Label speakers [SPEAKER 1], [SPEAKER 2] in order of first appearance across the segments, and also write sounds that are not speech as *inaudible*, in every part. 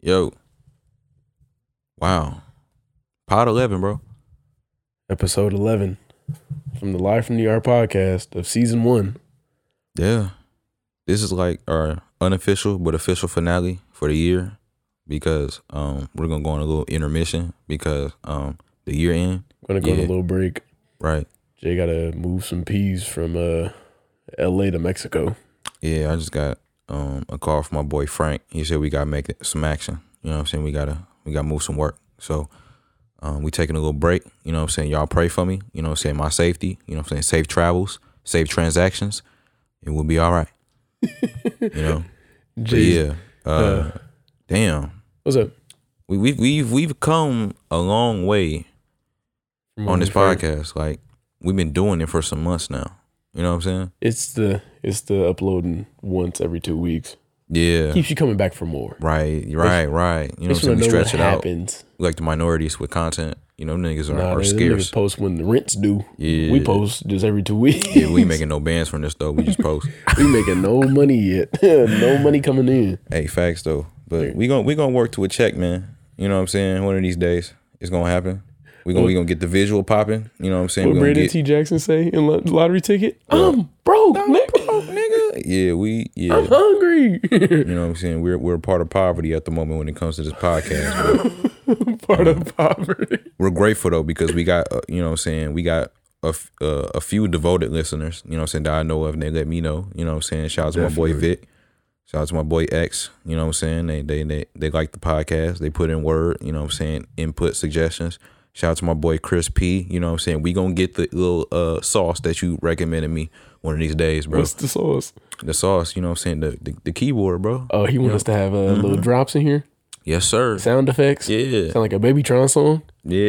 [SPEAKER 1] Yo. Wow. Pod 11, bro.
[SPEAKER 2] Episode 11 from the Live from the Yard podcast of season one.
[SPEAKER 1] Yeah. This is like our unofficial but official finale for the year because um we're going to go on a little intermission because um the year end,
[SPEAKER 2] Gonna go on
[SPEAKER 1] Yeah.
[SPEAKER 2] a little break.
[SPEAKER 1] right?
[SPEAKER 2] Jay gotta move some peas from uh, LA to Mexico.
[SPEAKER 1] Yeah, I just got um a call from my boy Frank. He said we got to make some action. You know what I'm saying? We got to we got to move some work. So um, we taking a little break, you know what I'm saying? Y'all pray for me, you know what I'm saying? My safety, you know what I'm saying? Safe travels, safe transactions, and we'll be all
[SPEAKER 2] *laughs*
[SPEAKER 1] right. you know? But
[SPEAKER 2] Jay,
[SPEAKER 1] yeah. Uh, damn.
[SPEAKER 2] what's up?
[SPEAKER 1] We we've we've we've come a long way on this podcast. Like we've been doing it for some months now. You know what I'm saying?
[SPEAKER 2] It's the it's the uploading once every two weeks.
[SPEAKER 1] Yeah.
[SPEAKER 2] Keeps you coming back for more.
[SPEAKER 1] Right, right, right. You know what I'm
[SPEAKER 2] Just wanna
[SPEAKER 1] saying? We
[SPEAKER 2] know what
[SPEAKER 1] stretch it out.
[SPEAKER 2] happens.
[SPEAKER 1] We like the minorities with content. You know, niggas are,
[SPEAKER 2] Nah,
[SPEAKER 1] are
[SPEAKER 2] man, them
[SPEAKER 1] scarce.
[SPEAKER 2] niggas post when the rent's due.
[SPEAKER 1] Yeah.
[SPEAKER 2] We post just every two weeks.
[SPEAKER 1] yeah, we ain't making no bands from this though. We just post.
[SPEAKER 2] *laughs* we making no money yet. *laughs* no money coming in.
[SPEAKER 1] hey, facts though. But we gonna we gonna work to a check, man. You know what I'm saying? One of these days, it's gonna happen. We gonna we gonna get the visual popping. You know what I'm saying?
[SPEAKER 2] What
[SPEAKER 1] we gonna
[SPEAKER 2] Brandon
[SPEAKER 1] get-
[SPEAKER 2] T. Jackson say in lo- lottery ticket? I'm broke, nigga.
[SPEAKER 1] nigga. Yeah, we yeah.
[SPEAKER 2] I'm hungry.
[SPEAKER 1] You know what I'm saying? We're we're a part of poverty at the moment when it comes to this podcast. But
[SPEAKER 2] *laughs* Part of poverty.
[SPEAKER 1] we're grateful though because we got uh, you know what I'm saying we got a, f- uh, a few devoted listeners. You know what I'm saying that I know of and they let me know. You know what I'm saying? Shout out to my boy Vic. Shout out to my boy X. You know what I'm saying? They they they they like the podcast. They put in word. You know what I'm saying? Input suggestions. Shout out to my boy Chris P. You know what I'm saying? We gonna get the little uh sauce that you recommended me one of these days, bro.
[SPEAKER 2] What's the sauce?
[SPEAKER 1] the sauce. You know what I'm saying? The the, the keyboard, bro.
[SPEAKER 2] Oh, he wants us to have uh, little drops in here,
[SPEAKER 1] yes, sir.
[SPEAKER 2] sound effects.
[SPEAKER 1] Yeah.
[SPEAKER 2] Sound like a Babytron song.
[SPEAKER 1] Yeah.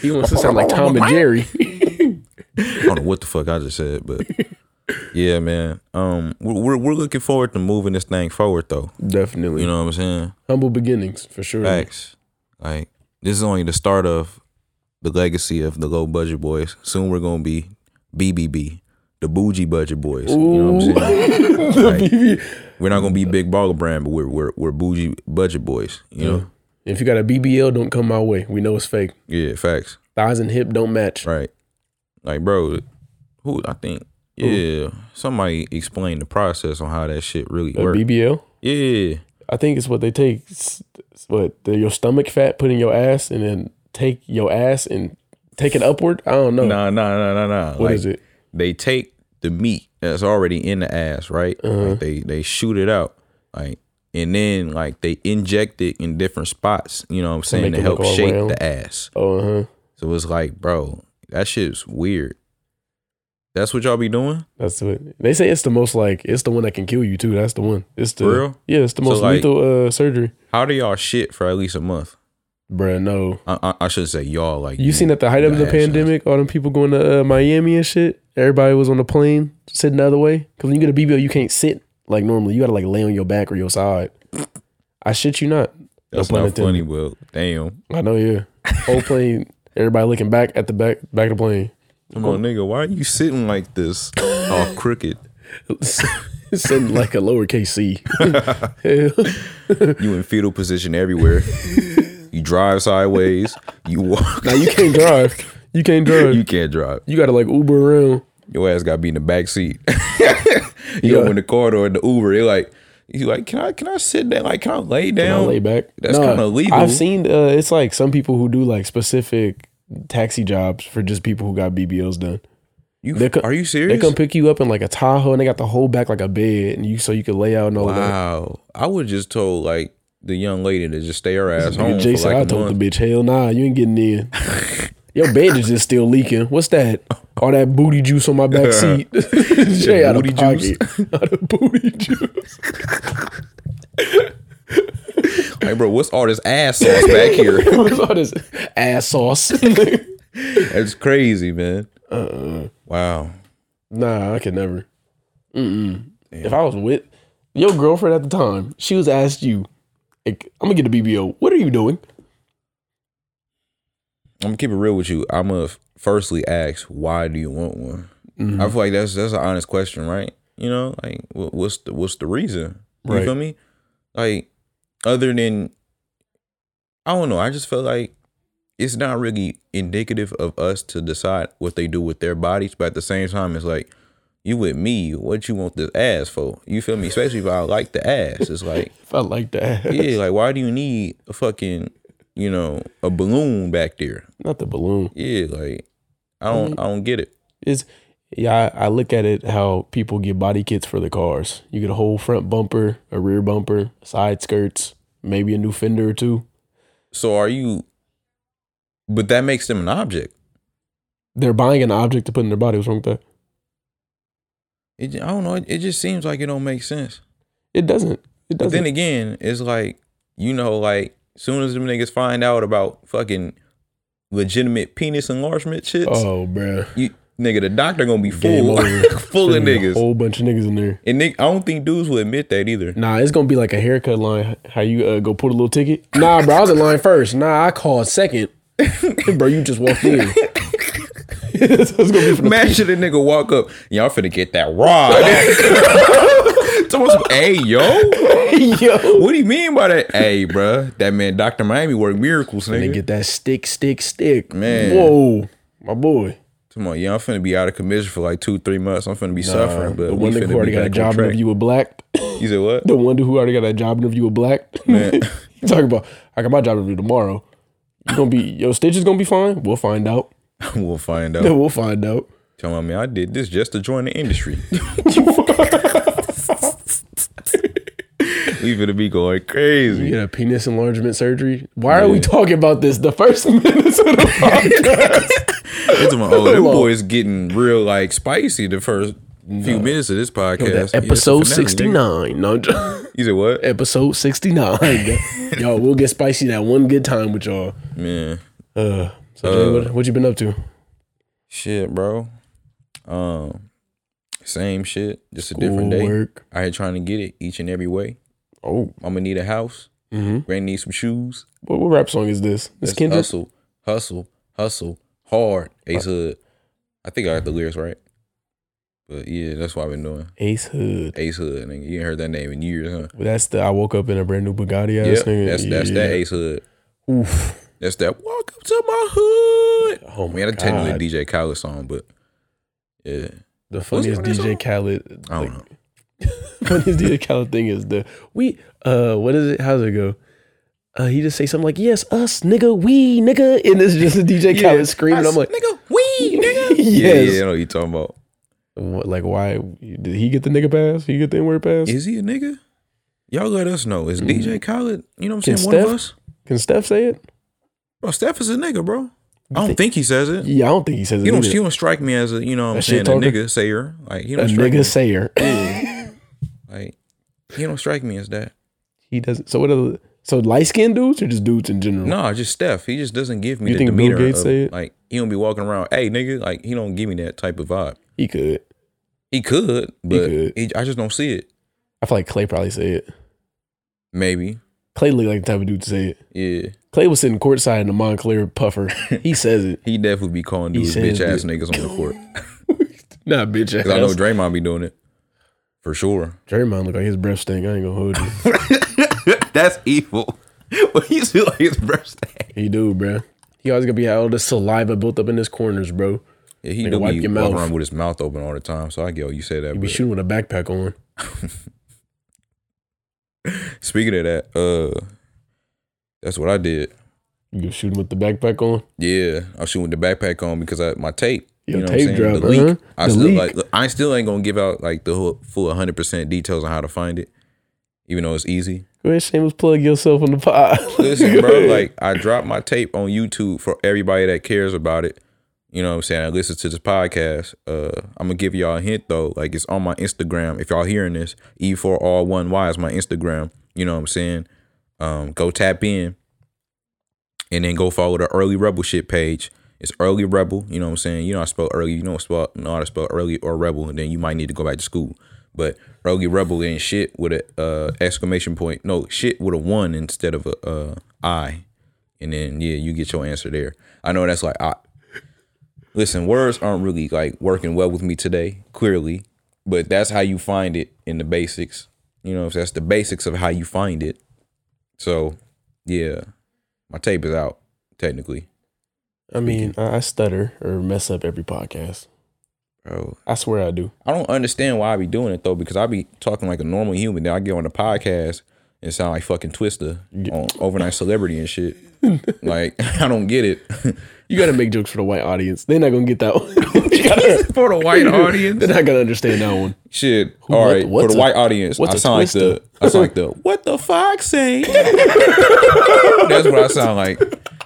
[SPEAKER 2] He wants to sound like Tom *laughs* and Jerry.
[SPEAKER 1] I don't know what the fuck I just said, *laughs* but yeah, man. Um, we're, we're we're looking forward to moving this thing forward, though.
[SPEAKER 2] Definitely.
[SPEAKER 1] You know what I'm saying?
[SPEAKER 2] Humble beginnings, for sure.
[SPEAKER 1] Facts. Like this is only the start of the legacy of the low budget boys. Soon we're gonna be BBB, the bougie budget boys. You know what I'm saying? We're not gonna be big baller brand, but we're we're we're bougie budget boys. You know?
[SPEAKER 2] If you got a BBL, don't come my way. We know it's fake.
[SPEAKER 1] Yeah. Facts.
[SPEAKER 2] Thighs and hip don't match.
[SPEAKER 1] Right. Like, bro, who I think. Yeah, somebody explain the process on how that shit really
[SPEAKER 2] A
[SPEAKER 1] works.
[SPEAKER 2] BBL?
[SPEAKER 1] Yeah,
[SPEAKER 2] I think it's what they take. s- s- What the, your stomach fat put in your ass, and then take your ass and take it upward. I don't know. What is
[SPEAKER 1] Nah, nah, nah, nah, nah. like,
[SPEAKER 2] it?
[SPEAKER 1] They take the meat that's already in the ass, right?
[SPEAKER 2] Uh-huh.
[SPEAKER 1] Like they they shoot it out, like, and then like they inject it in different spots. You know what I'm saying
[SPEAKER 2] make
[SPEAKER 1] to,
[SPEAKER 2] it
[SPEAKER 1] help
[SPEAKER 2] look all
[SPEAKER 1] shape
[SPEAKER 2] round.
[SPEAKER 1] the ass.
[SPEAKER 2] Oh, uh huh.
[SPEAKER 1] So it's like, bro, that shit's weird. That's what y'all be doing.
[SPEAKER 2] That's it. They say it's the most like it's the one that can kill you too. That's the one. It's the
[SPEAKER 1] For real?
[SPEAKER 2] yeah. It's the
[SPEAKER 1] So,
[SPEAKER 2] most
[SPEAKER 1] like-
[SPEAKER 2] lethal uh, surgery.
[SPEAKER 1] How do y'all shit for at least a month?
[SPEAKER 2] Bruh, no.
[SPEAKER 1] I I, I should say y'all like
[SPEAKER 2] You seen at the height of the
[SPEAKER 1] guys,
[SPEAKER 2] pandemic, all them people going to uh, Miami and shit. Everybody was on the plane sitting the other way. Cause when you get a BBL, you can't sit like normally. You gotta like lay on your back or your side. I shit you not.
[SPEAKER 1] That's
[SPEAKER 2] No pun
[SPEAKER 1] not
[SPEAKER 2] intended.
[SPEAKER 1] funny, but damn.
[SPEAKER 2] I know, yeah. Whole plane, everybody looking back at the back back of the plane, *laughs*
[SPEAKER 1] Come on, nigga. Why are you sitting like this,
[SPEAKER 2] *laughs*
[SPEAKER 1] all crooked?
[SPEAKER 2] sitting like a lowercase c.
[SPEAKER 1] You in fetal position
[SPEAKER 2] *laughs*
[SPEAKER 1] everywhere. you drive sideways. You walk.
[SPEAKER 2] now you
[SPEAKER 1] *laughs*
[SPEAKER 2] can't drive. You can't drive.
[SPEAKER 1] you
[SPEAKER 2] You,
[SPEAKER 1] can't drive.
[SPEAKER 2] gotta like Uber around.
[SPEAKER 1] Your ass got to be in the back seat. *laughs* you go in the corridor in the Uber. You're like, you like, can I can I sit down? Like, can I lay
[SPEAKER 2] I
[SPEAKER 1] down?
[SPEAKER 2] lay back.
[SPEAKER 1] That's
[SPEAKER 2] Nah,
[SPEAKER 1] kinda illegal.
[SPEAKER 2] I've seen. Uh, it's like some people who do like specific taxi jobs for just people who got BBLs done.
[SPEAKER 1] You,
[SPEAKER 2] They co-
[SPEAKER 1] are you
[SPEAKER 2] They
[SPEAKER 1] serious?
[SPEAKER 2] come *laughs* pick you up in like a Tahoe, and they got the whole back like a bed, and you so you can lay out and all that.
[SPEAKER 1] wow. I would just told like the young lady to just stay her ass home
[SPEAKER 2] Nigga,
[SPEAKER 1] for
[SPEAKER 2] Jason, I
[SPEAKER 1] like a
[SPEAKER 2] told
[SPEAKER 1] month.
[SPEAKER 2] the bitch, hell nah, you ain't getting
[SPEAKER 1] *laughs*
[SPEAKER 2] in. Your bed is just still leaking. What's that? All that booty juice on my
[SPEAKER 1] *laughs*
[SPEAKER 2] back seat. Jay out
[SPEAKER 1] Booty
[SPEAKER 2] of
[SPEAKER 1] juice.
[SPEAKER 2] pocket. *laughs* Out of booty juice.
[SPEAKER 1] Hey, bro, what's all this ass sauce back here?
[SPEAKER 2] What's *laughs* all this
[SPEAKER 1] *laughs*
[SPEAKER 2] ass sauce? *laughs*
[SPEAKER 1] That's crazy, man.
[SPEAKER 2] Uh,
[SPEAKER 1] Wow.
[SPEAKER 2] Nah, I could never. Mm-mm. If I was with your girlfriend at the time, she was asked you, like, "I'm gonna get a BBO. What are you doing?"
[SPEAKER 1] I'm gonna keep it real with you. I'm gonna firstly ask, why do you want one? I feel like that's that's an honest question, right? You know, like wh- what's the what's the reason? You
[SPEAKER 2] Right.
[SPEAKER 1] feel me? Like other than I don't know, I just feel like it's not really indicative of us to decide what they do with their bodies, but at the same time, it's like you with me, what you want this ass for? You feel me? Especially if I like the ass. It's like,
[SPEAKER 2] If I like that.
[SPEAKER 1] yeah, like why do you need a fucking, you know, a balloon back there?
[SPEAKER 2] *laughs* Not the balloon.
[SPEAKER 1] Yeah, like I don't I don't get it.
[SPEAKER 2] It's yeah, I, I look at it how people get body kits for the cars. You get a whole front bumper, a rear bumper, side skirts, maybe a new fender or two.
[SPEAKER 1] So are you but that makes them an object.
[SPEAKER 2] They're buying an object to put in their body. What's wrong with that?
[SPEAKER 1] It, I don't know. It, it just seems like it don't make sense.
[SPEAKER 2] It doesn't. It
[SPEAKER 1] But
[SPEAKER 2] doesn't.
[SPEAKER 1] then again, it's like, you know, like soon as them niggas find out about fucking legitimate penis enlargement shits,
[SPEAKER 2] oh, bruh.
[SPEAKER 1] you nigga, the doctor gonna be *laughs*
[SPEAKER 2] Game
[SPEAKER 1] full
[SPEAKER 2] over.
[SPEAKER 1] full of
[SPEAKER 2] There's gonna be A
[SPEAKER 1] niggas.
[SPEAKER 2] whole bunch of niggas in there.
[SPEAKER 1] and Nick, I don't think dudes will admit that either.
[SPEAKER 2] Nah, it's gonna be like a haircut line. How you uh, go pull a little ticket? Nah, bro, I was in line first. Nah, I called *laughs* second. bro, you just walked in. *laughs* it's gonna be for the
[SPEAKER 1] *laughs* Imagine a nigga walk up, y'all finna get that
[SPEAKER 2] *laughs*
[SPEAKER 1] rod. *laughs* Someone's hey yo,
[SPEAKER 2] yo.
[SPEAKER 1] what do you mean by that? Hey, bruh, that man Doctor Miami worked miracles,
[SPEAKER 2] They
[SPEAKER 1] nigga.
[SPEAKER 2] get that stick, stick, stick.
[SPEAKER 1] Man.
[SPEAKER 2] whoa, my
[SPEAKER 1] Uh,
[SPEAKER 2] boy.
[SPEAKER 1] Come on, yeah, I'm finna be out of commission for like two, three months. I'm finna be
[SPEAKER 2] Uh,
[SPEAKER 1] suffering, but
[SPEAKER 2] the
[SPEAKER 1] we
[SPEAKER 2] one nigga
[SPEAKER 1] finna
[SPEAKER 2] who
[SPEAKER 1] be
[SPEAKER 2] already got a
[SPEAKER 1] back
[SPEAKER 2] job
[SPEAKER 1] on track.
[SPEAKER 2] interview with black. *laughs*
[SPEAKER 1] You said what? *laughs*
[SPEAKER 2] The one dude who already got a job interview with black. *laughs*
[SPEAKER 1] Man.
[SPEAKER 2] He talking about I got my job interview tomorrow. You gonna be your stitch is gonna be fine. We'll find out. *laughs*
[SPEAKER 1] we'll find out.
[SPEAKER 2] We'll find out.
[SPEAKER 1] Tell me, I did this just to join the industry. *laughs* we finna be going
[SPEAKER 2] *laughs*
[SPEAKER 1] crazy.
[SPEAKER 2] You get a penis enlargement surgery. Why are we talking about this the first *laughs* minutes of the podcast?
[SPEAKER 1] It's my oh, them
[SPEAKER 2] Hold on.
[SPEAKER 1] boys getting real like spicy the first few minutes of this podcast.
[SPEAKER 2] episode sixty
[SPEAKER 1] sixteen.
[SPEAKER 2] nine. No, I'm jo- *laughs*
[SPEAKER 1] You said what?
[SPEAKER 2] episode sixty *laughs* nine. y'all, we'll get spicy that one good time with y'all.
[SPEAKER 1] Man,
[SPEAKER 2] Uh, so Jay, what, what you been up to?
[SPEAKER 1] shit, bro. Um, same shit, just a different day.
[SPEAKER 2] Work.
[SPEAKER 1] I ain't trying to get it each and every way.
[SPEAKER 2] Oh,
[SPEAKER 1] I'm gonna need a house.
[SPEAKER 2] Mhm.
[SPEAKER 1] Granny need some shoes.
[SPEAKER 2] what, what rap song is this? This
[SPEAKER 1] That's
[SPEAKER 2] Kendrick.
[SPEAKER 1] Hustle, hustle, hustle, hard. Ace Hood. I think I got the lyrics right. But yeah, that's what I've been doing.
[SPEAKER 2] Ace Hood.
[SPEAKER 1] Ace Hood, nigga. You ain't heard that name in years, huh?
[SPEAKER 2] Well, That's the I woke up in a brand new Bugatti
[SPEAKER 1] Yep,
[SPEAKER 2] ass nigga.
[SPEAKER 1] that's that's
[SPEAKER 2] Yeah.
[SPEAKER 1] that Ace Hood.
[SPEAKER 2] Oof.
[SPEAKER 1] That's that walk up to my hood.
[SPEAKER 2] Oh
[SPEAKER 1] I
[SPEAKER 2] my
[SPEAKER 1] mean, that's technically a DJ
[SPEAKER 2] God.
[SPEAKER 1] Khaled song, but yeah,
[SPEAKER 2] The
[SPEAKER 1] the
[SPEAKER 2] funniest
[SPEAKER 1] one that's
[SPEAKER 2] DJ
[SPEAKER 1] on?
[SPEAKER 2] Khaled.
[SPEAKER 1] I don't
[SPEAKER 2] like,
[SPEAKER 1] know.
[SPEAKER 2] funniest DJ Khaled thing is the we. Uh, what is it? How's it go? Uh, he just say something like "Yes, us, nigga, we, nigga," and it's just a DJ Khaled screaming. I'm like,
[SPEAKER 1] nigga,
[SPEAKER 2] *laughs*
[SPEAKER 1] we, nigga. Yeah,
[SPEAKER 2] yes.
[SPEAKER 1] yeah, I know what you talking about.
[SPEAKER 2] What, like, why did he get the nigga pass? He get the N word pass?
[SPEAKER 1] Is he a nigga? Y'all let us know. Is DJ Khaled, you know what I'm
[SPEAKER 2] Can
[SPEAKER 1] saying, one of
[SPEAKER 2] Mm-hmm. Steph-
[SPEAKER 1] us?
[SPEAKER 2] Can Steph say it?
[SPEAKER 1] Bro, Steph is a nigga, bro. I don't think he says it.
[SPEAKER 2] Yeah, I don't think he says it.
[SPEAKER 1] You don't,
[SPEAKER 2] either.
[SPEAKER 1] she don't strike me as a, you know what I'm
[SPEAKER 2] A
[SPEAKER 1] saying,
[SPEAKER 2] shit
[SPEAKER 1] a
[SPEAKER 2] talker?
[SPEAKER 1] nigga sayer. Like, he
[SPEAKER 2] a
[SPEAKER 1] don't strike
[SPEAKER 2] nigga sayer.
[SPEAKER 1] me. *laughs* Like, he don't strike me as that.
[SPEAKER 2] *laughs* he doesn't. So what? Other, so light skinned dudes or just dudes in general?
[SPEAKER 1] No, just Steph. He just doesn't give me
[SPEAKER 2] You
[SPEAKER 1] the
[SPEAKER 2] think Bill
[SPEAKER 1] demeanor.
[SPEAKER 2] Gates
[SPEAKER 1] of,
[SPEAKER 2] say it?
[SPEAKER 1] Like, he don't be walking around, hey, nigga. Like, he don't give me that type of vibe.
[SPEAKER 2] He could.
[SPEAKER 1] He could, but
[SPEAKER 2] could.
[SPEAKER 1] he- I just don't see it.
[SPEAKER 2] I feel like Clay probably say it.
[SPEAKER 1] Maybe.
[SPEAKER 2] Clay look like the type of dude to say it.
[SPEAKER 1] Yeah.
[SPEAKER 2] Clay was sitting courtside in the Montclair puffer. He
[SPEAKER 1] *laughs*
[SPEAKER 2] says it.
[SPEAKER 1] He definitely be calling dudes
[SPEAKER 2] says
[SPEAKER 1] bitch ass
[SPEAKER 2] that-
[SPEAKER 1] niggas *laughs* on the court.
[SPEAKER 2] Nah, bitch ass.
[SPEAKER 1] Because I know Draymond be doing it. For sure.
[SPEAKER 2] Draymond look like his breath stink. I ain't gonna hold you.
[SPEAKER 1] *laughs* That's evil. *laughs* When you see like his breath
[SPEAKER 2] he do, bruh. He always gonna be all this saliva built up in his corners, bro.
[SPEAKER 1] Yeah, he
[SPEAKER 2] Nigga,
[SPEAKER 1] do
[SPEAKER 2] wipe
[SPEAKER 1] be
[SPEAKER 2] your
[SPEAKER 1] walking
[SPEAKER 2] mouth.
[SPEAKER 1] around with his mouth open all the time. So I get why you say that.
[SPEAKER 2] He be
[SPEAKER 1] But
[SPEAKER 2] shooting with a backpack on.
[SPEAKER 1] speaking of that, uh, that's what I did.
[SPEAKER 2] You go shooting with the backpack on.
[SPEAKER 1] Yeah, I was shooting with the backpack on because I my tape.
[SPEAKER 2] Your
[SPEAKER 1] you know
[SPEAKER 2] tape
[SPEAKER 1] what I'm saying?
[SPEAKER 2] drop,
[SPEAKER 1] the leak.
[SPEAKER 2] uh-huh.
[SPEAKER 1] I
[SPEAKER 2] The
[SPEAKER 1] still
[SPEAKER 2] leak.
[SPEAKER 1] like. I still ain't gonna give out like the whole, full 100 percent details on how to find it, even though it's easy.
[SPEAKER 2] Go ahead, shameless plug yourself on the pod. *laughs*
[SPEAKER 1] Listen, bro, like I dropped my tape on YouTube for everybody that cares about it. You know what I'm saying? I listen to this podcast. Uh I'm gonna give y'all a hint though. Like it's on my Instagram. If y'all hearing this, E4 all one Y is my Instagram. You know what I'm saying? Um go tap in and then go follow the early rebel shit page. It's early rebel, you know what I'm saying? You know how to spell early, you know how to spell know how to spell early or rebel, and then you might need to go back to school. But early rebel and shit with a uh exclamation point. No, shit with a one instead of a uh I. And then yeah, you get your answer there. I know that's like I listen, words aren't really like working well with me today, clearly. But that's how you find it in the basics. You know, if that's the basics of how you find it. So yeah, my tape is out technically.
[SPEAKER 2] I mean, I I stutter or mess up every podcast.
[SPEAKER 1] Bro,
[SPEAKER 2] I swear I do.
[SPEAKER 1] I don't understand why I be doing it though, because I be talking like a normal human. Then I get on the podcast and sound like fucking Twister on overnight celebrity and
[SPEAKER 2] *laughs*
[SPEAKER 1] shit. like *laughs* I don't get it
[SPEAKER 2] You got to make jokes for the white audience. They're not gonna get that *laughs* one. You gotta-
[SPEAKER 1] for the white
[SPEAKER 2] They're not gonna understand that *laughs* one.
[SPEAKER 1] *laughs* Shit, all
[SPEAKER 2] what-
[SPEAKER 1] right for
[SPEAKER 2] what's
[SPEAKER 1] the
[SPEAKER 2] a-
[SPEAKER 1] white audience.
[SPEAKER 2] what's
[SPEAKER 1] I
[SPEAKER 2] a
[SPEAKER 1] sound like the
[SPEAKER 2] Twister?
[SPEAKER 1] I sound like the what the fuck
[SPEAKER 2] *laughs*
[SPEAKER 1] say. *laughs* That's what I sound like.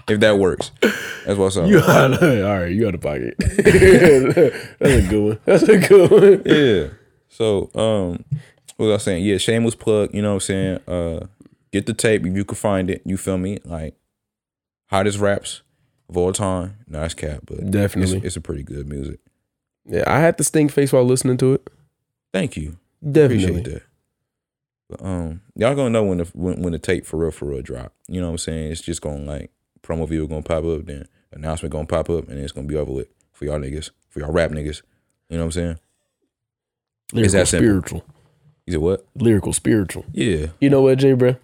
[SPEAKER 1] If that works, that's what I sound.
[SPEAKER 2] All
[SPEAKER 1] like.
[SPEAKER 2] right, you out of *laughs* pocket. That's a good one. That's a good one.
[SPEAKER 1] Yeah. So, um, what was I saying? Yeah, shameless plug. You know what I'm saying? Uh, get the tape if you can find it. You feel me? Like hottest raps of all time. Nice cap, but it's-
[SPEAKER 2] Definitely.
[SPEAKER 1] it's, a pretty good music.
[SPEAKER 2] Yeah, I had to stink face while listening to it.
[SPEAKER 1] Thank you.
[SPEAKER 2] Definitely.
[SPEAKER 1] Appreciate that. But um, y'all gonna know when the when, when the tape for real for real drop. You know what I'm saying? It's just gonna like promo video gonna pop up, then announcement gonna pop up, and it's gonna be over with for y'all niggas, for y'all rap niggas. You know what I'm saying?
[SPEAKER 2] Lyrical,
[SPEAKER 1] that simple?
[SPEAKER 2] spiritual.
[SPEAKER 1] You said what?
[SPEAKER 2] Lyrical, spiritual.
[SPEAKER 1] Yeah.
[SPEAKER 2] You know what, Jay, bro?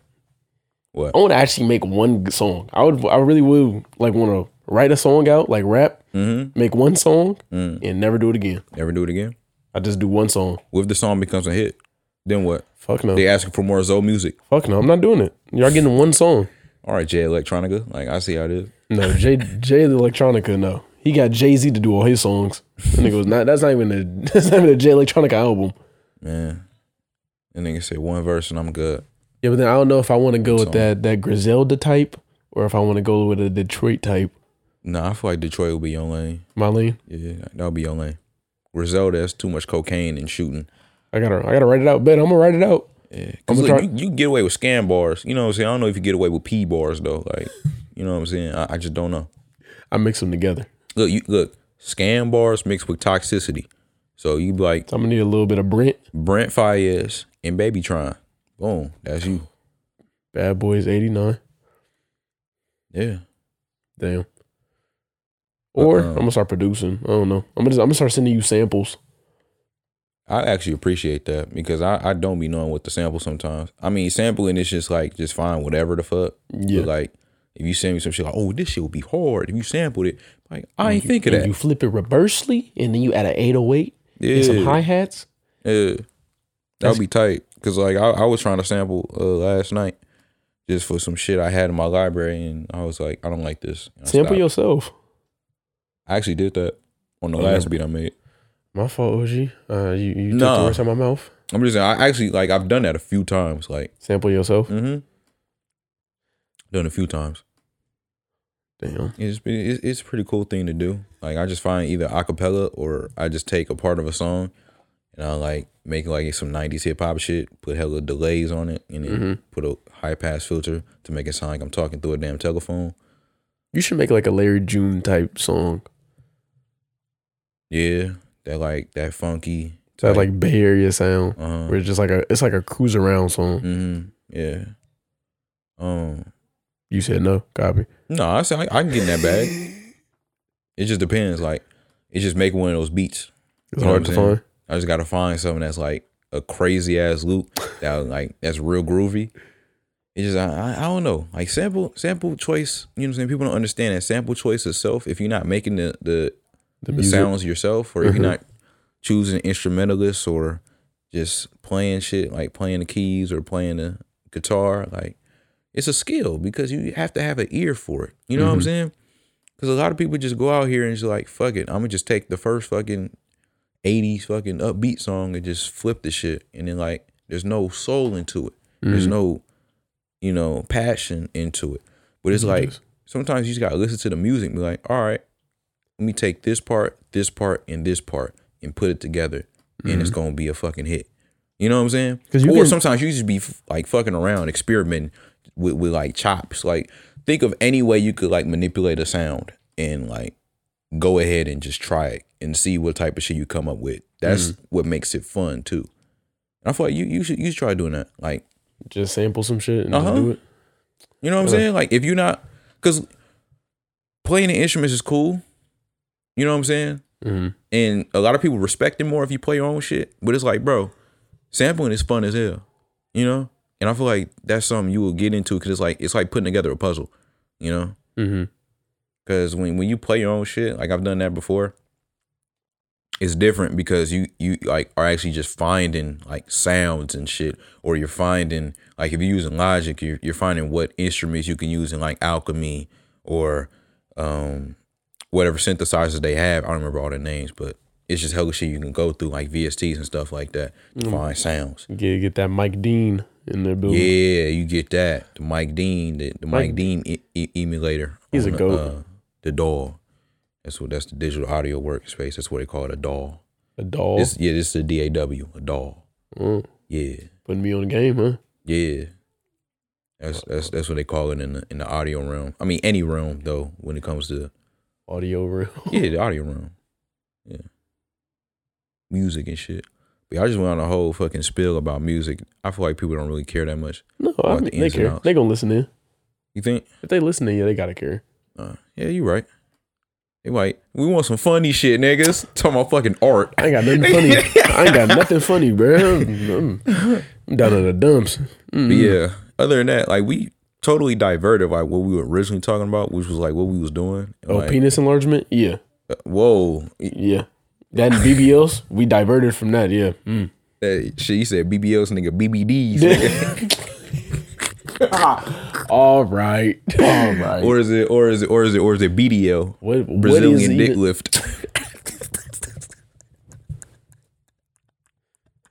[SPEAKER 1] What?
[SPEAKER 2] I want to actually make one g- song. I would. I really would like want to write a song out, like rap,
[SPEAKER 1] Mm-hmm.
[SPEAKER 2] make one song,
[SPEAKER 1] Mm.
[SPEAKER 2] and never do it again.
[SPEAKER 1] Never do it again.
[SPEAKER 2] I just do one song.
[SPEAKER 1] What if the song becomes a hit? Then what?
[SPEAKER 2] Fuck no.
[SPEAKER 1] They asking for more Zoe music.
[SPEAKER 2] Fuck no. I'm not doing it. Y'all getting one song.
[SPEAKER 1] All right, Jay Electronica. Like I see how it is.
[SPEAKER 2] No, Jay Jay the Electronica, no. He got Jay Z to do all his songs. And it goes, not that's not even a *laughs* that's not even a Jay Electronica album.
[SPEAKER 1] Man. And nigga say one verse and I'm good.
[SPEAKER 2] Yeah, but then I don't know if I want to go with
[SPEAKER 1] Song.
[SPEAKER 2] that that Griselda type or if I want to go with a Detroit type.
[SPEAKER 1] Nah, I feel like Detroit will be your lane.
[SPEAKER 2] Marlene,
[SPEAKER 1] Yeah, that'll be your lane. Griselda, that's too much cocaine and shooting.
[SPEAKER 2] I gotta I gotta write it out. Bet I'm gonna write it out.
[SPEAKER 1] Yeah.
[SPEAKER 2] I'm
[SPEAKER 1] Cause
[SPEAKER 2] gonna
[SPEAKER 1] look,
[SPEAKER 2] try-
[SPEAKER 1] you, you can get away with scam bars. You know what I'm saying? I don't know if you get away with P bars though. Like, you know what I'm saying? I, I just don't know.
[SPEAKER 2] I mix them together.
[SPEAKER 1] Look, you look, scam bars mixed with toxicity. So you be like
[SPEAKER 2] So I'm gonna need a little bit of Brent,
[SPEAKER 1] Brent Fayez and Baby Tron. Boom. That's you.
[SPEAKER 2] Bad Boys '89.
[SPEAKER 1] Yeah.
[SPEAKER 2] Damn. Or
[SPEAKER 1] Uh-uh.
[SPEAKER 2] I'm gonna start producing. I don't know. I'm gonna just, I'm gonna start sending you samples.
[SPEAKER 1] I actually appreciate that because I, I don't be knowing what to sample sometimes. I mean, sampling is just like just find whatever the fuck.
[SPEAKER 2] Yeah.
[SPEAKER 1] But like if you send me some shit like, oh, this shit would be hard if you sampled it. Like I ain't think of
[SPEAKER 2] And
[SPEAKER 1] that.
[SPEAKER 2] you flip it reversely, and then you add an 808 and some hi
[SPEAKER 1] Yeah,
[SPEAKER 2] hats.
[SPEAKER 1] yeah.
[SPEAKER 2] That's-
[SPEAKER 1] that'd be tight. Cause like I, I was trying to sample uh, last night just for some shit I had in my library, and I was like, I don't like this. And I
[SPEAKER 2] Sample
[SPEAKER 1] stopped.
[SPEAKER 2] yourself.
[SPEAKER 1] I actually did that on the
[SPEAKER 2] Oh,
[SPEAKER 1] last
[SPEAKER 2] yeah.
[SPEAKER 1] beat I made.
[SPEAKER 2] My fault, OG. Uh, you you took the
[SPEAKER 1] Nah.
[SPEAKER 2] words out of my mouth.
[SPEAKER 1] I'm just saying, I actually like I've done that a few times. Like,
[SPEAKER 2] Sample yourself.
[SPEAKER 1] mm-hmm. done a few times.
[SPEAKER 2] Damn.
[SPEAKER 1] It's been- it's it's a pretty cool thing to do. Like I just find either acapella or I just take a part of a song and I like make like some '90s hip hop shit, put hella delays on it, and then
[SPEAKER 2] Mm-hmm.
[SPEAKER 1] put a high pass filter to make it sound like I'm talking through a damn telephone.
[SPEAKER 2] You should make like a Larry June type song.
[SPEAKER 1] Yeah, that like that funky.
[SPEAKER 2] It's that like uh-huh. Bay Area sound,
[SPEAKER 1] uh
[SPEAKER 2] where it's just like a it's like a cruise around song.
[SPEAKER 1] hmm yeah. Um,
[SPEAKER 2] You said no. Copy.
[SPEAKER 1] no, I say I, I can get in that bag.
[SPEAKER 2] *laughs*
[SPEAKER 1] It just depends. Like, it just make one of those beats.
[SPEAKER 2] It's
[SPEAKER 1] You know
[SPEAKER 2] hard
[SPEAKER 1] what
[SPEAKER 2] to
[SPEAKER 1] I'm saying?
[SPEAKER 2] find.
[SPEAKER 1] I just gotta find something that's like a crazy ass loop that like that's real groovy. It's just I, I, I don't know. Like sample sample choice, you know what I'm saying? People don't understand that sample choice itself, if you're not making the the, the
[SPEAKER 2] The music.
[SPEAKER 1] sounds yourself or if
[SPEAKER 2] Mhm.
[SPEAKER 1] you're not choosing instrumentalists or just playing shit like playing the keys or playing the guitar, like it's a skill because you have to have an ear for it. You know what I'm
[SPEAKER 2] Mhm.
[SPEAKER 1] saying? Because a lot of people just go out here and just like, fuck it, I'm gonna just take the first fucking 80s fucking upbeat song and just flip the shit. And then like, there's no soul into it. There's
[SPEAKER 2] Mhm.
[SPEAKER 1] no, you know, passion into it. But it's
[SPEAKER 2] Mhm.
[SPEAKER 1] like sometimes you just gotta listen to the music and be like, all right, let me take this part, this part, and this part and put it together, and it's gonna be a fucking hit. You know what I'm saying?
[SPEAKER 2] Mm-hmm. 'Cause you
[SPEAKER 1] or
[SPEAKER 2] can-
[SPEAKER 1] sometimes you just be f- like fucking around, experimenting with, with like chops. Like think of any way you could like manipulate a sound and like go ahead and just try it and see what type of shit you come up with. That's
[SPEAKER 2] Mm-hmm.
[SPEAKER 1] what makes it fun too. And I feel like you you should you should try doing that. Like
[SPEAKER 2] Just sample some shit and
[SPEAKER 1] Uh-huh.
[SPEAKER 2] just do it.
[SPEAKER 1] you know what I'm
[SPEAKER 2] Yeah.
[SPEAKER 1] saying? Like if you're not, because playing the instruments is cool. You know what I'm saying?
[SPEAKER 2] Mhm.
[SPEAKER 1] And a lot of people respect it more if you play your own shit. But it's like, bro, sampling is fun as hell. You know, And I feel like that's something you will get into because it's like it's like putting together a puzzle, you know.
[SPEAKER 2] Mm-hmm.
[SPEAKER 1] Because when when you play your own shit, like I've done that before, it's different because you you like are actually just finding like sounds and shit, or you're finding like if you're using Logic, you're you're finding what instruments you can use in like alchemy or um whatever synthesizers they have. I don't remember all their names, but it's just hella shit you can go through like VSTs and stuff like that to
[SPEAKER 2] Mm.
[SPEAKER 1] find sounds.
[SPEAKER 2] Get get that Mike Dean in their building.
[SPEAKER 1] Yeah, you get that. The Mike Dean, the, the Mike, Dean e- e- emulator.
[SPEAKER 2] He's
[SPEAKER 1] on
[SPEAKER 2] a
[SPEAKER 1] the,
[SPEAKER 2] goat.
[SPEAKER 1] Uh, the doll. That's what. That's the digital audio workspace. That's what they call it. A doll.
[SPEAKER 2] A doll
[SPEAKER 1] This, yeah, this is the DAW. A doll.
[SPEAKER 2] Mm.
[SPEAKER 1] Yeah,
[SPEAKER 2] putting me on the game, huh?
[SPEAKER 1] yeah. That's that's that's what they call it in the in the audio realm. I mean, any realm though, when it comes to
[SPEAKER 2] Audio *laughs* real.
[SPEAKER 1] yeah, the audio room. Yeah. Music and shit. But y'all just went on a whole fucking spill about music. I feel like people don't really care that much.
[SPEAKER 2] No, I
[SPEAKER 1] About the
[SPEAKER 2] mean, they
[SPEAKER 1] ins and
[SPEAKER 2] care.
[SPEAKER 1] outs.
[SPEAKER 2] They gonna listen in.
[SPEAKER 1] You think?
[SPEAKER 2] If they listen in, yeah, they gotta care.
[SPEAKER 1] Uh, yeah, you right. They might. We want some funny shit, niggas. Talking about fucking art.
[SPEAKER 2] I ain't
[SPEAKER 1] *laughs*
[SPEAKER 2] got nothing funny. I ain't got nothing funny, bro. I'm, I'm down in the dumps. Mm.
[SPEAKER 1] But yeah. Other than that, like we totally diverted like what we were originally talking about, which was like what we was doing.
[SPEAKER 2] Oh,
[SPEAKER 1] Like,
[SPEAKER 2] penis enlargement? Yeah,
[SPEAKER 1] uh, whoa.
[SPEAKER 2] yeah. That and BBLs, we diverted from that. Yeah. Mm.
[SPEAKER 1] That uh, shit you said BBLs nigga, BBDs. nigga.
[SPEAKER 2] *laughs*
[SPEAKER 1] *laughs*
[SPEAKER 2] All right. All right.
[SPEAKER 1] or is it or is it or is it or is it BDL?
[SPEAKER 2] What- what
[SPEAKER 1] Brazilian
[SPEAKER 2] is
[SPEAKER 1] dick
[SPEAKER 2] even-
[SPEAKER 1] lift. *laughs*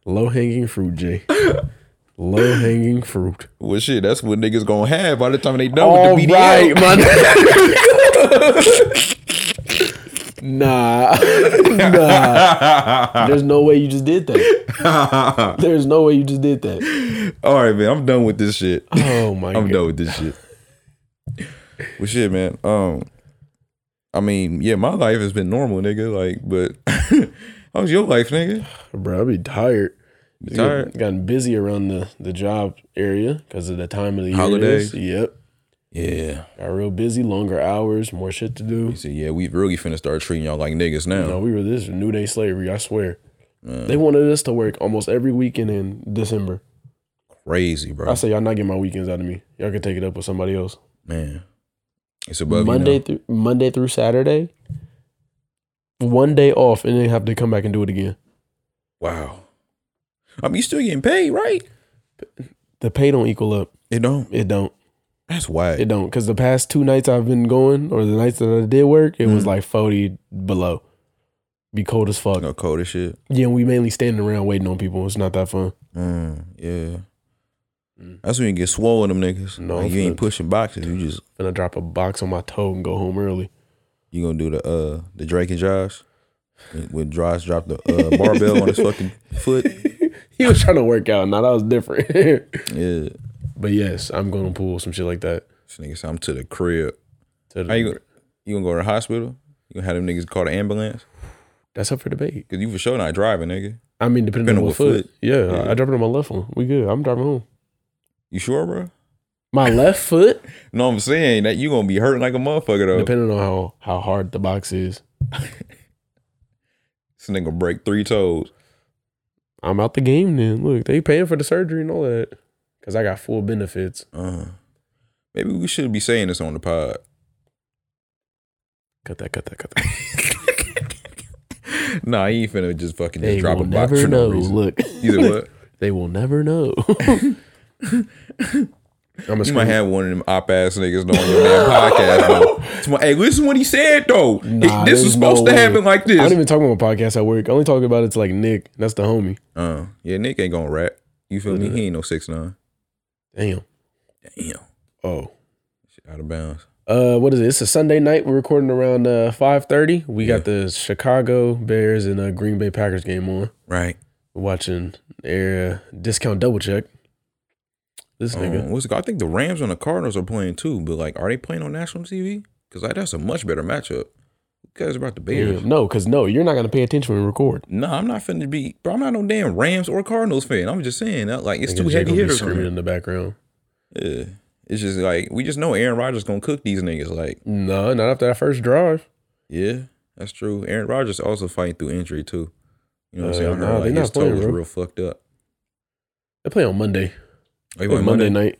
[SPEAKER 2] Low hanging fruit, Jay. Low hanging fruit.
[SPEAKER 1] Well, shit, that's what niggas gonna have by the time they done
[SPEAKER 2] All
[SPEAKER 1] Oh, with the BDL.
[SPEAKER 2] right,
[SPEAKER 1] *laughs*
[SPEAKER 2] my- nah, *laughs* nah. There's no way you just did that.
[SPEAKER 1] *laughs*
[SPEAKER 2] There's no way you just did that.
[SPEAKER 1] All right, man, I'm done with this shit.
[SPEAKER 2] Oh my
[SPEAKER 1] I'm
[SPEAKER 2] god.
[SPEAKER 1] done with this shit. well, shit, man. Um, I mean, yeah, my life has been normal, nigga. Like, but *laughs* how's your life, nigga?
[SPEAKER 2] Bro, I'd be tired. It's
[SPEAKER 1] tired?
[SPEAKER 2] get- Gotten busy around the, the job area because of the time of the year. it
[SPEAKER 1] Holidays?
[SPEAKER 2] is. Yep.
[SPEAKER 1] Yeah.
[SPEAKER 2] Got real busy, longer hours, more shit to do.
[SPEAKER 1] He said, yeah, we really finna start treating y'all like niggas
[SPEAKER 2] No,
[SPEAKER 1] now. Uh,
[SPEAKER 2] we were this is New Day slavery, I swear. They wanted us to work almost every weekend in December.
[SPEAKER 1] Crazy, bro.
[SPEAKER 2] I say y'all not getting my weekends out of me. Y'all can take it up with somebody else.
[SPEAKER 1] man, it's above
[SPEAKER 2] Monday
[SPEAKER 1] You now.
[SPEAKER 2] through Monday through Saturday, one day off, and then have to come back and do it again.
[SPEAKER 1] Wow. I mean, you still getting paid, right?
[SPEAKER 2] The pay don't equal up.
[SPEAKER 1] It don't.
[SPEAKER 2] It don't.
[SPEAKER 1] That's why.
[SPEAKER 2] It don't. Because the past two nights I've been going, or the nights that I did work, it
[SPEAKER 1] Mm-hmm.
[SPEAKER 2] was like forty below. Be cold as fuck.
[SPEAKER 1] No cold as shit.
[SPEAKER 2] Yeah, and we mainly standing around waiting on people. It's not that fun.
[SPEAKER 1] Mm, yeah.
[SPEAKER 2] Mm.
[SPEAKER 1] That's when you get swole with them niggas.
[SPEAKER 2] No,
[SPEAKER 1] Like,
[SPEAKER 2] I'm
[SPEAKER 1] you ain't
[SPEAKER 2] finna-
[SPEAKER 1] pushing boxes. You just
[SPEAKER 2] Gonna drop a box on my toe and go home early. *laughs*
[SPEAKER 1] you gonna do the uh the Drake and Josh when- when Josh dropped the uh, barbell on his fucking foot.
[SPEAKER 2] He was trying to work out. Now that was different. *laughs*
[SPEAKER 1] Yeah,
[SPEAKER 2] but yes, I'm gonna pull some shit like that.
[SPEAKER 1] this nigga said I'm to the crib.
[SPEAKER 2] To the-
[SPEAKER 1] How you gonna, you gonna go to the hospital? You gonna have them niggas call the ambulance?
[SPEAKER 2] That's up for debate.
[SPEAKER 1] Cause you for sure not driving, nigga.
[SPEAKER 2] I mean, depending, on what foot. Yeah, I-
[SPEAKER 1] Yeah.
[SPEAKER 2] I drop it on my left one. We good. I'm driving home.
[SPEAKER 1] You sure, bro?
[SPEAKER 2] My left
[SPEAKER 1] *laughs*
[SPEAKER 2] foot,
[SPEAKER 1] No, I'm saying that you gonna be hurting like a motherfucker though.
[SPEAKER 2] depending on how how hard the box is,
[SPEAKER 1] This nigga break three toes.
[SPEAKER 2] I'm out the game. Then look, they paying for the surgery and all that because I got full benefits.
[SPEAKER 1] Uh, maybe we should be saying this on the pod.
[SPEAKER 2] *laughs* Cut that. Cut that. Cut that.
[SPEAKER 1] Nah, he ain't finna just fucking just
[SPEAKER 2] they
[SPEAKER 1] drop
[SPEAKER 2] will
[SPEAKER 1] a box
[SPEAKER 2] never
[SPEAKER 1] for
[SPEAKER 2] know.
[SPEAKER 1] no reason.
[SPEAKER 2] *laughs* look,
[SPEAKER 1] You said what?
[SPEAKER 2] they will
[SPEAKER 1] *laughs*
[SPEAKER 2] never know. *laughs* I'm a
[SPEAKER 1] You might have one of them op ass niggas on your damn *laughs* podcast, bro. It's my- hey, listen what he said though.
[SPEAKER 2] Nah,
[SPEAKER 1] this was
[SPEAKER 2] there's
[SPEAKER 1] supposed
[SPEAKER 2] no
[SPEAKER 1] to
[SPEAKER 2] way.
[SPEAKER 1] happen like
[SPEAKER 2] I don't
[SPEAKER 1] this.
[SPEAKER 2] even talk about my podcast at work. I only talk about it to like Nick. That's the homie.
[SPEAKER 1] Uh, yeah, Nick ain't gonna rap. You feel me? He ain't no six nine.
[SPEAKER 2] Damn.
[SPEAKER 1] Damn, shit
[SPEAKER 2] Oh.
[SPEAKER 1] out of bounds.
[SPEAKER 2] Uh, what is it? It's a Sunday night. We're recording around uh five thirty. We got the Chicago Bears and uh, Green Bay Packers game on.
[SPEAKER 1] Right.
[SPEAKER 2] We're watching air uh, discount double check. This nigga.
[SPEAKER 1] Um, what's it called? I think the Rams and the Cardinals are playing too, but like, are they playing on national TV? Because like, that's a much better matchup. Who cares about the Bears?
[SPEAKER 2] Yeah, no, because no, you're not gonna pay attention when we record.
[SPEAKER 1] Nah, I'm not finna be. Bro, I'm not no damn Rams or Cardinals fan. I'm just saying that like it's
[SPEAKER 2] Nigga,
[SPEAKER 1] too
[SPEAKER 2] Jay
[SPEAKER 1] heavy
[SPEAKER 2] gonna be
[SPEAKER 1] hitters. on
[SPEAKER 2] screaming
[SPEAKER 1] there.
[SPEAKER 2] in the background.
[SPEAKER 1] Yeah, it's just like we just know Aaron Rodgers gonna cook these niggas. Like
[SPEAKER 2] No, not after that first drive.
[SPEAKER 1] Yeah, that's true. Aaron Rodgers also fighting through injury too. You know what
[SPEAKER 2] Uh,
[SPEAKER 1] I'm saying? I
[SPEAKER 2] nah,
[SPEAKER 1] heard
[SPEAKER 2] they
[SPEAKER 1] like
[SPEAKER 2] not
[SPEAKER 1] his toe
[SPEAKER 2] playing,
[SPEAKER 1] was
[SPEAKER 2] bro.
[SPEAKER 1] real fucked up.
[SPEAKER 2] They play on Monday.
[SPEAKER 1] Oh, you
[SPEAKER 2] Monday,
[SPEAKER 1] went Monday?
[SPEAKER 2] night.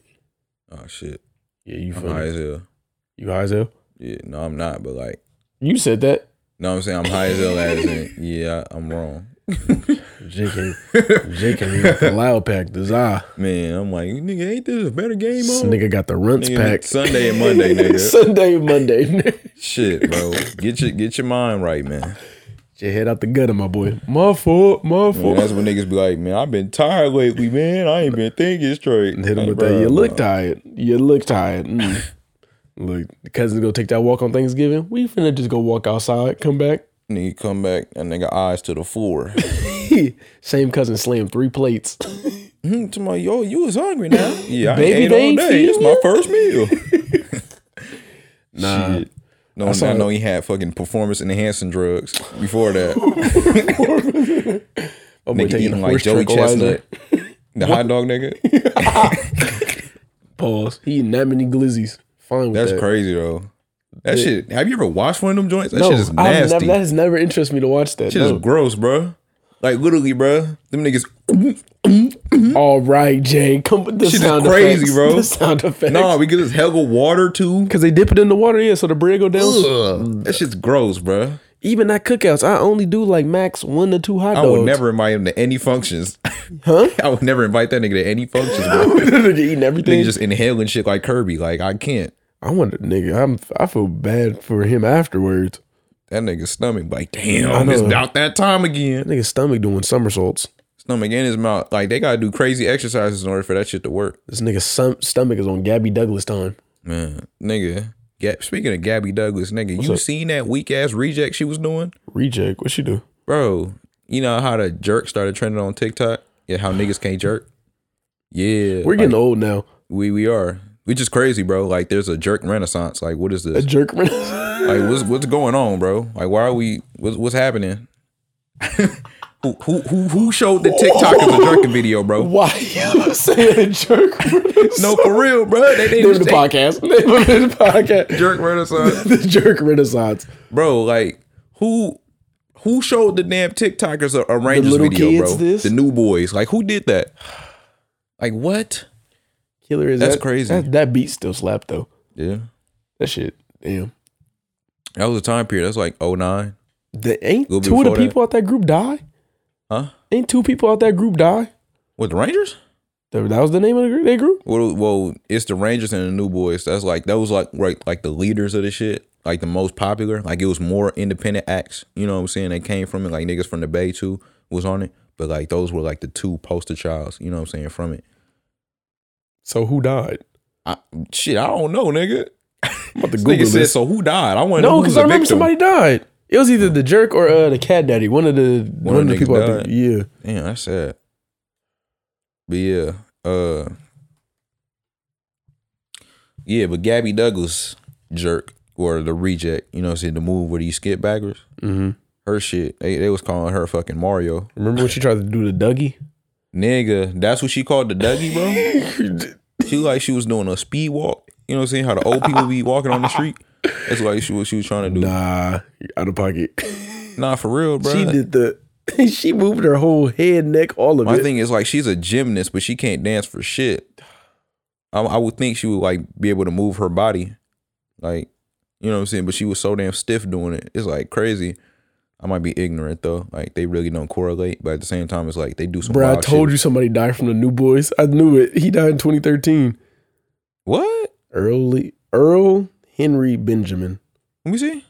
[SPEAKER 1] Oh shit.
[SPEAKER 2] Yeah, you
[SPEAKER 1] I'm
[SPEAKER 2] funny.
[SPEAKER 1] high as hell.
[SPEAKER 2] You high as hell?
[SPEAKER 1] Yeah, no, I'm not, but like
[SPEAKER 2] You said that.
[SPEAKER 1] no, I'm saying I'm high as hell
[SPEAKER 2] *laughs*
[SPEAKER 1] as in, yeah, I- I'm wrong.
[SPEAKER 2] Jake ain't, Jake ain't
[SPEAKER 1] *laughs*
[SPEAKER 2] even the loud pack. The ZA.
[SPEAKER 1] Man, I'm like, nigga, ain't this a better game
[SPEAKER 2] This
[SPEAKER 1] on?
[SPEAKER 2] nigga got the runts
[SPEAKER 1] Nigga,
[SPEAKER 2] pack.
[SPEAKER 1] Sunday and
[SPEAKER 2] *laughs*
[SPEAKER 1] Monday, nigga.
[SPEAKER 2] Sunday and Monday. *laughs*
[SPEAKER 1] Shit, bro. Get your get your mind right, man.
[SPEAKER 2] Get your head out the gutter, my boy. My fault, my
[SPEAKER 1] Man,
[SPEAKER 2] fault.
[SPEAKER 1] that's when niggas be like, man, I've been tired lately, man. I ain't been thinking straight.
[SPEAKER 2] Hit him
[SPEAKER 1] Like,
[SPEAKER 2] with
[SPEAKER 1] bro,
[SPEAKER 2] that. You look
[SPEAKER 1] no.
[SPEAKER 2] tired. You look tired. Mm. *laughs* look, the cousins go take that walk on Thanksgiving. We finna just go walk outside, come back. *laughs*
[SPEAKER 1] Nigga come back and nigga eyes to the floor.
[SPEAKER 2] Same cousin slammed three plates. *laughs*
[SPEAKER 1] Hmm, to my yo, you was hungry now. *laughs* Yeah, I
[SPEAKER 2] Baby,
[SPEAKER 1] Baby, ate
[SPEAKER 2] they
[SPEAKER 1] all
[SPEAKER 2] ain't
[SPEAKER 1] day. It's
[SPEAKER 2] feed
[SPEAKER 1] my
[SPEAKER 2] you?
[SPEAKER 1] first meal. *laughs*
[SPEAKER 2] Nah.
[SPEAKER 1] Shit. No, I,
[SPEAKER 2] saw-
[SPEAKER 1] know he had fucking performance enhancing drugs before that. *laughs*
[SPEAKER 2] Oh, boy,
[SPEAKER 1] nigga
[SPEAKER 2] taking
[SPEAKER 1] eating
[SPEAKER 2] a
[SPEAKER 1] like
[SPEAKER 2] horse
[SPEAKER 1] Joey
[SPEAKER 2] tranquilizer.
[SPEAKER 1] Chestnut, the hot dog nigga.
[SPEAKER 2] Pause. He eating that many glizzies. Fine with
[SPEAKER 1] That's
[SPEAKER 2] that.
[SPEAKER 1] crazy though. That shit. Have you ever watched one of them joints? That
[SPEAKER 2] No,
[SPEAKER 1] shit is
[SPEAKER 2] I've
[SPEAKER 1] nasty.
[SPEAKER 2] never- that has never interested me to watch that.
[SPEAKER 1] shit
[SPEAKER 2] no.
[SPEAKER 1] is gross, bro. Like literally, bro. Them niggas. *laughs*
[SPEAKER 2] All right, Jay, come with the
[SPEAKER 1] Shit is
[SPEAKER 2] sound
[SPEAKER 1] crazy,
[SPEAKER 2] effects.
[SPEAKER 1] bro.
[SPEAKER 2] *laughs* The sound effects.
[SPEAKER 1] No, we get this hell of water too.
[SPEAKER 2] because they dip it in the water, yeah, so the bread go down.
[SPEAKER 1] Ugh. That shit's gross, bro.
[SPEAKER 2] Even at cookouts, I only do like max one to two hot
[SPEAKER 1] I
[SPEAKER 2] dogs.
[SPEAKER 1] would never invite him to any functions.
[SPEAKER 2] Huh?
[SPEAKER 1] *laughs* I would never invite that nigga to any functions, bro.
[SPEAKER 2] *laughs* Nigga eating
[SPEAKER 1] Nigga
[SPEAKER 2] everything.
[SPEAKER 1] just inhaling shit like Kirby. Like I can't.
[SPEAKER 2] I wonder, nigga. I'm. I feel bad for him afterwards.
[SPEAKER 1] That nigga's stomach like, damn,
[SPEAKER 2] I know.
[SPEAKER 1] it's about that time again.
[SPEAKER 2] That nigga's stomach doing somersaults.
[SPEAKER 1] Stomach in his mouth. Like they gotta do crazy exercises in order for that shit to work.
[SPEAKER 2] This nigga's stom- stomach is on Gabby Douglas time.
[SPEAKER 1] Man, nigga. Yeah, speaking of Gabby Douglas, nigga, you
[SPEAKER 2] up?
[SPEAKER 1] seen that weak ass reject she was doing?
[SPEAKER 2] Reject. What she do?
[SPEAKER 1] Bro, you know how the jerk started trending on TikTok? Yeah, how niggas can't jerk? Yeah.
[SPEAKER 2] We're
[SPEAKER 1] like,
[SPEAKER 2] getting old now.
[SPEAKER 1] we we are. Which is crazy, bro. Like there's a jerk renaissance. Like what is
[SPEAKER 2] A
[SPEAKER 1] this?
[SPEAKER 2] jerk. like,
[SPEAKER 1] Like what's what's going on, bro? Like why are we what's what's
[SPEAKER 2] *laughs*
[SPEAKER 1] happening? who, who who who showed the TikTok of the jerking video, bro?
[SPEAKER 2] *laughs* why you saying a jerk?
[SPEAKER 1] *laughs* No, for real, bro. They
[SPEAKER 2] Name of
[SPEAKER 1] didn't
[SPEAKER 2] the podcast. *laughs* Name of the podcast.
[SPEAKER 1] jerk renaissance,
[SPEAKER 2] *laughs* The jerk renaissance.
[SPEAKER 1] bro. Like who who showed the damn TikTokers a, a Rangers
[SPEAKER 2] little
[SPEAKER 1] video,
[SPEAKER 2] kids
[SPEAKER 1] bro?
[SPEAKER 2] this?
[SPEAKER 1] The new boys, like who did that? Like what?
[SPEAKER 2] Killer is
[SPEAKER 1] That's
[SPEAKER 2] that,
[SPEAKER 1] crazy.
[SPEAKER 2] That, that beat still slapped though.
[SPEAKER 1] Yeah,
[SPEAKER 2] That shit. Damn.
[SPEAKER 1] that was a time period. That's like 09.
[SPEAKER 2] The, ain't
[SPEAKER 1] Little
[SPEAKER 2] two of
[SPEAKER 1] before
[SPEAKER 2] the
[SPEAKER 1] that.
[SPEAKER 2] people out that group die?
[SPEAKER 1] huh?
[SPEAKER 2] Ain't two people out that group die?
[SPEAKER 1] With the Rangers?
[SPEAKER 2] That that was the name of the group. That group.
[SPEAKER 1] Well, well, it's the Rangers and the New Boys. That's like that was like right like the leaders of the shit, like the most popular. Like it was more independent acts. You know what I'm saying? They came from it. Like niggas from the Bay too was on it, but like those were like the two poster childs. You know what I'm saying from it.
[SPEAKER 2] So who died?
[SPEAKER 1] I, shit, I don't know, nigga.
[SPEAKER 2] I'm about to
[SPEAKER 1] This
[SPEAKER 2] Google
[SPEAKER 1] nigga said,
[SPEAKER 2] this.
[SPEAKER 1] so who died? I want to
[SPEAKER 2] No,
[SPEAKER 1] know who's
[SPEAKER 2] because I
[SPEAKER 1] the
[SPEAKER 2] remember
[SPEAKER 1] victim.
[SPEAKER 2] somebody died. It was either the jerk or uh, the cat daddy. One of the one,
[SPEAKER 1] of
[SPEAKER 2] of the
[SPEAKER 1] niggas
[SPEAKER 2] people. Out
[SPEAKER 1] died.
[SPEAKER 2] there. Yeah,
[SPEAKER 1] Damn, that's sad. But yeah, uh, yeah, but Gabby Douglas jerk or the reject. You know, what I'm saying the move where you skip backwards.
[SPEAKER 2] mm-hmm.
[SPEAKER 1] her shit. They, they was calling her fucking Mario.
[SPEAKER 2] remember when she tried to do the Dougie?
[SPEAKER 1] Nigga, that's what she called the Dougie, bro.
[SPEAKER 2] *laughs*
[SPEAKER 1] she like she was doing a speed walk. You know what I'm saying? How the old people be walking on the street. That's like she what she was trying to do. Nah,
[SPEAKER 2] nah, you're out of pocket. *laughs*
[SPEAKER 1] for real, bro.
[SPEAKER 2] She did the. *laughs* She moved her whole head, neck, all of
[SPEAKER 1] My
[SPEAKER 2] it.
[SPEAKER 1] thing is like she's a gymnast, but she can't dance for shit. I, I would think she would like be able to move her body, like you know what I'm saying. But she was so damn stiff doing it. It's like crazy. I might be ignorant though. Like they really don't correlate, but at the same time, it's like they do some.
[SPEAKER 2] Bro, I
[SPEAKER 1] wild
[SPEAKER 2] told
[SPEAKER 1] shit.
[SPEAKER 2] you somebody died from the New Boys. I knew it. He died in 2013.
[SPEAKER 1] what.
[SPEAKER 2] Early Earl Henry Benjamin.
[SPEAKER 1] Let me see.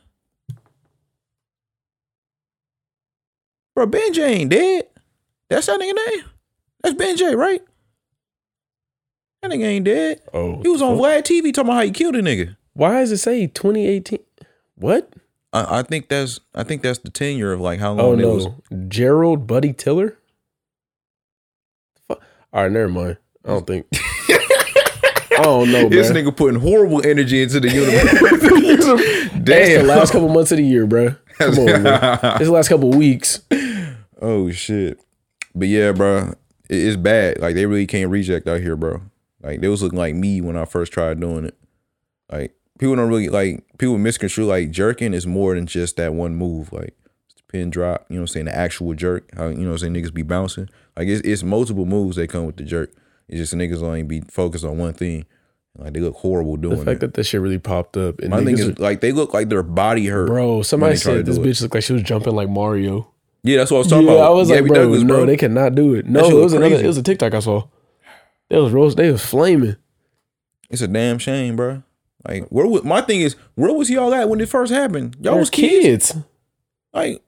[SPEAKER 1] Bro, Benji ain't dead. That's that nigga name. That's Benji, right? That nigga ain't dead.
[SPEAKER 2] Oh,
[SPEAKER 1] He was on Vlad TV talking about how he killed a nigga.
[SPEAKER 2] Why does it say 2018? What?
[SPEAKER 1] I, I think that's I think that's the tenure of like how long
[SPEAKER 2] Oh
[SPEAKER 1] it was.
[SPEAKER 2] no, Gerald Buddy Tiller. Fu- All right, never mind. I
[SPEAKER 1] *laughs*
[SPEAKER 2] don't think. I don't know,
[SPEAKER 1] This
[SPEAKER 2] man.
[SPEAKER 1] nigga putting horrible energy into *laughs* the universe.
[SPEAKER 2] Damn. That's the
[SPEAKER 1] Damn. *laughs*
[SPEAKER 2] last couple months of the year, bro. Come on, man. It's the last couple weeks.
[SPEAKER 1] oh shit. But yeah, bro, it, it's bad. Like they really can't reject out here, bro. Like they was looking like me when I first tried doing it. Like people don't really like people misconstrue like jerking is more than just that one move. Like it's the pin drop, you know what I'm saying? The actual jerk. How you know what I'm saying niggas be bouncing. Like it's it's multiple moves that come with the jerk. It's just niggas only be focused on one thing. Like they look horrible
[SPEAKER 2] The
[SPEAKER 1] doing
[SPEAKER 2] fact
[SPEAKER 1] it.
[SPEAKER 2] that that shit really popped up. And
[SPEAKER 1] My thing
[SPEAKER 2] niggas
[SPEAKER 1] is
[SPEAKER 2] are-
[SPEAKER 1] like they look like their body hurt.
[SPEAKER 2] bro,
[SPEAKER 1] when
[SPEAKER 2] somebody
[SPEAKER 1] they try to
[SPEAKER 2] said this
[SPEAKER 1] do it.
[SPEAKER 2] bitch looked like she was jumping like Mario.
[SPEAKER 1] Yeah, that's what I was talking
[SPEAKER 2] yeah,
[SPEAKER 1] about.
[SPEAKER 2] I was like,
[SPEAKER 1] Gabby
[SPEAKER 2] bro,
[SPEAKER 1] Douglas,
[SPEAKER 2] no, they cannot do it. No,
[SPEAKER 1] shit
[SPEAKER 2] it
[SPEAKER 1] was
[SPEAKER 2] was another.
[SPEAKER 1] crazy.
[SPEAKER 2] It was a TikTok I saw. They was roast. They was flaming.
[SPEAKER 1] It's a damn shame, bro. Like where was my thing is where was y'all at when it first happened? Y'all
[SPEAKER 2] They're
[SPEAKER 1] was kids.
[SPEAKER 2] kids,
[SPEAKER 1] Like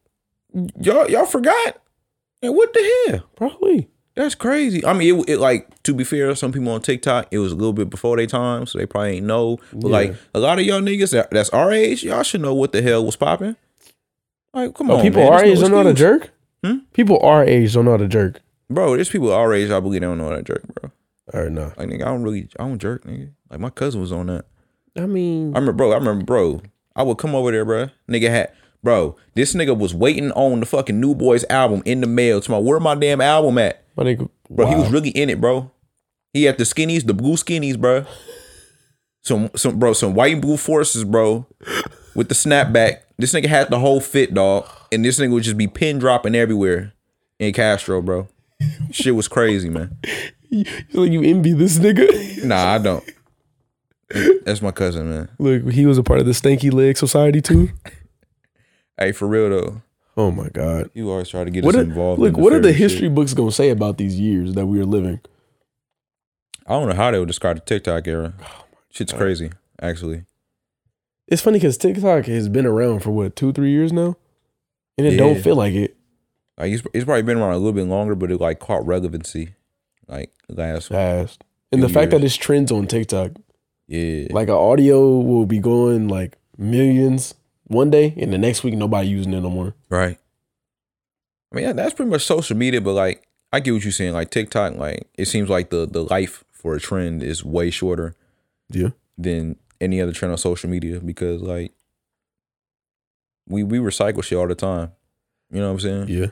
[SPEAKER 1] y'all y'all forgot. And what the hell?
[SPEAKER 2] probably.
[SPEAKER 1] That's crazy. I mean, it, it like to be fair, some people on TikTok, it was a little bit before their time, so they probably ain't know. But
[SPEAKER 2] Yeah.
[SPEAKER 1] like a lot of y'all niggas that, that's our age, y'all should know what the hell was popping. Like, come
[SPEAKER 2] Oh,
[SPEAKER 1] on,
[SPEAKER 2] people
[SPEAKER 1] man.
[SPEAKER 2] our
[SPEAKER 1] There's
[SPEAKER 2] age
[SPEAKER 1] no
[SPEAKER 2] don't know how to
[SPEAKER 1] excuse.
[SPEAKER 2] jerk.
[SPEAKER 1] Hmm?
[SPEAKER 2] People our age don't know how to jerk.
[SPEAKER 1] bro. There's people our age, I believe, they don't know how to jerk, bro.
[SPEAKER 2] Or no.
[SPEAKER 1] Like, nigga, I don't really, I don't jerk, nigga. Like, my cousin was on that.
[SPEAKER 2] I mean,
[SPEAKER 1] I remember, bro. I remember, bro. I would come over there, bro. Nigga had, bro. This nigga was waiting on the fucking New Boys album in the mail. To my, where my damn album at,
[SPEAKER 2] my nigga,
[SPEAKER 1] bro? He
[SPEAKER 2] wow.
[SPEAKER 1] was really in it, bro. He had the skinnies, the blue skinnies, bro. Some, some, bro, some white and blue forces, bro, with the snapback. This nigga had the whole fit, dog, and this nigga would just be pin dropping everywhere in Castro, bro. Shit was crazy, man.
[SPEAKER 2] You- like you envy this
[SPEAKER 1] *laughs*
[SPEAKER 2] nigga.
[SPEAKER 1] Nah, I don't. That's my cousin, man.
[SPEAKER 2] Look, he was a part of the Stanky Leg Society too.
[SPEAKER 1] *laughs* Hey, for real though,
[SPEAKER 2] Oh my god.
[SPEAKER 1] you always try to get
[SPEAKER 2] What
[SPEAKER 1] us
[SPEAKER 2] are,
[SPEAKER 1] involved.
[SPEAKER 2] look,
[SPEAKER 1] in
[SPEAKER 2] what are the
[SPEAKER 1] favorite shit.
[SPEAKER 2] history books gonna say about these years that we are living?
[SPEAKER 1] I don't know how they would describe the TikTok era.
[SPEAKER 2] Oh
[SPEAKER 1] Shit's crazy, actually.
[SPEAKER 2] It's funny because TikTok has been around for what two, three years now, and it
[SPEAKER 1] Yeah.
[SPEAKER 2] don't feel like it.
[SPEAKER 1] Like it's, it's probably been around a little bit longer, but it like caught relevancy, like last.
[SPEAKER 2] Fast. And the
[SPEAKER 1] Few
[SPEAKER 2] fact that it's trends on TikTok,
[SPEAKER 1] Yeah,
[SPEAKER 2] like an audio will be going like millions one day, and the next week nobody using it no more.
[SPEAKER 1] right. I mean, yeah, that's pretty much social media, but like I get what you're saying. Like TikTok, like it seems like the the life for a trend is way shorter
[SPEAKER 2] Yeah.
[SPEAKER 1] than any other trend on social media because like we we recycle shit all the time. You know what I'm saying?
[SPEAKER 2] Yeah.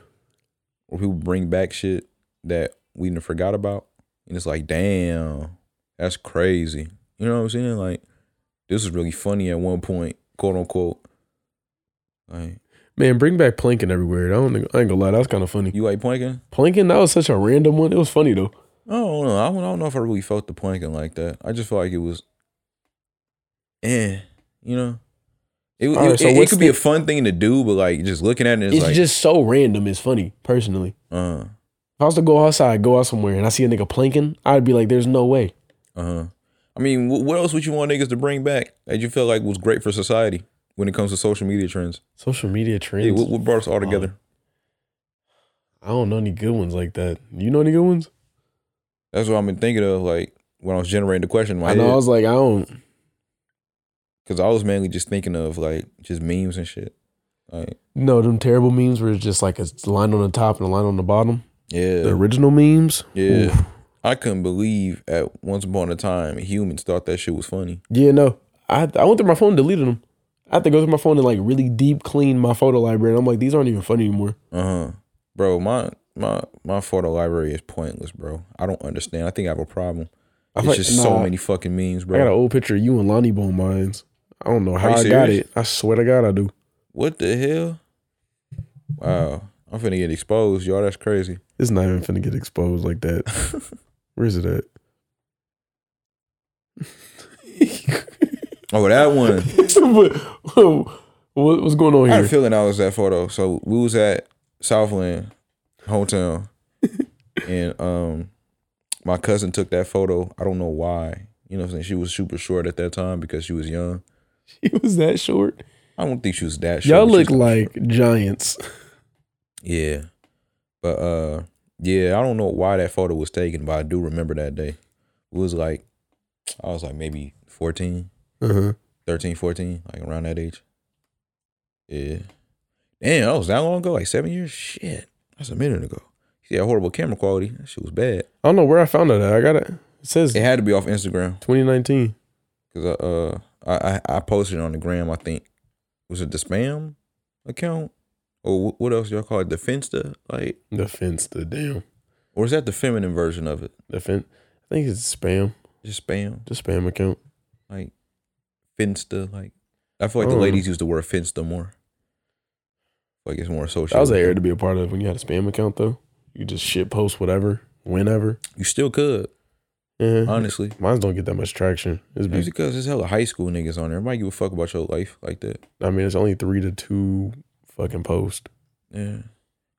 [SPEAKER 1] Or people bring back shit that we didn't forgot about. And it's like, damn, that's crazy. You know what I'm saying? Like, this is really funny at one point, quote unquote. Like,
[SPEAKER 2] *laughs* Man, bring back Plankin everywhere. I don't think I ain't gonna lie, that was kind of funny.
[SPEAKER 1] you like planking?
[SPEAKER 2] Plankin, that was such a random one. It was funny though.
[SPEAKER 1] I don't know. I don't, I don't know if I really felt the planking like that. I just felt like it was, eh, you know? It, it,
[SPEAKER 2] Alright, so
[SPEAKER 1] it, it
[SPEAKER 2] what's
[SPEAKER 1] could be
[SPEAKER 2] the-
[SPEAKER 1] a fun thing to do, but like just looking at it, it's,
[SPEAKER 2] It's
[SPEAKER 1] like,
[SPEAKER 2] just so random. It's funny, personally.
[SPEAKER 1] uh,
[SPEAKER 2] If I was to go outside, go out somewhere, and I see a nigga planking, I'd be like, "There's no way."
[SPEAKER 1] Uh huh. I mean, wh- what else would you want niggas to bring back that you feel like was great for society when it comes to social media trends?
[SPEAKER 2] Social media trends.
[SPEAKER 1] Yeah, what, what brought us all together?
[SPEAKER 2] I don't know any good ones like that. You know any good ones?
[SPEAKER 1] That's what I've been thinking of, like when I was generating the question in my
[SPEAKER 2] I know. I
[SPEAKER 1] head,
[SPEAKER 2] was like, I don't.
[SPEAKER 1] because I was mainly just thinking of like just memes and shit. Like,
[SPEAKER 2] No, them terrible memes where it's just like a line on the top and a line on the bottom.
[SPEAKER 1] yeah,
[SPEAKER 2] The original memes.
[SPEAKER 1] yeah.
[SPEAKER 2] Oof.
[SPEAKER 1] I couldn't believe at once upon a time humans thought that shit was funny.
[SPEAKER 2] Yeah, no. I I went through my phone, and deleted them. I had to go through my phone and like really deep clean my photo library. And I'm like, these aren't even funny anymore.
[SPEAKER 1] Uh huh. Bro, my my my photo library is pointless, bro. I don't understand. I think I have a problem.
[SPEAKER 2] I
[SPEAKER 1] It's
[SPEAKER 2] like-
[SPEAKER 1] just so
[SPEAKER 2] nah,
[SPEAKER 1] many fucking memes,
[SPEAKER 2] I
[SPEAKER 1] bro.
[SPEAKER 2] got an old picture of you and Lonnie Bone Mines. I don't know how
[SPEAKER 1] you
[SPEAKER 2] I got
[SPEAKER 1] serious?
[SPEAKER 2] it. I swear to God, I do.
[SPEAKER 1] What the hell? Wow. I'm finna get exposed, y'all. That's
[SPEAKER 2] *laughs*
[SPEAKER 1] crazy.
[SPEAKER 2] It's not even finna get exposed like that. Where's it at?
[SPEAKER 1] Oh, that one.
[SPEAKER 2] *laughs* But, um, what, what's going on
[SPEAKER 1] I had a
[SPEAKER 2] *laughs* here?
[SPEAKER 1] feeling I was at photo. So we was at Southland
[SPEAKER 2] *laughs*
[SPEAKER 1] hometown. and um my cousin took that photo. I don't know why. You know what I'm saying? She was super short at that time because she was young.
[SPEAKER 2] He was that short.
[SPEAKER 1] I don't think she was that short.
[SPEAKER 2] Y'all
[SPEAKER 1] but she was
[SPEAKER 2] look
[SPEAKER 1] kinda
[SPEAKER 2] like
[SPEAKER 1] short.
[SPEAKER 2] giants.
[SPEAKER 1] Yeah. But uh yeah, I don't know why that photo was taken, but I do remember that day. It was like I was like maybe 14.
[SPEAKER 2] Uh-huh.
[SPEAKER 1] 13, 14, like around that age. Yeah. Damn, that was that long ago? Like seven years? Shit. That's a minute ago. Yeah, horrible camera quality. That shit was bad.
[SPEAKER 2] I don't know where I found that. at. I got it. It says
[SPEAKER 1] It had to be off Instagram
[SPEAKER 2] 2019.
[SPEAKER 1] because I, uh, I, I I posted it on the gram, I think. Was it the spam account? Or wh- what else y'all call it? The Finsta? Like,
[SPEAKER 2] The fence. The damn.
[SPEAKER 1] or is that the feminine version of it?
[SPEAKER 2] The fence. I think it's spam.
[SPEAKER 1] Just spam?
[SPEAKER 2] The spam account.
[SPEAKER 1] Like, Finsta? Like, I feel like the
[SPEAKER 2] Oh.
[SPEAKER 1] ladies use the word Finsta more. Like, it's more social.
[SPEAKER 2] That was an era to be a part of when you had a spam account though. You just shit post whatever, whenever.
[SPEAKER 1] You still could.
[SPEAKER 2] Uh-huh.
[SPEAKER 1] Honestly,
[SPEAKER 2] Mine don't get that much traction. It's
[SPEAKER 1] it's
[SPEAKER 2] be,
[SPEAKER 1] because there's hella high school niggas on there. Nobody give a fuck about your life like that.
[SPEAKER 2] I mean, it's only three to two fucking posts.
[SPEAKER 1] Yeah,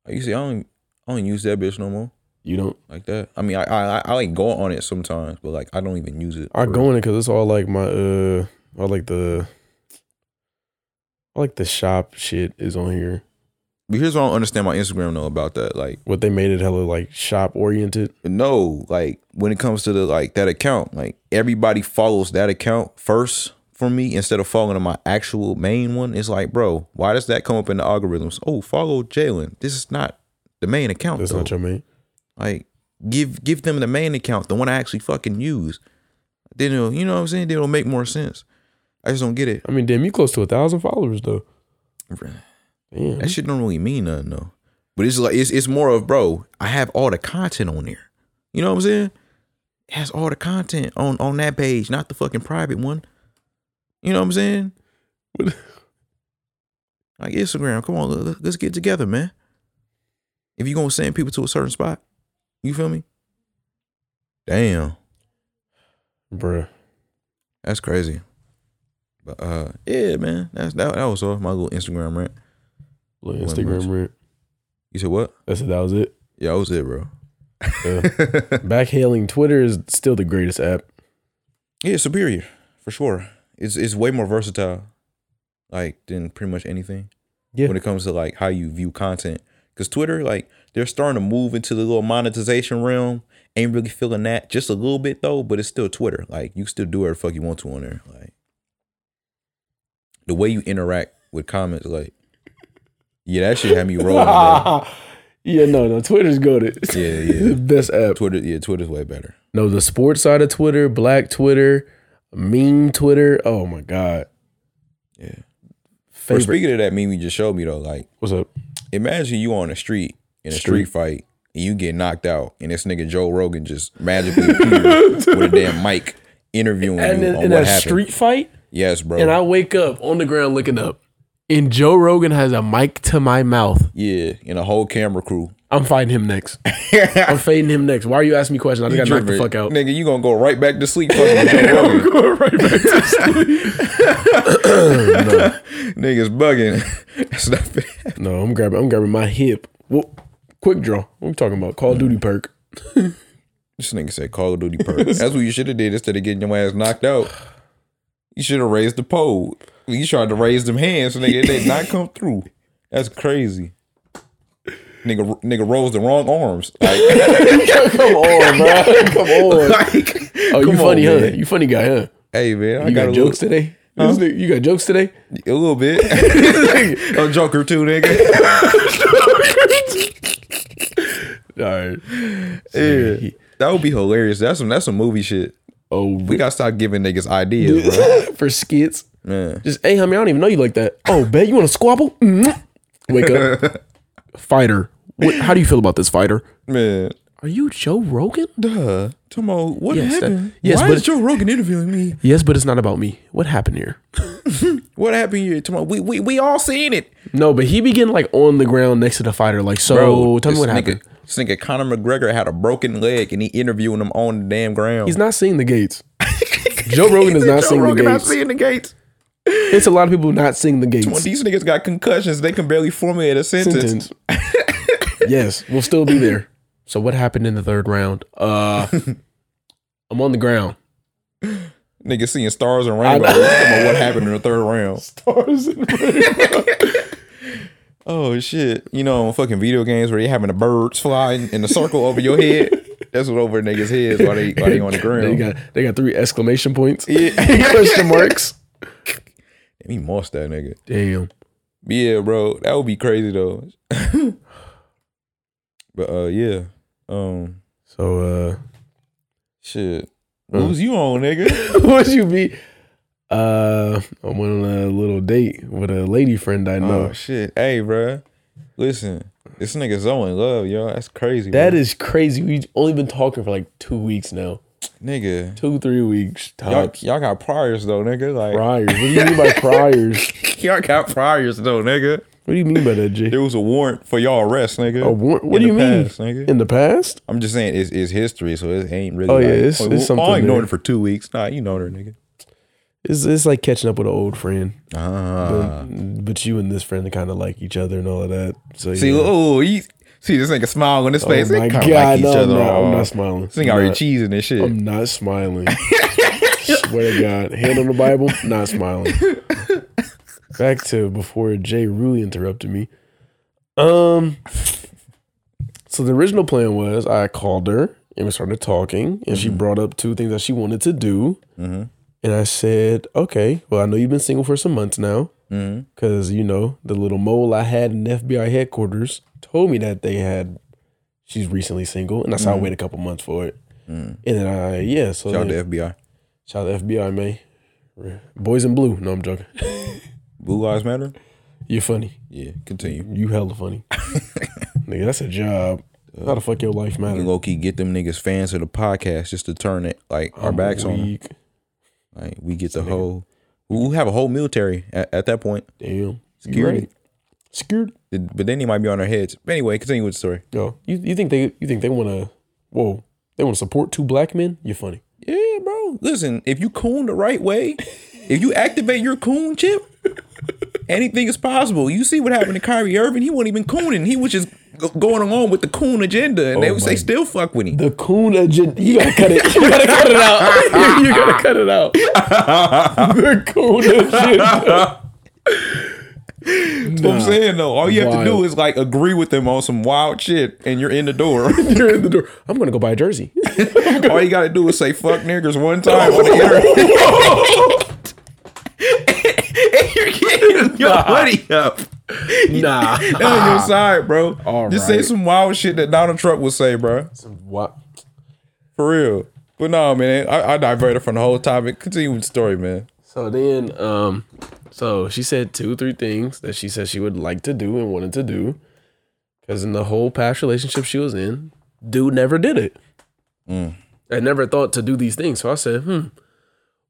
[SPEAKER 1] like you see, I don't, I don't use that bitch no more
[SPEAKER 2] You don't.
[SPEAKER 1] like that. I mean, I, I, I- I like go on it sometimes, but like I don't even use it.
[SPEAKER 2] I
[SPEAKER 1] for-
[SPEAKER 2] go in it because it's all like my uh, I like the, I like the shop shit is on here.
[SPEAKER 1] But here's what I don't understand my Instagram though about that. Like,
[SPEAKER 2] What they made it hella like shop oriented.
[SPEAKER 1] no, like when it comes to the like that account, like everybody follows that account first for me instead of following my actual main one. It's like, bro, why does that come up in the algorithms? Oh, follow Jalen. This is not the main account.
[SPEAKER 2] That's
[SPEAKER 1] though.
[SPEAKER 2] not your main.
[SPEAKER 1] Like, give give them the main account, the one I actually fucking use. Then it'll, you know what I'm saying? Then it'll make more sense. I just don't get it.
[SPEAKER 2] I mean, damn, you close to a thousand followers though. Damn.
[SPEAKER 1] That shit don't really mean nothing though. But it's like it's it's more of bro, I have all the content on there. You know what I'm saying? It has all the content on on that page, not the fucking private one. You know what I'm saying?
[SPEAKER 2] What-
[SPEAKER 1] Like Instagram, come on, let- let- let's get together, man. If you gonna send people to a certain spot, you feel me? Damn.
[SPEAKER 2] Bruh.
[SPEAKER 1] That's crazy. But uh yeah, man. That's that, that was all my little Instagram rant.
[SPEAKER 2] Little
[SPEAKER 1] One
[SPEAKER 2] Instagram
[SPEAKER 1] much.
[SPEAKER 2] rant.
[SPEAKER 1] You said what?
[SPEAKER 2] That's it. That was it.
[SPEAKER 1] Yeah, I was it, bro. *laughs*
[SPEAKER 2] Yeah. Backhailing Twitter is still the greatest app.
[SPEAKER 1] Yeah, superior for sure. It's it's way more versatile, like than pretty much anything.
[SPEAKER 2] Yeah. *laughs*
[SPEAKER 1] When it comes to like how you view content, because Twitter, like they're starting to move into the little monetization realm. Ain't really feeling that just a little bit though, but it's still Twitter. Like you can still do whatever the fuck you want to on there. Like the way you interact with comments, like yeah, that shit had me
[SPEAKER 2] *laughs*
[SPEAKER 1] rolling. bro.
[SPEAKER 2] yeah, no, no. Twitter's goaded.
[SPEAKER 1] Yeah,
[SPEAKER 2] *laughs*
[SPEAKER 1] yeah.
[SPEAKER 2] Best app.
[SPEAKER 1] Twitter, yeah, Twitter's way better.
[SPEAKER 2] No, the sports side of Twitter, black Twitter, meme Twitter. Oh my God.
[SPEAKER 1] Yeah. For
[SPEAKER 2] Favorite.
[SPEAKER 1] speaking of that meme you just showed me though, like
[SPEAKER 2] What's up?
[SPEAKER 1] imagine you on the street in a street, fight and you get knocked out and this nigga Joe Rogan just magically
[SPEAKER 2] *laughs*
[SPEAKER 1] appears with a damn mic interviewing
[SPEAKER 2] And
[SPEAKER 1] you
[SPEAKER 2] in,
[SPEAKER 1] on
[SPEAKER 2] in
[SPEAKER 1] what
[SPEAKER 2] a
[SPEAKER 1] happened.
[SPEAKER 2] street fight,
[SPEAKER 1] yes, bro.
[SPEAKER 2] and I wake up on the ground looking up, and Joe Rogan has a mic to my mouth.
[SPEAKER 1] yeah, and a whole camera
[SPEAKER 2] *laughs*
[SPEAKER 1] crew.
[SPEAKER 2] I'm fighting him next. I'm fading him next. Why are you asking me questions? I just got knocked the
[SPEAKER 1] Tripping.
[SPEAKER 2] fuck out.
[SPEAKER 1] Nigga, you gonna go right back to sleep fucking with
[SPEAKER 2] *laughs*
[SPEAKER 1] Joe Rogan.
[SPEAKER 2] Going right
[SPEAKER 1] *coughs*
[SPEAKER 2] back to
[SPEAKER 1] Niggas bugging. *laughs* That's not *laughs* fair.
[SPEAKER 2] No, I'm grabbing. I'm grabbing my hip. Whoop. Quick draw. What we talking about? Call of
[SPEAKER 1] *laughs*
[SPEAKER 2] Duty perk. *laughs*
[SPEAKER 1] This nigga said Call of Duty perk. That's what you should have did instead of getting your ass knocked out. You should have raised the pole. You tried to raise them hands, so nigga, they did not come through. That's crazy. Nigga, nigga rolls the wrong arms. Like, *laughs*
[SPEAKER 2] Come on, *laughs* bro. Come on.
[SPEAKER 1] like,
[SPEAKER 2] *laughs* Oh, you
[SPEAKER 1] come
[SPEAKER 2] funny,
[SPEAKER 1] on,
[SPEAKER 2] huh?
[SPEAKER 1] man.
[SPEAKER 2] You funny guy, huh?
[SPEAKER 1] Hey man, I
[SPEAKER 2] You
[SPEAKER 1] got,
[SPEAKER 2] got,
[SPEAKER 1] a
[SPEAKER 2] jokes today? This nigga- You got jokes today?
[SPEAKER 1] little, a little
[SPEAKER 2] *laughs*
[SPEAKER 1] bit. I'm *laughs* a joker too, nigga.
[SPEAKER 2] All right.
[SPEAKER 1] Yeah. That would be hilarious. That's some that's some movie shit.
[SPEAKER 2] Oh,
[SPEAKER 1] We gotta stop giving niggas ideas, bro.
[SPEAKER 2] *laughs* for skits.
[SPEAKER 1] Man,
[SPEAKER 2] Just, hey, homie, I don't even know you like that. *laughs* Oh, bet you want to squabble? Mm. Wake up. *laughs* fighter. What, how do you feel about this fighter?
[SPEAKER 1] man,
[SPEAKER 2] Are you Joe Rogan?
[SPEAKER 1] duh. Tomo, what
[SPEAKER 2] Yes, that-
[SPEAKER 1] happened?
[SPEAKER 2] yes,
[SPEAKER 1] Why
[SPEAKER 2] but-
[SPEAKER 1] is Joe Rogan interviewing me?
[SPEAKER 2] Yes, but it's not about me. What happened here?
[SPEAKER 1] What happened here? Tomo, we we we all seen it.
[SPEAKER 2] No, but he began like on the ground next to the fighter. Like, so Oh, tell me
[SPEAKER 1] this
[SPEAKER 2] what
[SPEAKER 1] nigga,
[SPEAKER 2] happened.
[SPEAKER 1] This nigga Conor McGregor had a broken leg, and he interviewing him on the damn ground.
[SPEAKER 2] He's not seeing the *laughs* gates. Joe Rogan is
[SPEAKER 1] Joe
[SPEAKER 2] not seeing the
[SPEAKER 1] Rogan not
[SPEAKER 2] gates.
[SPEAKER 1] seeing the gates.
[SPEAKER 2] It's a lot of people not seeing the
[SPEAKER 1] When
[SPEAKER 2] gates.
[SPEAKER 1] these niggas got concussions, they can barely formulate a sentence.
[SPEAKER 2] *laughs* Sentence. *laughs* yes, we'll still be there. So what happened in the third round? *laughs* Uh I'm on the ground.
[SPEAKER 1] Nigga seeing stars and rainbows. Talking about what happened in the third round?
[SPEAKER 2] *laughs*
[SPEAKER 1] Oh shit! You know, in fucking video games where they having the birds fly in, in a circle over your
[SPEAKER 2] *laughs*
[SPEAKER 1] head. That's what over niggas' heads while they while they on the
[SPEAKER 2] They
[SPEAKER 1] ground.
[SPEAKER 2] got they got three exclamation points.
[SPEAKER 1] yeah,
[SPEAKER 2] *laughs* Question marks.
[SPEAKER 1] he mossed that nigga.
[SPEAKER 2] Damn.
[SPEAKER 1] But yeah, bro, that would be crazy though. *laughs* but uh, yeah, um,
[SPEAKER 2] So uh
[SPEAKER 1] shit. Who's you on,
[SPEAKER 2] *laughs*
[SPEAKER 1] nigga?
[SPEAKER 2] what you be? Uh I went on a little date with a lady friend I know.
[SPEAKER 1] oh shit! Hey, bro, listen, this nigga so in love, yo. That's crazy.
[SPEAKER 2] that is crazy. We've only been talking for like two weeks now.
[SPEAKER 1] nigga.
[SPEAKER 2] Two, three weeks
[SPEAKER 1] Y'all,
[SPEAKER 2] tops.
[SPEAKER 1] y'all got priors though, nigga. Like *laughs*
[SPEAKER 2] Priors. What do you mean by priors?
[SPEAKER 1] y'all got priors though, nigga.
[SPEAKER 2] What What do you mean by that, Jay?
[SPEAKER 1] There was a warrant for y'all arrest, nigga.
[SPEAKER 2] A warrant? What
[SPEAKER 1] In
[SPEAKER 2] do you
[SPEAKER 1] the
[SPEAKER 2] mean?
[SPEAKER 1] past, nigga.
[SPEAKER 2] In the past?
[SPEAKER 1] I'm just saying it's, it's history, so it ain't really.
[SPEAKER 2] Oh,
[SPEAKER 1] like,
[SPEAKER 2] yeah, it's-
[SPEAKER 1] oh,
[SPEAKER 2] it's
[SPEAKER 1] I
[SPEAKER 2] something
[SPEAKER 1] ain't known
[SPEAKER 2] there.
[SPEAKER 1] her for two weeks. Nah, you know her, nigga.
[SPEAKER 2] It's, it's like catching up with an old friend. But,
[SPEAKER 1] Ah.
[SPEAKER 2] but you and this friend kind of like each other and all of that. So
[SPEAKER 1] See,
[SPEAKER 2] yeah.
[SPEAKER 1] oh, you see this nigga smile on his
[SPEAKER 2] oh
[SPEAKER 1] face. They
[SPEAKER 2] my
[SPEAKER 1] kinda like
[SPEAKER 2] god,
[SPEAKER 1] each
[SPEAKER 2] no,
[SPEAKER 1] other.
[SPEAKER 2] I'm, not, I'm
[SPEAKER 1] Oh,
[SPEAKER 2] not smiling.
[SPEAKER 1] This nigga
[SPEAKER 2] I'm
[SPEAKER 1] already
[SPEAKER 2] not,
[SPEAKER 1] cheesing and shit.
[SPEAKER 2] I'm not
[SPEAKER 1] *laughs*
[SPEAKER 2] smiling. Swear to God, hand on the Bible, not smiling. Back to before Jay really interrupted me. Um, so the original plan was I called her and we started talking, and she
[SPEAKER 1] Mm-hmm.
[SPEAKER 2] brought up two things that she wanted to do,
[SPEAKER 1] Mhm.
[SPEAKER 2] and I said, "Okay, well I know you've been single for some months now,
[SPEAKER 1] Mhm.
[SPEAKER 2] because you know the little mole I had in FBI headquarters told me that they had she's recently single, and that's how I waited a couple months for it." And then I yeah, so
[SPEAKER 1] Mm-hmm. Mm. Shout out
[SPEAKER 2] then-
[SPEAKER 1] to FBI.
[SPEAKER 2] Shout out to FBI, man. Boys in blue. No, I'm joking.
[SPEAKER 1] Blue Lives Matter.
[SPEAKER 2] You're funny.
[SPEAKER 1] Yeah, continue.
[SPEAKER 2] You hella
[SPEAKER 1] *laughs*
[SPEAKER 2] funny. Nigga, that's a job. How the fuck your life matter?
[SPEAKER 1] Low key, get them niggas fans of the podcast just to turn it like our
[SPEAKER 2] I'm
[SPEAKER 1] backs on. 'em.
[SPEAKER 2] weak.
[SPEAKER 1] Like we get the whole. We we have a whole military at, at that point.
[SPEAKER 2] Damn.
[SPEAKER 1] Security.
[SPEAKER 2] You right. Security.
[SPEAKER 1] But then he might be on our heads. But anyway, continue with the story.
[SPEAKER 2] Yo, you, you think they you think they wanna whoa. They wanna support two black men? You're funny.
[SPEAKER 1] Yeah, bro. Listen, if you coon the right way, if you activate your coon chip, anything is possible. You see what happened to Kyrie Irving? He wasn't even cooning. He was just go- going along with the coon agenda, and they would say still fuck with him.
[SPEAKER 2] The coon agenda you gotta cut it. You gotta cut it out. *laughs* you gotta cut it out. the coon agenda.
[SPEAKER 1] That's what I'm saying though, all you have to do
[SPEAKER 2] Wild.
[SPEAKER 1] is like agree with them on some wild shit, and you're in the
[SPEAKER 2] *laughs*
[SPEAKER 1] door.
[SPEAKER 2] You're in the door. I'm gonna go buy a jersey.
[SPEAKER 1] all you got to do is say fuck niggers one time
[SPEAKER 2] *laughs*
[SPEAKER 1] on the air. And *laughs* you're getting your money up.
[SPEAKER 2] nah.
[SPEAKER 1] on your side, bro.
[SPEAKER 2] All
[SPEAKER 1] Just say
[SPEAKER 2] right.
[SPEAKER 1] some wild shit that Donald Trump would say, bro.
[SPEAKER 2] What?
[SPEAKER 1] For real. But no, man, I, I diverted from the whole topic. Continue with the story, man.
[SPEAKER 2] So then, um, so she said two, three things that she said she would like to do and wanted to do. Because in the whole past relationship she was in, dude never did it. I never thought to do these things. So I said, hmm,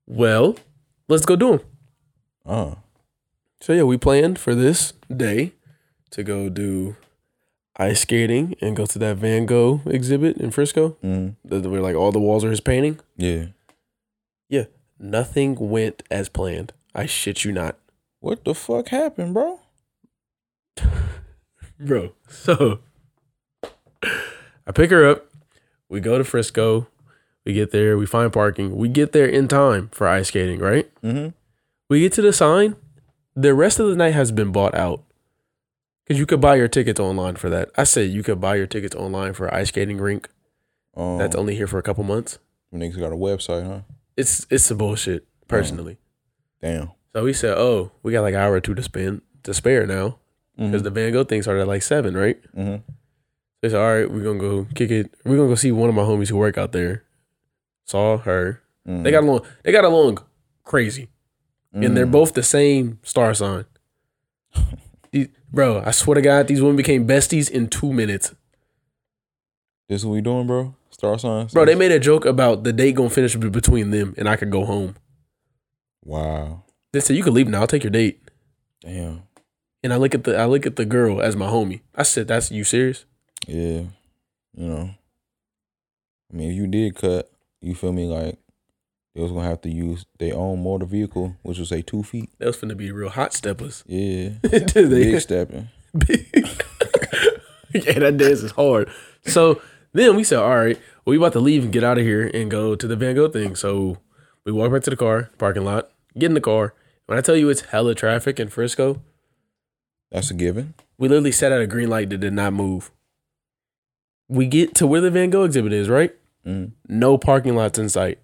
[SPEAKER 2] well, let's go do them.
[SPEAKER 1] Oh.
[SPEAKER 2] So yeah, we planned for this day to go do ice skating and go to that Van Gogh exhibit in Frisco.
[SPEAKER 1] Mm,
[SPEAKER 2] The- Where like all the walls are his painting.
[SPEAKER 1] yeah.
[SPEAKER 2] Yeah, nothing went as planned. I shit you not.
[SPEAKER 1] What the fuck happened, bro?
[SPEAKER 2] bro. So I pick her up. We go to Frisco. We get there. We find parking. We get there in time for ice skating. Right.
[SPEAKER 1] Mm-hmm.
[SPEAKER 2] We get to the sign. The rest of the night has been bought out because you could buy your tickets online for that. I said you could buy your tickets online for an ice skating rink
[SPEAKER 1] Um,
[SPEAKER 2] that's only here for a couple months.
[SPEAKER 1] niggas got a website, huh?
[SPEAKER 2] It's it's some bullshit personally.
[SPEAKER 1] Damn.
[SPEAKER 2] So we said, oh, we got like an hour or two to spend to spare now
[SPEAKER 1] Mm.
[SPEAKER 2] because the Van Gogh thing started at like seven, right?
[SPEAKER 1] Mm-hmm.
[SPEAKER 2] They said, all right, we're gonna go kick it. We're gonna go see one of my homies who work out there. Saw her.
[SPEAKER 1] Mm-hmm.
[SPEAKER 2] They
[SPEAKER 1] Mm.
[SPEAKER 2] got along. They got along crazy, and
[SPEAKER 1] Mm-hmm.
[SPEAKER 2] they're both the same
[SPEAKER 1] *laughs*
[SPEAKER 2] star sign. These- Bro, I swear to God, these women became besties in two minutes.
[SPEAKER 1] This what we doing, bro? Star signs?
[SPEAKER 2] Bro, they made a joke about the date gonna finish be- between them, and I could go home.
[SPEAKER 1] Wow.
[SPEAKER 2] They said you can leave now. I'll take your date.
[SPEAKER 1] Damn.
[SPEAKER 2] And I look at the I look at the girl as my homie. I said, "That's you serious?"
[SPEAKER 1] Yeah. You know. I mean, if you did cut, you feel me, like, they was going to have to use their own motor vehicle, which was, say, two feet.
[SPEAKER 2] That was finna be real hot *laughs* steppers.
[SPEAKER 1] Yeah.
[SPEAKER 2] They-
[SPEAKER 1] Big stepping.
[SPEAKER 2] *laughs* yeah, that dance is hard. So then we said, all right, we about to leave and get out of here and go to the Van Gogh thing. So we walk back to the car, parking lot, get in the car. When I tell you it's hella traffic in Frisco,
[SPEAKER 1] That's a given.
[SPEAKER 2] we literally sat at a green light that did not move. We get to where the Van Gogh exhibit is, right?
[SPEAKER 1] Mm.
[SPEAKER 2] No parking lots in sight.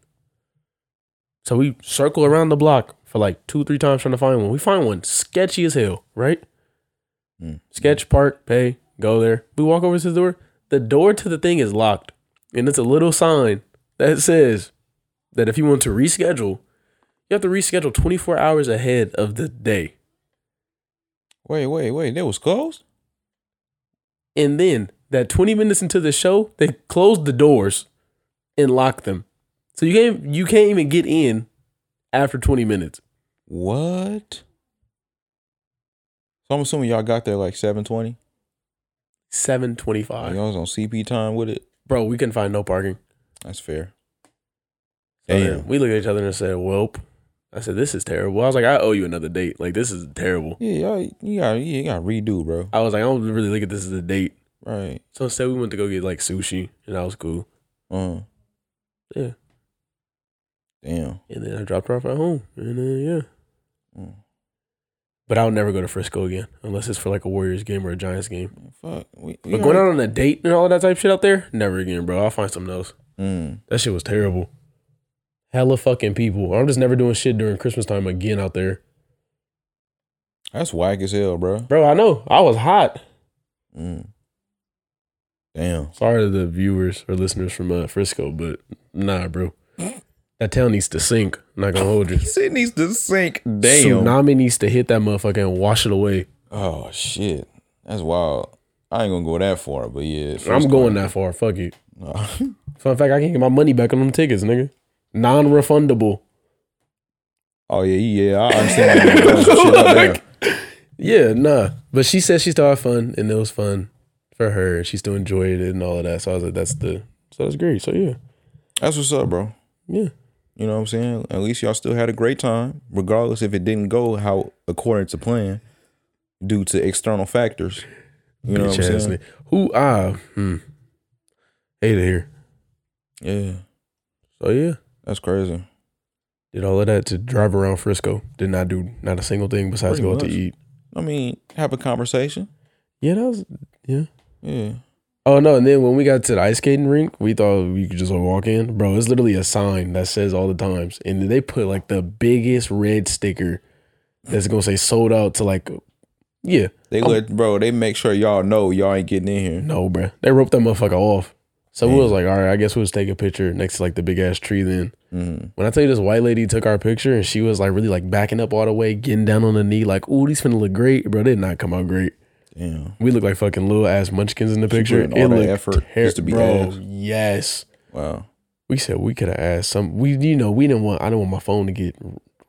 [SPEAKER 2] So we circle around the block for like two, three times trying to find one. We find one sketchy as hell, right?
[SPEAKER 1] Mm.
[SPEAKER 2] Sketch, park, pay, go there. We walk over to the door. The door to the thing is locked. And it's a little sign that says that if you want to reschedule, you have to reschedule 24 hours ahead of the day.
[SPEAKER 1] Wait, wait, wait. That was closed?
[SPEAKER 2] And then that 20 minutes into the show, they closed the doors and locked them. So you can't you can't even get in after 20 minutes.
[SPEAKER 1] What? So I'm assuming y'all got there like 720.
[SPEAKER 2] Seven twenty-five,
[SPEAKER 1] Y'all was on CP time with it.
[SPEAKER 2] bro. We couldn't find no parking.
[SPEAKER 1] That's fair.
[SPEAKER 2] So
[SPEAKER 1] Damn.
[SPEAKER 2] then we looked at each other and said, "Welp." I said, "This is terrible." I was like, "I owe you another date. Like this is terrible."
[SPEAKER 1] Yeah, y'all, you got you got to redo, bro.
[SPEAKER 2] I was like, "I don't really look at this as a date."
[SPEAKER 1] Right.
[SPEAKER 2] So instead, we went to go get like sushi, and that was cool.
[SPEAKER 1] Uh.
[SPEAKER 2] Yeah.
[SPEAKER 1] Damn.
[SPEAKER 2] And then I dropped her off at home, and uh, yeah.
[SPEAKER 1] Mm.
[SPEAKER 2] But I'll never go to Frisco again unless it's for like a Warriors game or a Giants game.
[SPEAKER 1] Fuck. We, we
[SPEAKER 2] But going
[SPEAKER 1] already-
[SPEAKER 2] out on a date and all that type shit out there, never again, bro. I'll find something else.
[SPEAKER 1] Mm.
[SPEAKER 2] That shit was terrible. Hella fucking people. I'm just never doing shit during Christmas time again out there.
[SPEAKER 1] That's whack as hell, bro.
[SPEAKER 2] Bro, I know. I was hot.
[SPEAKER 1] Mm. *laughs* Damn.
[SPEAKER 2] Sorry to the viewers or listeners from uh, Frisco, but nah, bro. That town needs to sink. I'm not gonna hold you.
[SPEAKER 1] It needs to sink. Damn.
[SPEAKER 2] Tsunami needs to hit that motherfucker and wash it away.
[SPEAKER 1] Oh shit. That's wild. I ain't gonna go that far, but yeah.
[SPEAKER 2] I'm going that far. Fuck you.
[SPEAKER 1] *laughs* that.
[SPEAKER 2] Fun fact, I can't get my money back on them tickets, nigga. Non refundable.
[SPEAKER 1] oh yeah, yeah. I understand. why you doing some shit out *laughs* there.
[SPEAKER 2] Yeah, nah. But she said she still had fun and it was fun for her. She still enjoyed it and all of that. So I was like, that's the so that's great. So yeah.
[SPEAKER 1] That's what's up, bro.
[SPEAKER 2] Yeah.
[SPEAKER 1] You know what I'm saying? At least y'all still had a great time, regardless if it didn't go how according to plan, due to external factors. You know what
[SPEAKER 2] Bitch
[SPEAKER 1] I'm
[SPEAKER 2] ass
[SPEAKER 1] saying?
[SPEAKER 2] nigga. Who I hmm. Hate it here.
[SPEAKER 1] Yeah,
[SPEAKER 2] So yeah.
[SPEAKER 1] that's crazy.
[SPEAKER 2] Did all of that to drive around Frisco. Did not do not a single thing besides
[SPEAKER 1] Pretty
[SPEAKER 2] go out
[SPEAKER 1] much.
[SPEAKER 2] to eat.
[SPEAKER 1] I mean, have a conversation.
[SPEAKER 2] Yeah, that was
[SPEAKER 1] Yeah,
[SPEAKER 2] Oh no, and then when we got to the ice skating rink, we thought we could just like, walk in. Bro, it's literally a sign that says all the times. And they put like the biggest red sticker that's gonna say sold out to like yeah.
[SPEAKER 1] they let bro. They make sure y'all know y'all ain't getting in here.
[SPEAKER 2] No, bruh. They roped that motherfucker off. So we
[SPEAKER 1] Damn.
[SPEAKER 2] was like, all right, I guess we'll just take a picture next to like the big ass tree then.
[SPEAKER 1] Mhm.
[SPEAKER 2] When I tell you this white lady took our picture and she was like really like backing up all the way, getting down on the knee, like, ooh, these finna look great. Bro, they did not come out great.
[SPEAKER 1] Damn,
[SPEAKER 2] We look like fucking little ass munchkins in the picture.
[SPEAKER 1] put in all that
[SPEAKER 2] looked
[SPEAKER 1] effort
[SPEAKER 2] ter-
[SPEAKER 1] just to be
[SPEAKER 2] bro,
[SPEAKER 1] ass.
[SPEAKER 2] yes.
[SPEAKER 1] wow.
[SPEAKER 2] We said we could have asked some we you know, we didn't want I didn't want my phone to get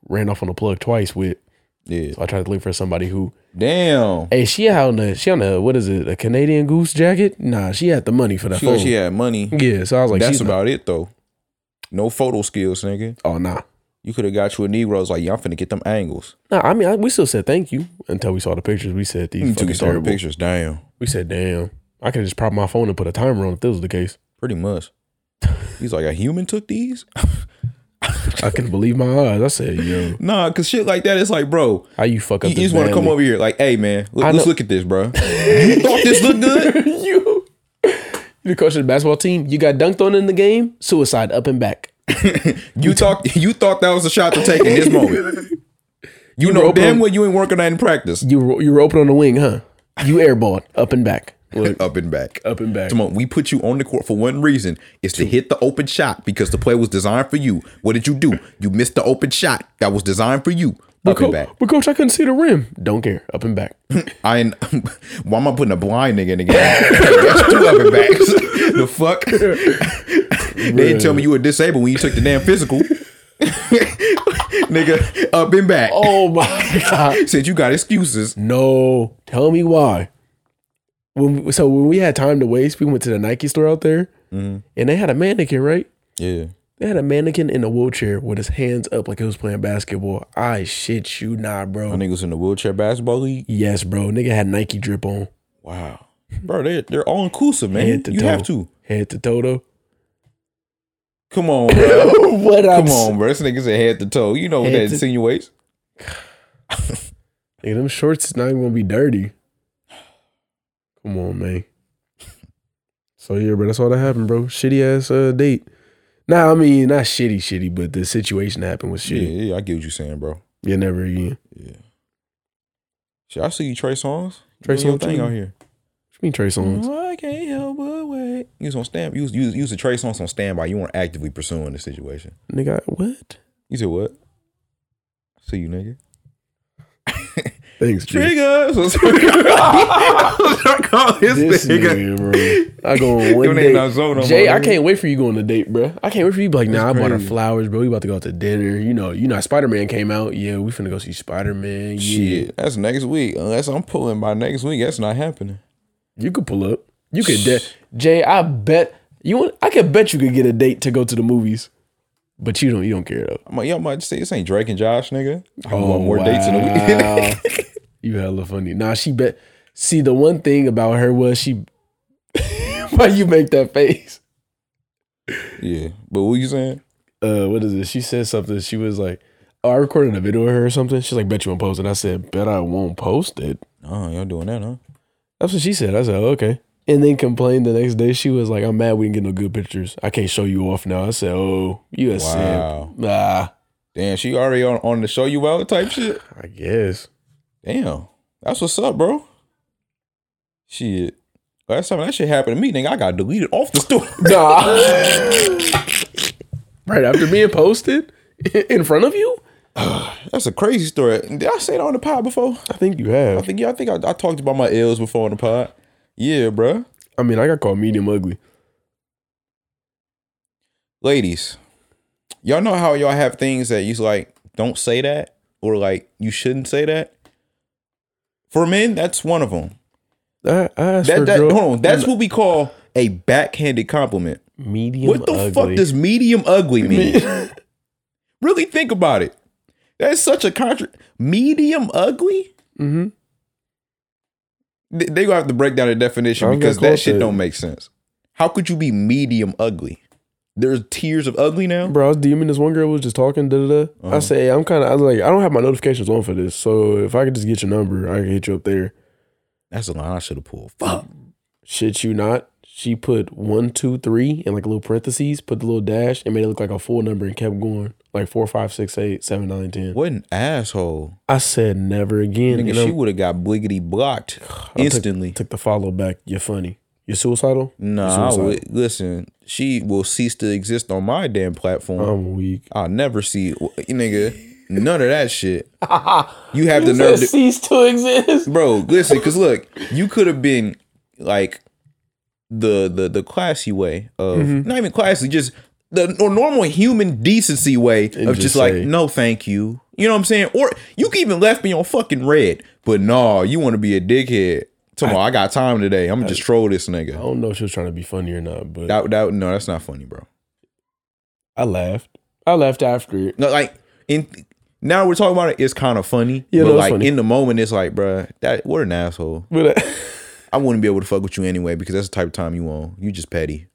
[SPEAKER 2] ran off on the plug twice with.
[SPEAKER 1] Yeah,
[SPEAKER 2] So I tried to look for somebody who
[SPEAKER 1] damn.
[SPEAKER 2] Hey, she out on the she on the what is it, a Canadian goose jacket? Nah, she had the money for that
[SPEAKER 1] She,
[SPEAKER 2] phone.
[SPEAKER 1] she had money.
[SPEAKER 2] Yeah, so I was like,
[SPEAKER 1] That's
[SPEAKER 2] she's not-
[SPEAKER 1] about it though. No photo skills, nigga.
[SPEAKER 2] oh nah,
[SPEAKER 1] You could have got you a Negro. It's like, yeah, I'm finna get them angles.
[SPEAKER 2] nah. I mean, I, we still said thank you until we saw the pictures. We said these
[SPEAKER 1] Until
[SPEAKER 2] fucking
[SPEAKER 1] you saw the
[SPEAKER 2] terrible.
[SPEAKER 1] pictures. Damn.
[SPEAKER 2] We said, damn, I could just prop my phone and put a timer on if this was the case.
[SPEAKER 1] Pretty much. He's like, a human took these? *laughs*
[SPEAKER 2] I couldn't believe my eyes. I said, yo,
[SPEAKER 1] Nah, cause shit like that, it's like, bro,
[SPEAKER 2] how you fuck up?
[SPEAKER 1] you just want to come over here, like, hey man,
[SPEAKER 2] I
[SPEAKER 1] let, let's
[SPEAKER 2] know-
[SPEAKER 1] look at this, *laughs* bro. you thought this looked *laughs* good?
[SPEAKER 2] *laughs* you, you the coach of the basketball team. You got dunked on in the game. Suicide up and back.
[SPEAKER 1] You thought you thought that was the shot to take in this *laughs* moment. You, know
[SPEAKER 2] broke
[SPEAKER 1] damn
[SPEAKER 2] him.
[SPEAKER 1] well you ain't working that in *laughs* practice.
[SPEAKER 2] You were- you were open on the wing, huh? You airballed up and back. Look,
[SPEAKER 1] Up and back. Uh,
[SPEAKER 2] up and back.
[SPEAKER 1] Come on, we put you on the court for one reason: is to hit the open shot because the play was designed for you. What did you do? You missed the open shot that was designed for you.
[SPEAKER 2] But,
[SPEAKER 1] Up and
[SPEAKER 2] co-
[SPEAKER 1] back.
[SPEAKER 2] but coach, I couldn't see the rim. Don't care. Up and *laughs* back.
[SPEAKER 1] I ain't, *laughs* why am I putting a blind nigga in the game? *laughs* That's two up and backs. *laughs* the fuck? *laughs* they didn't tell me you were disabled when you took the damn physical. *laughs* nigga, up and back.
[SPEAKER 2] oh my
[SPEAKER 1] *laughs*
[SPEAKER 2] god.
[SPEAKER 1] Said you got excuses.
[SPEAKER 2] No, tell me why. When we- so when we had time to waste, we went to the Nike store out there,
[SPEAKER 1] Mm-hmm.
[SPEAKER 2] and they had a mannequin, right?
[SPEAKER 1] Yeah.
[SPEAKER 2] They had a mannequin in a wheelchair with his hands up like he was playing basketball. I shit you not, bro.
[SPEAKER 1] My niggas in the wheelchair basketball league.
[SPEAKER 2] yes, bro. Nigga had Nike drip on,
[SPEAKER 1] Wow. Bro, they're, they're all inclusive, man.
[SPEAKER 2] head to
[SPEAKER 1] You
[SPEAKER 2] toe.
[SPEAKER 1] have to.
[SPEAKER 2] Head to
[SPEAKER 1] *laughs*
[SPEAKER 2] toe. though. *laughs*
[SPEAKER 1] Come *laughs* on, bro.
[SPEAKER 2] what? I'm
[SPEAKER 1] Come
[SPEAKER 2] s-
[SPEAKER 1] on, bro. This nigga said head to toe. You know what that
[SPEAKER 2] Head to-
[SPEAKER 1] insinuates.
[SPEAKER 2] Nigga, them shorts is not even gonna be dirty. Come on, man. So yeah, bro, that's all that happened, bro. Shitty ass uh, date. Nah, I mean not shitty, shitty, but the situation that happened was
[SPEAKER 1] Yeah,
[SPEAKER 2] shitty.
[SPEAKER 1] yeah, I get what you're saying, bro.
[SPEAKER 2] Yeah, never again.
[SPEAKER 1] Yeah. Shit, I see you, Trey Songs.
[SPEAKER 2] Trey
[SPEAKER 1] Doing your
[SPEAKER 2] Songz,
[SPEAKER 1] thing
[SPEAKER 2] too.
[SPEAKER 1] out here.
[SPEAKER 2] What you mean Trey Songz?
[SPEAKER 1] I can't help but wait. You was on stand. You was, you was, you was a Trey Songz on standby. You weren't actively pursuing the situation.
[SPEAKER 2] Nigga, what?
[SPEAKER 1] You said what? See you, nigga.
[SPEAKER 2] Thanks, G.
[SPEAKER 1] Trigger. *laughs* So, so I call his
[SPEAKER 2] This
[SPEAKER 1] nigga.
[SPEAKER 2] nigga, bro. I
[SPEAKER 1] *laughs*
[SPEAKER 2] go on
[SPEAKER 1] Your
[SPEAKER 2] one
[SPEAKER 1] name
[SPEAKER 2] date.
[SPEAKER 1] not Zoe no
[SPEAKER 2] Jay,
[SPEAKER 1] more,
[SPEAKER 2] I
[SPEAKER 1] nigga.
[SPEAKER 2] can't wait for you going on a date, bro. I can't wait for you. to Be like, nah, I bought her flowers, bro. We about to go out to dinner. You know, you know, Spider Man came out. Yeah, we finna go see Spider Man. Yeah,
[SPEAKER 1] Shit, that's next week. Unless I'm pulling by next week, that's not happening.
[SPEAKER 2] you could pull up. You could, de- Jay. I bet you. want- I could bet you could get a date to go to the movies, but you don't. You don't care though.
[SPEAKER 1] I'm like, y'all might say this ain't Drake and Josh, nigga. I
[SPEAKER 2] Oh,
[SPEAKER 1] want more dates in a week.
[SPEAKER 2] the week. *laughs* you hella funny. Nah, she bet. See, the one thing about her was she. *laughs* Why you make that face?
[SPEAKER 1] *laughs* yeah, but what you saying?
[SPEAKER 2] Uh, what is it? She said something. She was like, "Oh, I recorded a video of her or something." She's like, "Bet you won't post it." I said, "Bet I won't post it."
[SPEAKER 1] Oh, y'all doing that, huh?
[SPEAKER 2] That's what she said. I said, oh, "Okay." And then complained the next day. She was like, "I'm mad we didn't get no good pictures. I can't show you off now." I said, "Oh, you a simp."
[SPEAKER 1] Wow.
[SPEAKER 2] Nah,
[SPEAKER 1] Damn, she already on, on the show you out type shit.
[SPEAKER 2] I guess.
[SPEAKER 1] Damn, that's what's up, bro. Shit, last time that shit happened to me, nigga, I got deleted off the store. *laughs*
[SPEAKER 2] Nah. right after being posted in front of you.
[SPEAKER 1] that's a crazy story. Did I say it on the pod before?
[SPEAKER 2] I think you have.
[SPEAKER 1] I think yeah, I think I, I talked about my L's before on the pod. Yeah, bruh.
[SPEAKER 2] I mean, I got called medium ugly.
[SPEAKER 1] ladies, y'all know how y'all have things that you like don't say that or like you shouldn't say that. For men, that's one of them.
[SPEAKER 2] I, I asked for
[SPEAKER 1] That,
[SPEAKER 2] a
[SPEAKER 1] that
[SPEAKER 2] girl,
[SPEAKER 1] hold on, that's what we call a backhanded compliment.
[SPEAKER 2] medium
[SPEAKER 1] What the fuck does medium ugly mean?
[SPEAKER 2] *laughs* Me-
[SPEAKER 1] really think about it. That's such a contra medium ugly.
[SPEAKER 2] Mhm.
[SPEAKER 1] They, they gonna have to break down the definition
[SPEAKER 2] I was gonna
[SPEAKER 1] because
[SPEAKER 2] quote
[SPEAKER 1] that shit
[SPEAKER 2] that.
[SPEAKER 1] don't make sense. How could you be medium ugly? There's tiers of ugly now.
[SPEAKER 2] Bro, I was DMing this one girl we was just talking. Da, da, da.
[SPEAKER 1] Uh-huh.
[SPEAKER 2] I say, hey, I'm kind of. I was like, I don't have my notifications on for this, so if I could just get your number, I can hit you up there.
[SPEAKER 1] That's a line I should have pulled. Fuck.
[SPEAKER 2] Shit, you not? She put one, two, three, and like little parentheses, put the little dash, and made it look like a full number, and kept going like four, five, six, eight, seven, nine, ten.
[SPEAKER 1] What an asshole.
[SPEAKER 2] I said never again.
[SPEAKER 1] Nigga,
[SPEAKER 2] and I'm-
[SPEAKER 1] she would have got bliggity *sighs* blocked
[SPEAKER 2] I took-
[SPEAKER 1] instantly.
[SPEAKER 2] took the follow back. You're funny. You're suicidal.
[SPEAKER 1] nah, I
[SPEAKER 2] suicide.
[SPEAKER 1] would, listen, she will cease to exist on my damn platform.
[SPEAKER 2] I'm weak.
[SPEAKER 1] I'll never see, nigga, none of that *laughs* shit. You have the nerve to,
[SPEAKER 2] cease to exist.
[SPEAKER 1] bro, listen, because look, you could have been like the the the classy way of,
[SPEAKER 2] Mm-hmm.
[SPEAKER 1] not even classy, just the or normal human decency way of just,
[SPEAKER 2] just
[SPEAKER 1] like,
[SPEAKER 2] say-
[SPEAKER 1] no, thank you. You know what I'm saying? Or you could even left me on fucking red, but nah, you want to be a dickhead. Tomorrow, I, got time today. I'm gonna just troll this
[SPEAKER 2] *laughs* I
[SPEAKER 1] nigga.
[SPEAKER 2] don't know if she was trying to be funny or not, but
[SPEAKER 1] That, that, no, that's not funny, bro.
[SPEAKER 2] I laughed. I laughed after it.
[SPEAKER 1] No, like in now we're talking about it. It's kind of funny,
[SPEAKER 2] Yeah,
[SPEAKER 1] but
[SPEAKER 2] no, it's
[SPEAKER 1] like
[SPEAKER 2] funny.
[SPEAKER 1] in the moment, it's like, bruh, that what an asshole.
[SPEAKER 2] But uh, *laughs*
[SPEAKER 1] I wouldn't be able to fuck with you anyway because that's the type of time you on. You just petty.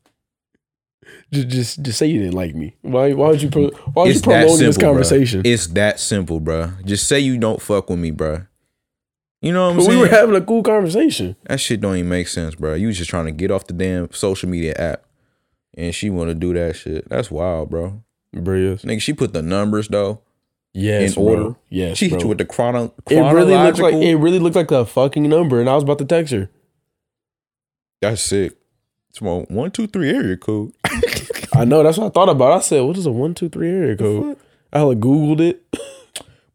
[SPEAKER 2] just, just, just say you didn't like me. Why? Why would you? Pro, why would you
[SPEAKER 1] it's that
[SPEAKER 2] prolong
[SPEAKER 1] simple,
[SPEAKER 2] this
[SPEAKER 1] bruh.
[SPEAKER 2] conversation?
[SPEAKER 1] It's that simple, bruh. Just say you don't fuck with me, bruh. You know what I'm
[SPEAKER 2] but we
[SPEAKER 1] saying?
[SPEAKER 2] were having a cool conversation.
[SPEAKER 1] that shit don't even make sense, bruh. You just trying to get off the damn social media app, and she want to do that shit. That's wild, bro.
[SPEAKER 2] Brilliant.
[SPEAKER 1] Nigga, she put the numbers though.
[SPEAKER 2] Yes.
[SPEAKER 1] In
[SPEAKER 2] bro.
[SPEAKER 1] order?
[SPEAKER 2] Yes.
[SPEAKER 1] she
[SPEAKER 2] bro.
[SPEAKER 1] hit you with the chrono-
[SPEAKER 2] it really looked
[SPEAKER 1] chronological.
[SPEAKER 2] like it really looked like a fucking number, and I was about to text her.
[SPEAKER 1] That's sick. It's my one, two, three area code.
[SPEAKER 2] I know. That's what I thought about. I said, "What is a one two three area code?" I like googled it.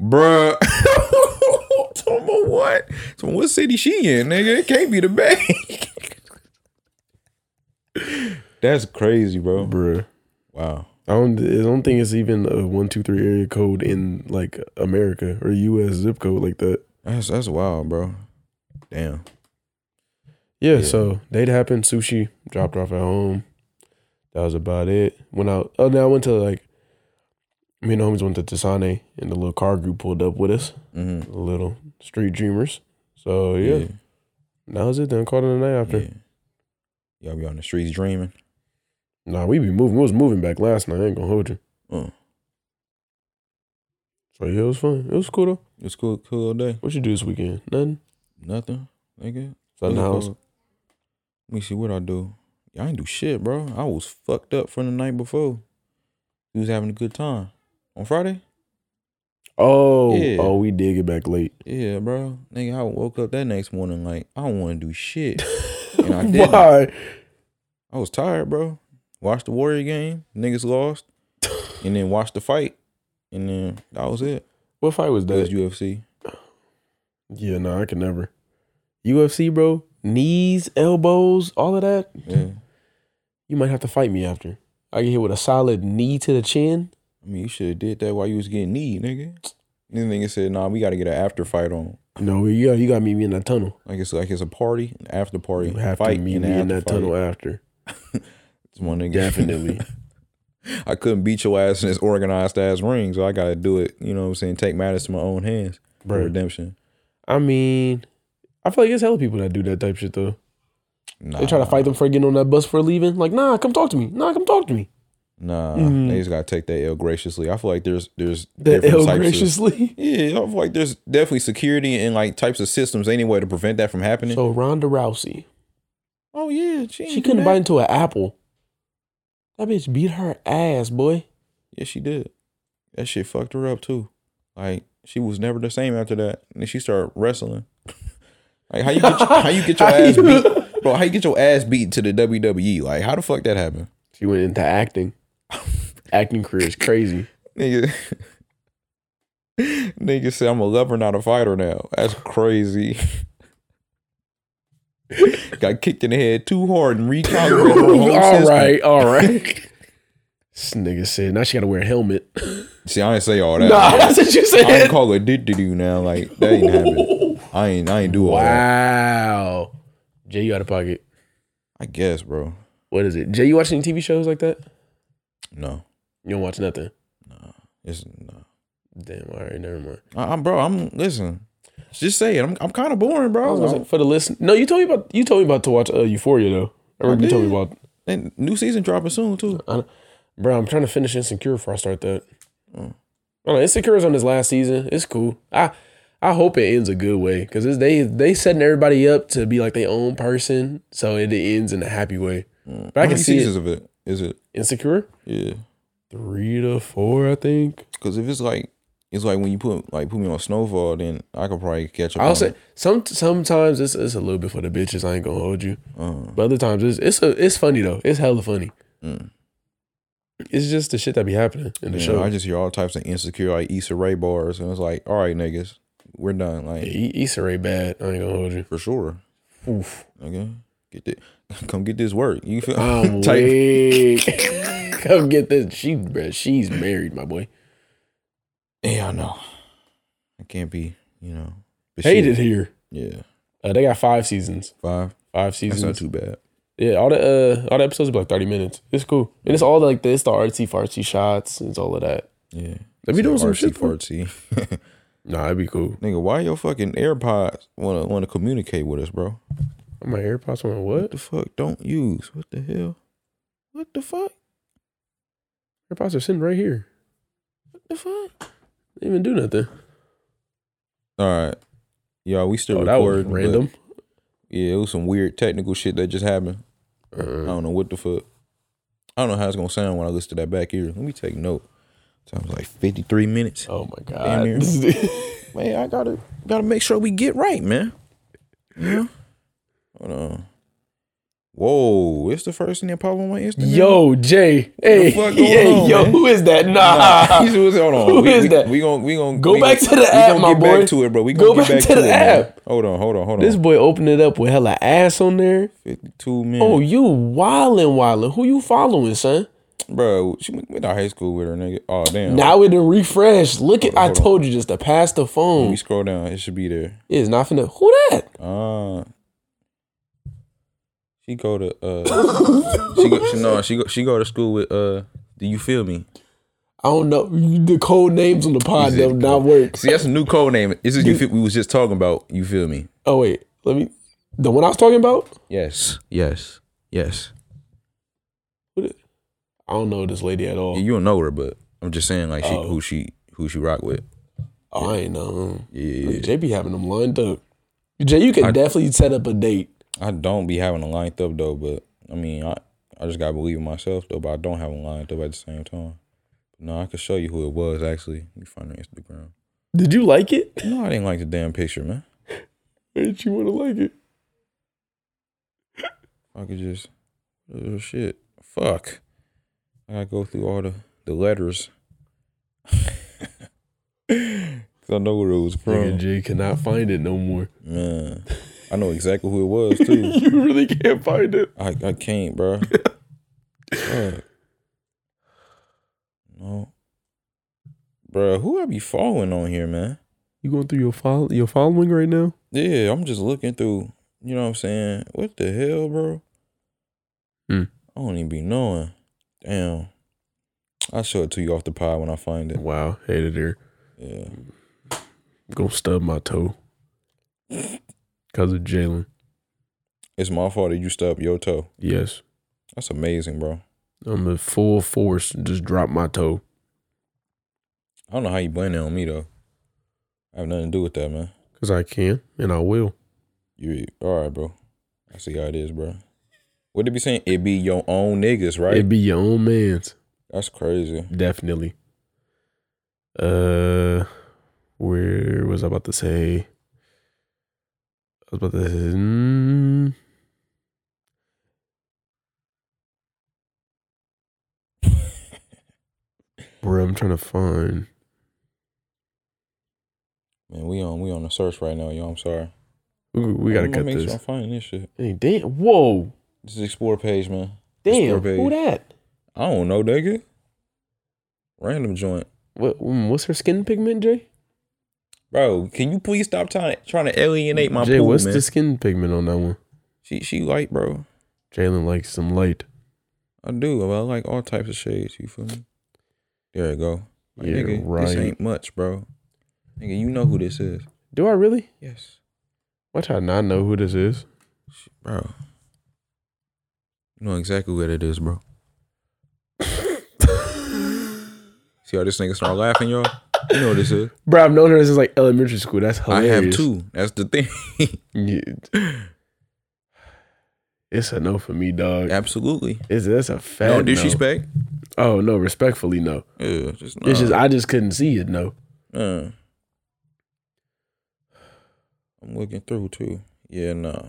[SPEAKER 1] Bruh. *laughs* Tell me what? So what city she in, nigga? It can't be the bank. *laughs* That's crazy, bro.
[SPEAKER 2] Bruh.
[SPEAKER 1] Wow.
[SPEAKER 2] I don't. I don't think it's even a one two three area code in like America or U.S. zip code like that.
[SPEAKER 1] That's that's wild, bro. Damn.
[SPEAKER 2] Yeah. So date happened. Sushi dropped off at home. That was about it. Went out. Oh, then I went to like. Me and the homies went to Tisane, and the little car group pulled up with us.
[SPEAKER 1] hmm
[SPEAKER 2] The little street dreamers. So Oh, yeah,
[SPEAKER 1] Yeah.
[SPEAKER 2] that was it. Then called it a night after.
[SPEAKER 1] yeah. Y'all be on the streets dreaming.
[SPEAKER 2] Nah, we be moving. We was moving back last night. I ain't gonna hold you.
[SPEAKER 1] Mm.
[SPEAKER 2] So yeah, it was fun. It was cool though.
[SPEAKER 1] It's cool, cool day.
[SPEAKER 2] What you do this weekend? Nothing.
[SPEAKER 1] Nothing, nigga.
[SPEAKER 2] Sat in the house.
[SPEAKER 1] Let me see what I do. I ain't do shit, bro. I was fucked up from the night before. We was having a good time on Friday.
[SPEAKER 2] Oh,
[SPEAKER 1] Yeah.
[SPEAKER 2] oh, we did get back late.
[SPEAKER 1] Yeah, bro. Nigga, I woke up that next morning like I don't want to do
[SPEAKER 2] *laughs*
[SPEAKER 1] shit. *laughs* And I didn't.
[SPEAKER 2] Why?
[SPEAKER 1] I was tired, bro. Watched the Warrior game. Niggas lost. And then watched the fight. And then that was it.
[SPEAKER 2] What fight was
[SPEAKER 1] That was
[SPEAKER 2] that?
[SPEAKER 1] UFC.
[SPEAKER 2] Yeah, no, I could never. UFC, bro, knees, elbows, all of that.
[SPEAKER 1] Yeah.
[SPEAKER 2] You might have to fight me after. I get hit with a solid knee to the chin.
[SPEAKER 1] I mean, you should have did that while you was getting knee, nigga. Then nigga said, "Nah, we got to get an after fight on.
[SPEAKER 2] No, you got, you got to meet me in that tunnel.
[SPEAKER 1] Like it's like it's a party, an after party,
[SPEAKER 2] You have
[SPEAKER 1] fight,
[SPEAKER 2] to meet
[SPEAKER 1] and
[SPEAKER 2] me in
[SPEAKER 1] after
[SPEAKER 2] that
[SPEAKER 1] fight.
[SPEAKER 2] tunnel after.
[SPEAKER 1] It's one nigga.
[SPEAKER 2] Definitely.
[SPEAKER 1] *laughs* I couldn't beat your ass in this organized ass ring, so I got to do it. You know what I'm saying? Take matters to my own hands. for
[SPEAKER 2] Bro.
[SPEAKER 1] Redemption.
[SPEAKER 2] I mean, I feel like it's hella people that do that type shit, though.
[SPEAKER 1] Nah,
[SPEAKER 2] They try to fight them for getting on that bus for leaving. Like, nah, come talk to me. Nah, come talk to me.
[SPEAKER 1] Nah,
[SPEAKER 2] Mm.
[SPEAKER 1] they just gotta take that L graciously. I feel like there's there's
[SPEAKER 2] That
[SPEAKER 1] different
[SPEAKER 2] L
[SPEAKER 1] types of
[SPEAKER 2] graciously.
[SPEAKER 1] yeah. I feel like there's definitely security and like types of systems anyway to prevent that from happening.
[SPEAKER 2] So Ronda Rousey,
[SPEAKER 1] oh yeah, she, ain't
[SPEAKER 2] she
[SPEAKER 1] do
[SPEAKER 2] couldn't
[SPEAKER 1] that.
[SPEAKER 2] bite into an apple. That bitch beat her ass, boy.
[SPEAKER 1] Yeah, she did. That shit fucked her up too. Like she was never the same after that. And then she started wrestling. *laughs* like how you get your, how you get your
[SPEAKER 2] *laughs* How
[SPEAKER 1] ass
[SPEAKER 2] you-
[SPEAKER 1] beat, bro? How you get your ass beat to the WWE? Like how the fuck that happened,
[SPEAKER 2] She went into acting. acting career
[SPEAKER 1] *laughs*
[SPEAKER 2] is crazy.
[SPEAKER 1] nigga? nigga said I'm a lover, not a fighter now. That's crazy. *laughs* Got kicked in the head too hard and recalibrated her whole
[SPEAKER 2] *laughs* all
[SPEAKER 1] system.
[SPEAKER 2] right, all right.
[SPEAKER 1] *laughs*
[SPEAKER 2] this nigga said now she got to wear a helmet.
[SPEAKER 1] See, I ain't say all that.
[SPEAKER 2] *laughs* nah, that's what you
[SPEAKER 1] I ain't
[SPEAKER 2] said.
[SPEAKER 1] call her did to do now. Like that ain't happening.
[SPEAKER 2] *laughs*
[SPEAKER 1] I ain't. I ain't do all that.
[SPEAKER 2] Wow. Jay, you out of pocket.
[SPEAKER 1] I guess, bro.
[SPEAKER 2] What is it? Jay, you watch any TV shows like that?
[SPEAKER 1] No,
[SPEAKER 2] You don't watch nothing.
[SPEAKER 1] it's no.
[SPEAKER 2] Damn, all right, never mind.
[SPEAKER 1] I, am bro. I'm listen. Just say it. I'm. I'm kind of boring,
[SPEAKER 2] I
[SPEAKER 1] bro.
[SPEAKER 2] was gonna say, for the listen. No, you told me about you told me about to watch uh, Euphoria though. I remember you told me about.
[SPEAKER 1] and new season dropping soon too.
[SPEAKER 2] I, don't- bro, I'm trying to finish Insecure before I start that.
[SPEAKER 1] Mm.
[SPEAKER 2] I don't know, Insecure is on this last season. It's cool. I I hope it ends a good way because they they setting everybody up to be like their own person, so it ends in a happy way. But I
[SPEAKER 1] Mm. How
[SPEAKER 2] can
[SPEAKER 1] many
[SPEAKER 2] see
[SPEAKER 1] seasons
[SPEAKER 2] it.
[SPEAKER 1] of it? Is it?
[SPEAKER 2] Insecure
[SPEAKER 1] Yeah.
[SPEAKER 2] three to four, I think.
[SPEAKER 1] Because if it's like, it's like when you put like put me on Snowfall, then I could probably catch up.
[SPEAKER 2] I'll
[SPEAKER 1] on
[SPEAKER 2] say
[SPEAKER 1] it.
[SPEAKER 2] some sometimes it's it's a little bit for the bitches. I ain't gonna hold you.
[SPEAKER 1] Uh,
[SPEAKER 2] But other times it's it's a, it's funny though. It's hella funny.
[SPEAKER 1] Mm.
[SPEAKER 2] It's just the shit that be happening in the
[SPEAKER 1] you
[SPEAKER 2] show.
[SPEAKER 1] know, I just hear all types of insecure like Issa Rae bars, and it's like, all right, niggas, we're done. Like
[SPEAKER 2] yeah, E- Issa Rae bad. I ain't gonna hold you.
[SPEAKER 1] for sure.
[SPEAKER 2] Oof. Uh,
[SPEAKER 1] Okay, get it. *laughs* Come get this work. You feel? *laughs* *laughs*
[SPEAKER 2] I'm
[SPEAKER 1] Type-
[SPEAKER 2] weak. *laughs* Come get this. She, bruh, she's married, my boy.
[SPEAKER 1] Yeah, I know. I can't be. You know. But she-
[SPEAKER 2] Hated here.
[SPEAKER 1] Yeah.
[SPEAKER 2] Uh, they got five seasons.
[SPEAKER 1] Five.
[SPEAKER 2] Five
[SPEAKER 1] That's not
[SPEAKER 2] seasons.
[SPEAKER 1] too bad.
[SPEAKER 2] Yeah, all the uh, all the episodes be like thirty minutes. It's cool, and it's all like the, it's the artsy fartsy shots. It's all of that.
[SPEAKER 1] Yeah.
[SPEAKER 2] They be doing some
[SPEAKER 1] artsy
[SPEAKER 2] shit. for it.
[SPEAKER 1] fartsy.
[SPEAKER 2] Nah, it'd be cool.
[SPEAKER 1] Nigga, why your fucking AirPods wanna wanna communicate with us, bro?
[SPEAKER 2] My AirPods went
[SPEAKER 1] What
[SPEAKER 2] what?
[SPEAKER 1] the fuck don't use? What the hell? What the fuck?
[SPEAKER 2] AirPods are sitting right here.
[SPEAKER 1] What the fuck?
[SPEAKER 2] They didn't even do nothing.
[SPEAKER 1] All right. Y'all, we still
[SPEAKER 2] Oh, that was
[SPEAKER 1] recording. but-
[SPEAKER 2] random.
[SPEAKER 1] Yeah, it was some weird technical shit that just happened. I
[SPEAKER 2] Uh,
[SPEAKER 1] don't know what the fuck. I don't know how it's gonna sound when I listen to that back here. Let me take note. Sounds like fifty three minutes.
[SPEAKER 2] oh my
[SPEAKER 1] Damn
[SPEAKER 2] god.
[SPEAKER 1] near. *laughs* Man, I gotta gotta make sure we get right, man. Yeah. Hold on. Whoa, it's the first thing that popped on my Instagram.
[SPEAKER 2] yo, Jay. Hey,
[SPEAKER 1] fuck going
[SPEAKER 2] *laughs* hey,
[SPEAKER 1] on,
[SPEAKER 2] yo,
[SPEAKER 1] man?
[SPEAKER 2] who is that?
[SPEAKER 1] Nah,
[SPEAKER 2] Nah.
[SPEAKER 1] *laughs* he's- who's- hold on.
[SPEAKER 2] Who
[SPEAKER 1] we,
[SPEAKER 2] is
[SPEAKER 1] we,
[SPEAKER 2] that?
[SPEAKER 1] We gon' we gon'
[SPEAKER 2] Go
[SPEAKER 1] we
[SPEAKER 2] back
[SPEAKER 1] gon-
[SPEAKER 2] to the
[SPEAKER 1] we
[SPEAKER 2] app,
[SPEAKER 1] gon'
[SPEAKER 2] my
[SPEAKER 1] get
[SPEAKER 2] boy.
[SPEAKER 1] back to it, bro. We
[SPEAKER 2] Go
[SPEAKER 1] gonna get
[SPEAKER 2] back
[SPEAKER 1] back to,
[SPEAKER 2] to the
[SPEAKER 1] it, man.
[SPEAKER 2] app.
[SPEAKER 1] Hold on, hold on, hold on.
[SPEAKER 2] This boy opened it up with hella ass on there.
[SPEAKER 1] Fifty-two minutes.
[SPEAKER 2] Oh, you wildin' wildin'. Who you following, son?
[SPEAKER 1] bro, she went, went to high school with her nigga. Oh damn.
[SPEAKER 2] Now it done refresh. Look at I
[SPEAKER 1] Hold on.
[SPEAKER 2] told you just to pass the
[SPEAKER 1] we
[SPEAKER 2] phone.
[SPEAKER 1] scroll down. It should be there.
[SPEAKER 2] It's not finna who that?
[SPEAKER 1] Uh she go to
[SPEAKER 2] *laughs*
[SPEAKER 1] uh she go she, no she go she go to school with uh. Do you feel me?
[SPEAKER 2] I don't know. The code names on the pod
[SPEAKER 1] Is it-
[SPEAKER 2] do not work.
[SPEAKER 1] See, that's a new code name. This is you feel, we was just talking about. You feel me?
[SPEAKER 2] Oh wait, let me the one I was talking about?
[SPEAKER 1] Yes, yes, yes.
[SPEAKER 2] I don't know this lady at all.
[SPEAKER 1] Yeah, you don't know her, but I'm just saying like she, who she who she rock with.
[SPEAKER 2] Oh, I ain't know.
[SPEAKER 1] Yeah, yeah, yeah.
[SPEAKER 2] Jay be having them lined up. Jay, you can definitely set up a date.
[SPEAKER 1] I don't be having them lined up though, but I mean I I just gotta believe in myself though, but I don't have them lined up at the same time. No, I could show you who it was actually. You find her Instagram.
[SPEAKER 2] Did you like it? *laughs*
[SPEAKER 1] No, I didn't like the damn picture, man.
[SPEAKER 2] Or did you want to like it?
[SPEAKER 1] I could just oh shit. Fuck. I gotta go through all the, the letters. *laughs* 'Cause I know where it was
[SPEAKER 2] Nigga
[SPEAKER 1] from.
[SPEAKER 2] Jay cannot find it no more.
[SPEAKER 1] Man, I know exactly who it was
[SPEAKER 2] *laughs*
[SPEAKER 1] too.
[SPEAKER 2] you really can't find it.
[SPEAKER 1] I I can't, bro. Fuck. no, bro. Who I be following on here, man?
[SPEAKER 2] You going through your follow your following right now?
[SPEAKER 1] Yeah, I'm just looking through. You know what I'm saying? What the hell, bro?
[SPEAKER 2] Hmm.
[SPEAKER 1] I don't even be knowing. Damn. I'll show it to you off the pod when I find it.
[SPEAKER 2] Wow, hated her.
[SPEAKER 1] Yeah.
[SPEAKER 2] Gonna stub my toe. Cause of Jalen.
[SPEAKER 1] It's my fault that you stubbed your toe.
[SPEAKER 2] Yes.
[SPEAKER 1] That's amazing, bro.
[SPEAKER 2] I'm in full force and just drop my toe.
[SPEAKER 1] I don't know how you blame that on me though. I have nothing to do with that, man.
[SPEAKER 2] Cause I can and I will.
[SPEAKER 1] You all right, bro? I see how it is, bro. What they be saying? It be your own niggas, right?
[SPEAKER 2] It be your own man's.
[SPEAKER 1] That's crazy.
[SPEAKER 2] Definitely. Uh where was I about to say? I was about to
[SPEAKER 1] *laughs*
[SPEAKER 2] say mm, Bro, I'm trying to find.
[SPEAKER 1] Man, we on we on a search right now, yo. I'm sorry.
[SPEAKER 2] We, we gotta
[SPEAKER 1] I'm gonna
[SPEAKER 2] cut
[SPEAKER 1] make Sure I'm
[SPEAKER 2] this.
[SPEAKER 1] finding this shit.
[SPEAKER 2] Hey, damn! Whoa!
[SPEAKER 1] This is explore page, man.
[SPEAKER 2] Damn!
[SPEAKER 1] Explore
[SPEAKER 2] Who
[SPEAKER 1] page.
[SPEAKER 2] that?
[SPEAKER 1] I don't know, nigga. Random joint,
[SPEAKER 2] What? mm, What's her skin pigment, Jay?
[SPEAKER 1] bro. Can you please stop trying trying to alienate my
[SPEAKER 2] Jay,
[SPEAKER 1] pool,
[SPEAKER 2] what's
[SPEAKER 1] man?
[SPEAKER 2] the skin pigment on that one?
[SPEAKER 1] She she light, bro.
[SPEAKER 2] Jalen likes some light.
[SPEAKER 1] I do. I like all types of shades. You feel me? There you go. Like,
[SPEAKER 2] Yeah,
[SPEAKER 1] nigga, This
[SPEAKER 2] right.
[SPEAKER 1] ain't much, bro. Nigga, you know who this is.
[SPEAKER 2] Do I really?
[SPEAKER 1] Yes.
[SPEAKER 2] Why should I not know who this is?
[SPEAKER 1] Sh- Bro. You know exactly what it is, bro. See how this nigga start laughing, y'all? You know what this is.
[SPEAKER 2] Bro, I've known her since like elementary school. That's hilarious.
[SPEAKER 1] I have two. That's the thing.
[SPEAKER 2] *laughs*
[SPEAKER 1] *laughs*
[SPEAKER 2] Yeah. It's a no for me, dog.
[SPEAKER 1] Absolutely.
[SPEAKER 2] It's that's a fat
[SPEAKER 1] no
[SPEAKER 2] no.
[SPEAKER 1] disrespect.
[SPEAKER 2] Oh no, respectfully no.
[SPEAKER 1] Yeah, just
[SPEAKER 2] It's
[SPEAKER 1] nah.
[SPEAKER 2] just I just couldn't see it. No,
[SPEAKER 1] Uh. I'm looking through too. Yeah, nah.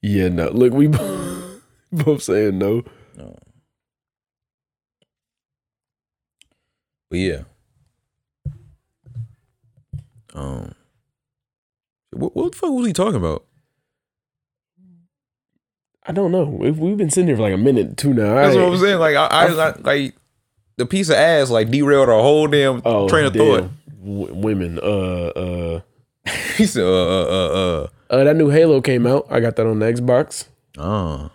[SPEAKER 2] yeah, no. Look, we *laughs* both saying no.
[SPEAKER 1] No. But yeah. Um. What, what the fuck was he talking about?
[SPEAKER 2] I don't know. We've, we've been sitting here for like a minute two now.
[SPEAKER 1] That's
[SPEAKER 2] I-
[SPEAKER 1] what I'm saying. Like I, I, I like the piece of ass like derailed our whole damn
[SPEAKER 2] Oh,
[SPEAKER 1] train of
[SPEAKER 2] damn.
[SPEAKER 1] thought. *laughs*
[SPEAKER 2] W- women. Uh, uh,
[SPEAKER 1] He said, uh, uh,
[SPEAKER 2] uh. That new Halo came out. I got that on the Xbox.
[SPEAKER 1] uh, uh. Oh,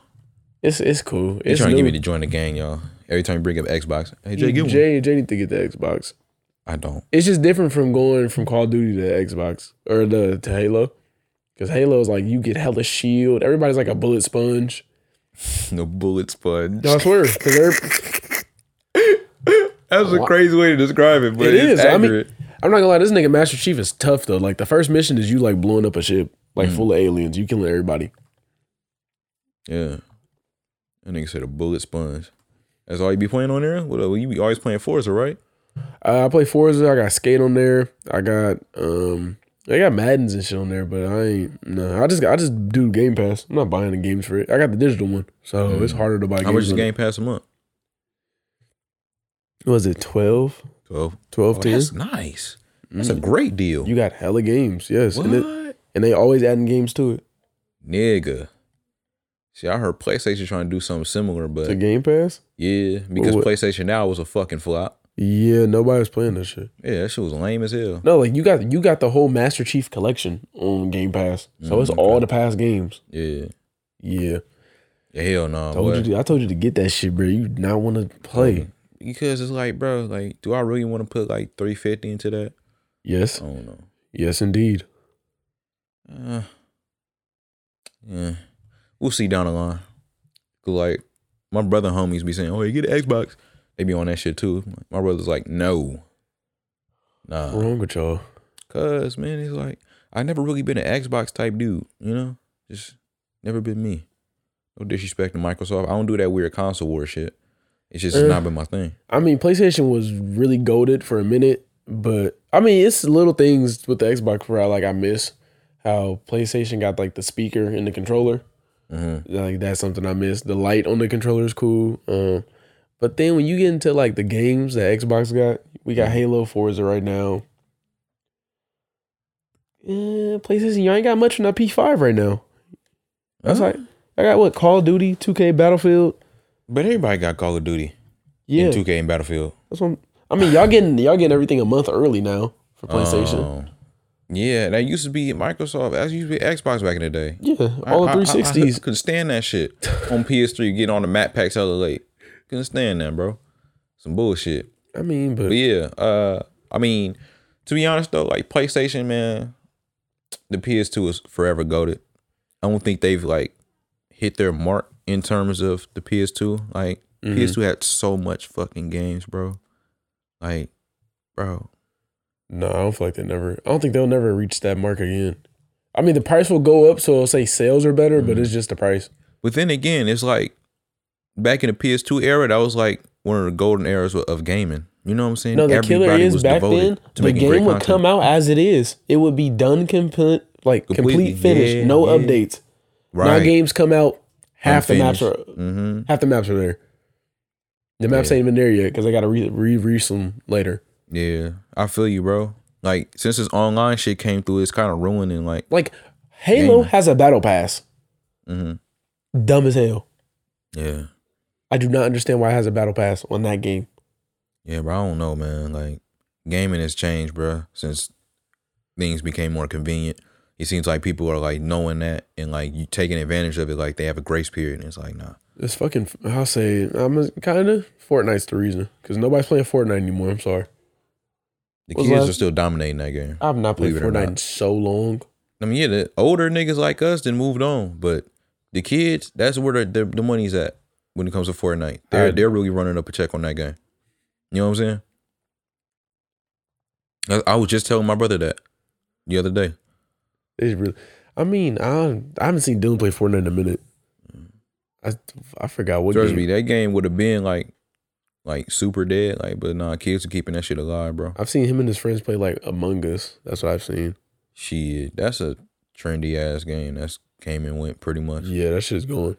[SPEAKER 2] It's it's cool.
[SPEAKER 1] he's
[SPEAKER 2] It's
[SPEAKER 1] trying to get
[SPEAKER 2] new. Mm,
[SPEAKER 1] me to join the gang, y'all. Every time you bring up Xbox, hey Jay, get one.
[SPEAKER 2] Jay, Jay need to get the Xbox.
[SPEAKER 1] I don't. *laughs*
[SPEAKER 2] It's just different from going from Call of Duty to Xbox or the to Halo, because Halo is like you get hella shield. Everybody's like a bullet sponge.
[SPEAKER 1] No bullet sponge.
[SPEAKER 2] No, I swear. *laughs* 'cause every-
[SPEAKER 1] That's a crazy way to describe it, but
[SPEAKER 2] it
[SPEAKER 1] it's
[SPEAKER 2] is. I mean,
[SPEAKER 1] accurate.
[SPEAKER 2] I'm not gonna lie. This nigga Master Chief is tough though. Like the first mission is you like blowing up a ship, like
[SPEAKER 1] Mm.
[SPEAKER 2] full of aliens. You killing everybody.
[SPEAKER 1] Yeah. That nigga said a bullet sponge. That's all you be playing on there? What uh, you be always playing Forza, right?
[SPEAKER 2] Uh, I play Forza. I got Skate on there. I got um, I got Madden's and shit on there. But I ain't. No, I just I just do Game Pass. I'm not buying the games for it. I got the digital one, so it's harder to buy.
[SPEAKER 1] Mm. How much is
[SPEAKER 2] games on
[SPEAKER 1] Game Pass a month?
[SPEAKER 2] it. Was it 12?
[SPEAKER 1] Twelve.
[SPEAKER 2] 12
[SPEAKER 1] Oh,
[SPEAKER 2] 10?
[SPEAKER 1] that's nice. That's
[SPEAKER 2] Mm.
[SPEAKER 1] a great deal.
[SPEAKER 2] You got hella games, yes,
[SPEAKER 1] what?
[SPEAKER 2] and, it, and they always adding games to it.
[SPEAKER 1] Nigga. See, I heard PlayStation trying to do something similar, but
[SPEAKER 2] To Game Pass,
[SPEAKER 1] yeah, because
[SPEAKER 2] What?
[SPEAKER 1] PlayStation Now was a fucking flop.
[SPEAKER 2] yeah, nobody was playing that shit.
[SPEAKER 1] Yeah, that shit was lame as hell.
[SPEAKER 2] No, like you got you got the whole Master Chief collection on Game Pass, so it's all the past games.
[SPEAKER 1] Yeah.
[SPEAKER 2] Yeah,
[SPEAKER 1] Yeah, Hell no.
[SPEAKER 2] told you to- I told you to get that shit, bro. You not want to
[SPEAKER 1] Mm.
[SPEAKER 2] play?
[SPEAKER 1] because it's like, bro, like, do I really want to put like 350 into that? I
[SPEAKER 2] Yes,
[SPEAKER 1] don't know.
[SPEAKER 2] yes, indeed.
[SPEAKER 1] Uh, yeah, we'll see down the line. 'Cause, Like my brother homies be saying, "Oh, you get an Xbox." They be on that shit too. My brother's like, "No,
[SPEAKER 2] What's
[SPEAKER 1] nah,"
[SPEAKER 2] wrong with y'all?
[SPEAKER 1] cause man, it's like I never really been an Xbox type dude. You know, just never been me. No disrespect to Microsoft. I don't do that weird console war shit. It's just
[SPEAKER 2] Eh.
[SPEAKER 1] not been my thing.
[SPEAKER 2] I mean, PlayStation was really goaded for a minute, but I mean, it's little things with the Xbox where I like I miss how PlayStation got like the speaker and the controller.
[SPEAKER 1] hmm
[SPEAKER 2] like that's something I miss. The light on the controller is cool. Um,
[SPEAKER 1] Mm-hmm.
[SPEAKER 2] but then when you get into like the games that Xbox got, we got Halo Forza right now. eh, PlayStation, you ain't got much on that P5 right now. That's
[SPEAKER 1] Uh-huh.
[SPEAKER 2] like I got what Call of Duty, 2K, Battlefield.
[SPEAKER 1] But everybody got Call of Duty
[SPEAKER 2] Yeah,
[SPEAKER 1] and 2K and Battlefield.
[SPEAKER 2] that's what I'm, I mean. Y'all getting y'all getting everything a month early now for PlayStation.
[SPEAKER 1] Um, yeah, that used to be Microsoft. That used to be Xbox back in the day.
[SPEAKER 2] yeah, all the
[SPEAKER 1] I- I- I- I
[SPEAKER 2] 360s.
[SPEAKER 1] couldn't stand that shit on PS3. Getting on the map packs hella late. Couldn't stand that, bro. Some bullshit.
[SPEAKER 2] I, mean, but
[SPEAKER 1] But yeah, uh, I mean, to be honest though, like PlayStation, man, the PS2 is forever goaded. I don't think they've like hit their mark in terms of the PS2. Like
[SPEAKER 2] Mhm.
[SPEAKER 1] PS2 had so much fucking games, bro. Like, bro,
[SPEAKER 2] no, I don't feel like they never. I don't think they'll never reach that mark again. I mean, the price will go up, so it'll say sales are better, but
[SPEAKER 1] Mhm.
[SPEAKER 2] it's just the price.
[SPEAKER 1] But then again, it's like back in the PS2 era, that was like one of the golden eras of- of gaming. You know what I'm saying?
[SPEAKER 2] No, the killer is back then. The
[SPEAKER 1] making great
[SPEAKER 2] game would
[SPEAKER 1] content.
[SPEAKER 2] come out as it is. It would be done complete, like
[SPEAKER 1] Completely.
[SPEAKER 2] complete finish,
[SPEAKER 1] Yeah,
[SPEAKER 2] no
[SPEAKER 1] yeah.
[SPEAKER 2] updates. Now games come out half the maps are
[SPEAKER 1] Mm-hmm.
[SPEAKER 2] half the maps are there. The maps
[SPEAKER 1] Yeah.
[SPEAKER 2] ain't even there yet because I gotta re re re some later.
[SPEAKER 1] Yeah, I feel you, bro. Like since this online shit came through, it's kind of ruining. Like,
[SPEAKER 2] Like Halo
[SPEAKER 1] Game.
[SPEAKER 2] has a battle pass.
[SPEAKER 1] hmm
[SPEAKER 2] Dumb as hell.
[SPEAKER 1] yeah,
[SPEAKER 2] I do not understand why it has a battle pass on that game.
[SPEAKER 1] yeah, bro. I don't know, man. Like gaming has changed, bro. Since things became more convenient, it seems like people are like knowing that and like you taking advantage of it. Like they have a grace period, and it's like, nah.
[SPEAKER 2] It's fucking. I'll say I'm kind of Fortnite's the reason because nobody's playing Fortnite anymore. I'm sorry.
[SPEAKER 1] The
[SPEAKER 2] Was
[SPEAKER 1] kids
[SPEAKER 2] last-
[SPEAKER 1] are still dominating that game.
[SPEAKER 2] I've not played
[SPEAKER 1] Believe it or
[SPEAKER 2] Fortnite
[SPEAKER 1] not.
[SPEAKER 2] in so long.
[SPEAKER 1] I mean, yeah, the older niggas like us then moved on, but the kids, that's where the the, the money's at when it comes to Fortnite. They're
[SPEAKER 2] I-
[SPEAKER 1] they're really running up a check on that game. You know what I'm saying? I, I was just telling my brother that the other day.
[SPEAKER 2] It's really. I mean, I I haven't seen Dylan play Fortnite in a minute. I I forgot what
[SPEAKER 1] Trust
[SPEAKER 2] game.
[SPEAKER 1] me, that game would have been like like super dead, like, but nah, kids are keeping that shit alive, bro.
[SPEAKER 2] I've seen him and his friends play like Among Us. That's what I've seen.
[SPEAKER 1] Shit, that's a trendy ass game. That's came and went pretty much.
[SPEAKER 2] Yeah, that shit's going.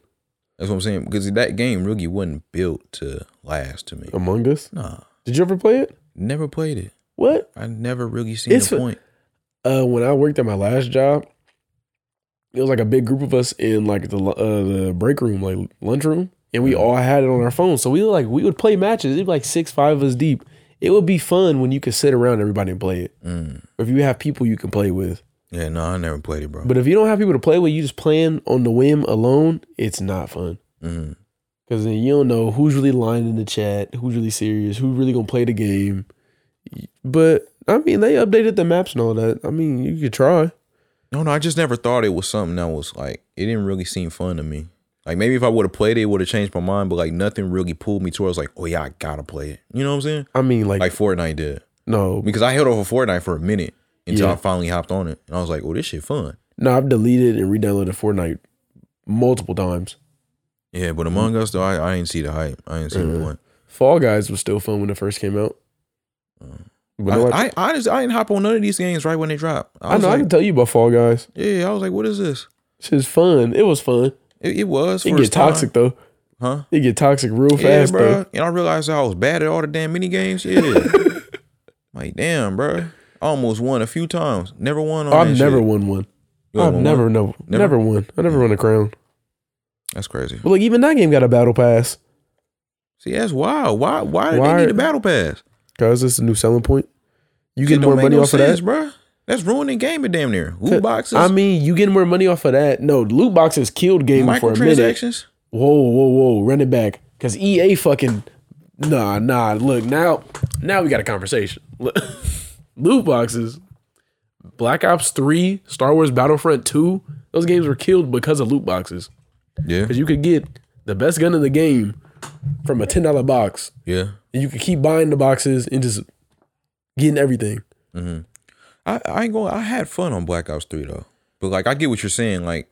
[SPEAKER 1] That's what I'm saying. Because that game really wasn't built to last to me.
[SPEAKER 2] Among Us.
[SPEAKER 1] Nah.
[SPEAKER 2] Did you ever play it?
[SPEAKER 1] Never played it.
[SPEAKER 2] What?
[SPEAKER 1] I never really seen
[SPEAKER 2] It's
[SPEAKER 1] the
[SPEAKER 2] a-
[SPEAKER 1] point.
[SPEAKER 2] Uh, when I worked at my last job, it was like a big group of us in like the lu- uh, the break room, like lunchroom, and
[SPEAKER 1] Mm-hmm.
[SPEAKER 2] we all had it on our phones. So we were like we would play matches. It'd be like six, five of us deep. It would be fun when you could sit around everybody and play it,
[SPEAKER 1] Mm.
[SPEAKER 2] or if you have people you can play with.
[SPEAKER 1] Yeah, no, I never played it, bro.
[SPEAKER 2] But if you don't have people to play with, you just playing on the whim alone. It's not fun
[SPEAKER 1] mm.
[SPEAKER 2] because then you don't know who's really lying in the chat, who's really serious, who's really gonna play the game. But I mean, they updated the maps and all that. I mean, you could try.
[SPEAKER 1] No, no, I just never thought it was something that was like it didn't really seem fun to me. Like maybe if I would have played it, it would have changed my mind, but like nothing really pulled me towards like, oh yeah, I gotta play it. You know what I'm saying?
[SPEAKER 2] I mean, like
[SPEAKER 1] Like Fortnite did.
[SPEAKER 2] no,
[SPEAKER 1] Because I held off for Fortnite for a minute until
[SPEAKER 2] Yeah.
[SPEAKER 1] I finally hopped on it. And I was like, oh, this shit fun.
[SPEAKER 2] No, I've deleted and re-downloaded Fortnite multiple times.
[SPEAKER 1] Yeah, but
[SPEAKER 2] Mm-hmm.
[SPEAKER 1] Among Us though, I, I didn't see the hype. I didn't see
[SPEAKER 2] Mhm.
[SPEAKER 1] the point.
[SPEAKER 2] Fall Guys was still fun when it first came out. But
[SPEAKER 1] Uh, I,
[SPEAKER 2] no, I,
[SPEAKER 1] I, honestly I didn't hop on none of these games right when they dropped. I
[SPEAKER 2] I
[SPEAKER 1] was
[SPEAKER 2] know I
[SPEAKER 1] like,
[SPEAKER 2] can tell you about Fall Guys.
[SPEAKER 1] yeah, I was like, what is this?
[SPEAKER 2] It's fun. It was fun.
[SPEAKER 1] It, it was
[SPEAKER 2] It
[SPEAKER 1] first
[SPEAKER 2] get toxic though.
[SPEAKER 1] time. huh?
[SPEAKER 2] It get toxic real
[SPEAKER 1] Yeah,
[SPEAKER 2] fast though.
[SPEAKER 1] bro. And I realized I was bad at all the damn mini games.
[SPEAKER 2] *laughs*
[SPEAKER 1] Yeah. like, damn, bro. I almost won a few times. Never won on
[SPEAKER 2] Oh, I've
[SPEAKER 1] that
[SPEAKER 2] never
[SPEAKER 1] shit.
[SPEAKER 2] won one.
[SPEAKER 1] You
[SPEAKER 2] I've
[SPEAKER 1] won
[SPEAKER 2] never,
[SPEAKER 1] one?
[SPEAKER 2] No,
[SPEAKER 1] Never? Mm.
[SPEAKER 2] never won. I never won a crown.
[SPEAKER 1] That's crazy.
[SPEAKER 2] But look, even that game got a battle pass
[SPEAKER 1] See, that's wild. Why? Why did
[SPEAKER 2] Why-
[SPEAKER 1] they need a battle pass?
[SPEAKER 2] because it's a new selling point. You
[SPEAKER 1] Shit
[SPEAKER 2] get
[SPEAKER 1] don't
[SPEAKER 2] more
[SPEAKER 1] make
[SPEAKER 2] money
[SPEAKER 1] no
[SPEAKER 2] off of that.
[SPEAKER 1] bro. That's ruining gaming damn near. Loot boxes,
[SPEAKER 2] I mean, you get more money off of that. No, loot boxes killed gaming for a minute.
[SPEAKER 1] microtransactions.
[SPEAKER 2] Whoa, whoa, whoa! Run it back, cause EA fucking nah, nah. Look now, now we got a conversation. *laughs* Look, Loot boxes, Black Ops Three, Star Wars Battlefront Two. Those games were killed because of loot boxes,
[SPEAKER 1] Yeah,
[SPEAKER 2] cause you could get the best gun in the game from a ten dollar box,
[SPEAKER 1] yeah.
[SPEAKER 2] and you could keep buying the boxes and just getting everything.
[SPEAKER 1] I, I ain't going. to I had fun on Black Ops Three though. But like, I get what you're saying. Like,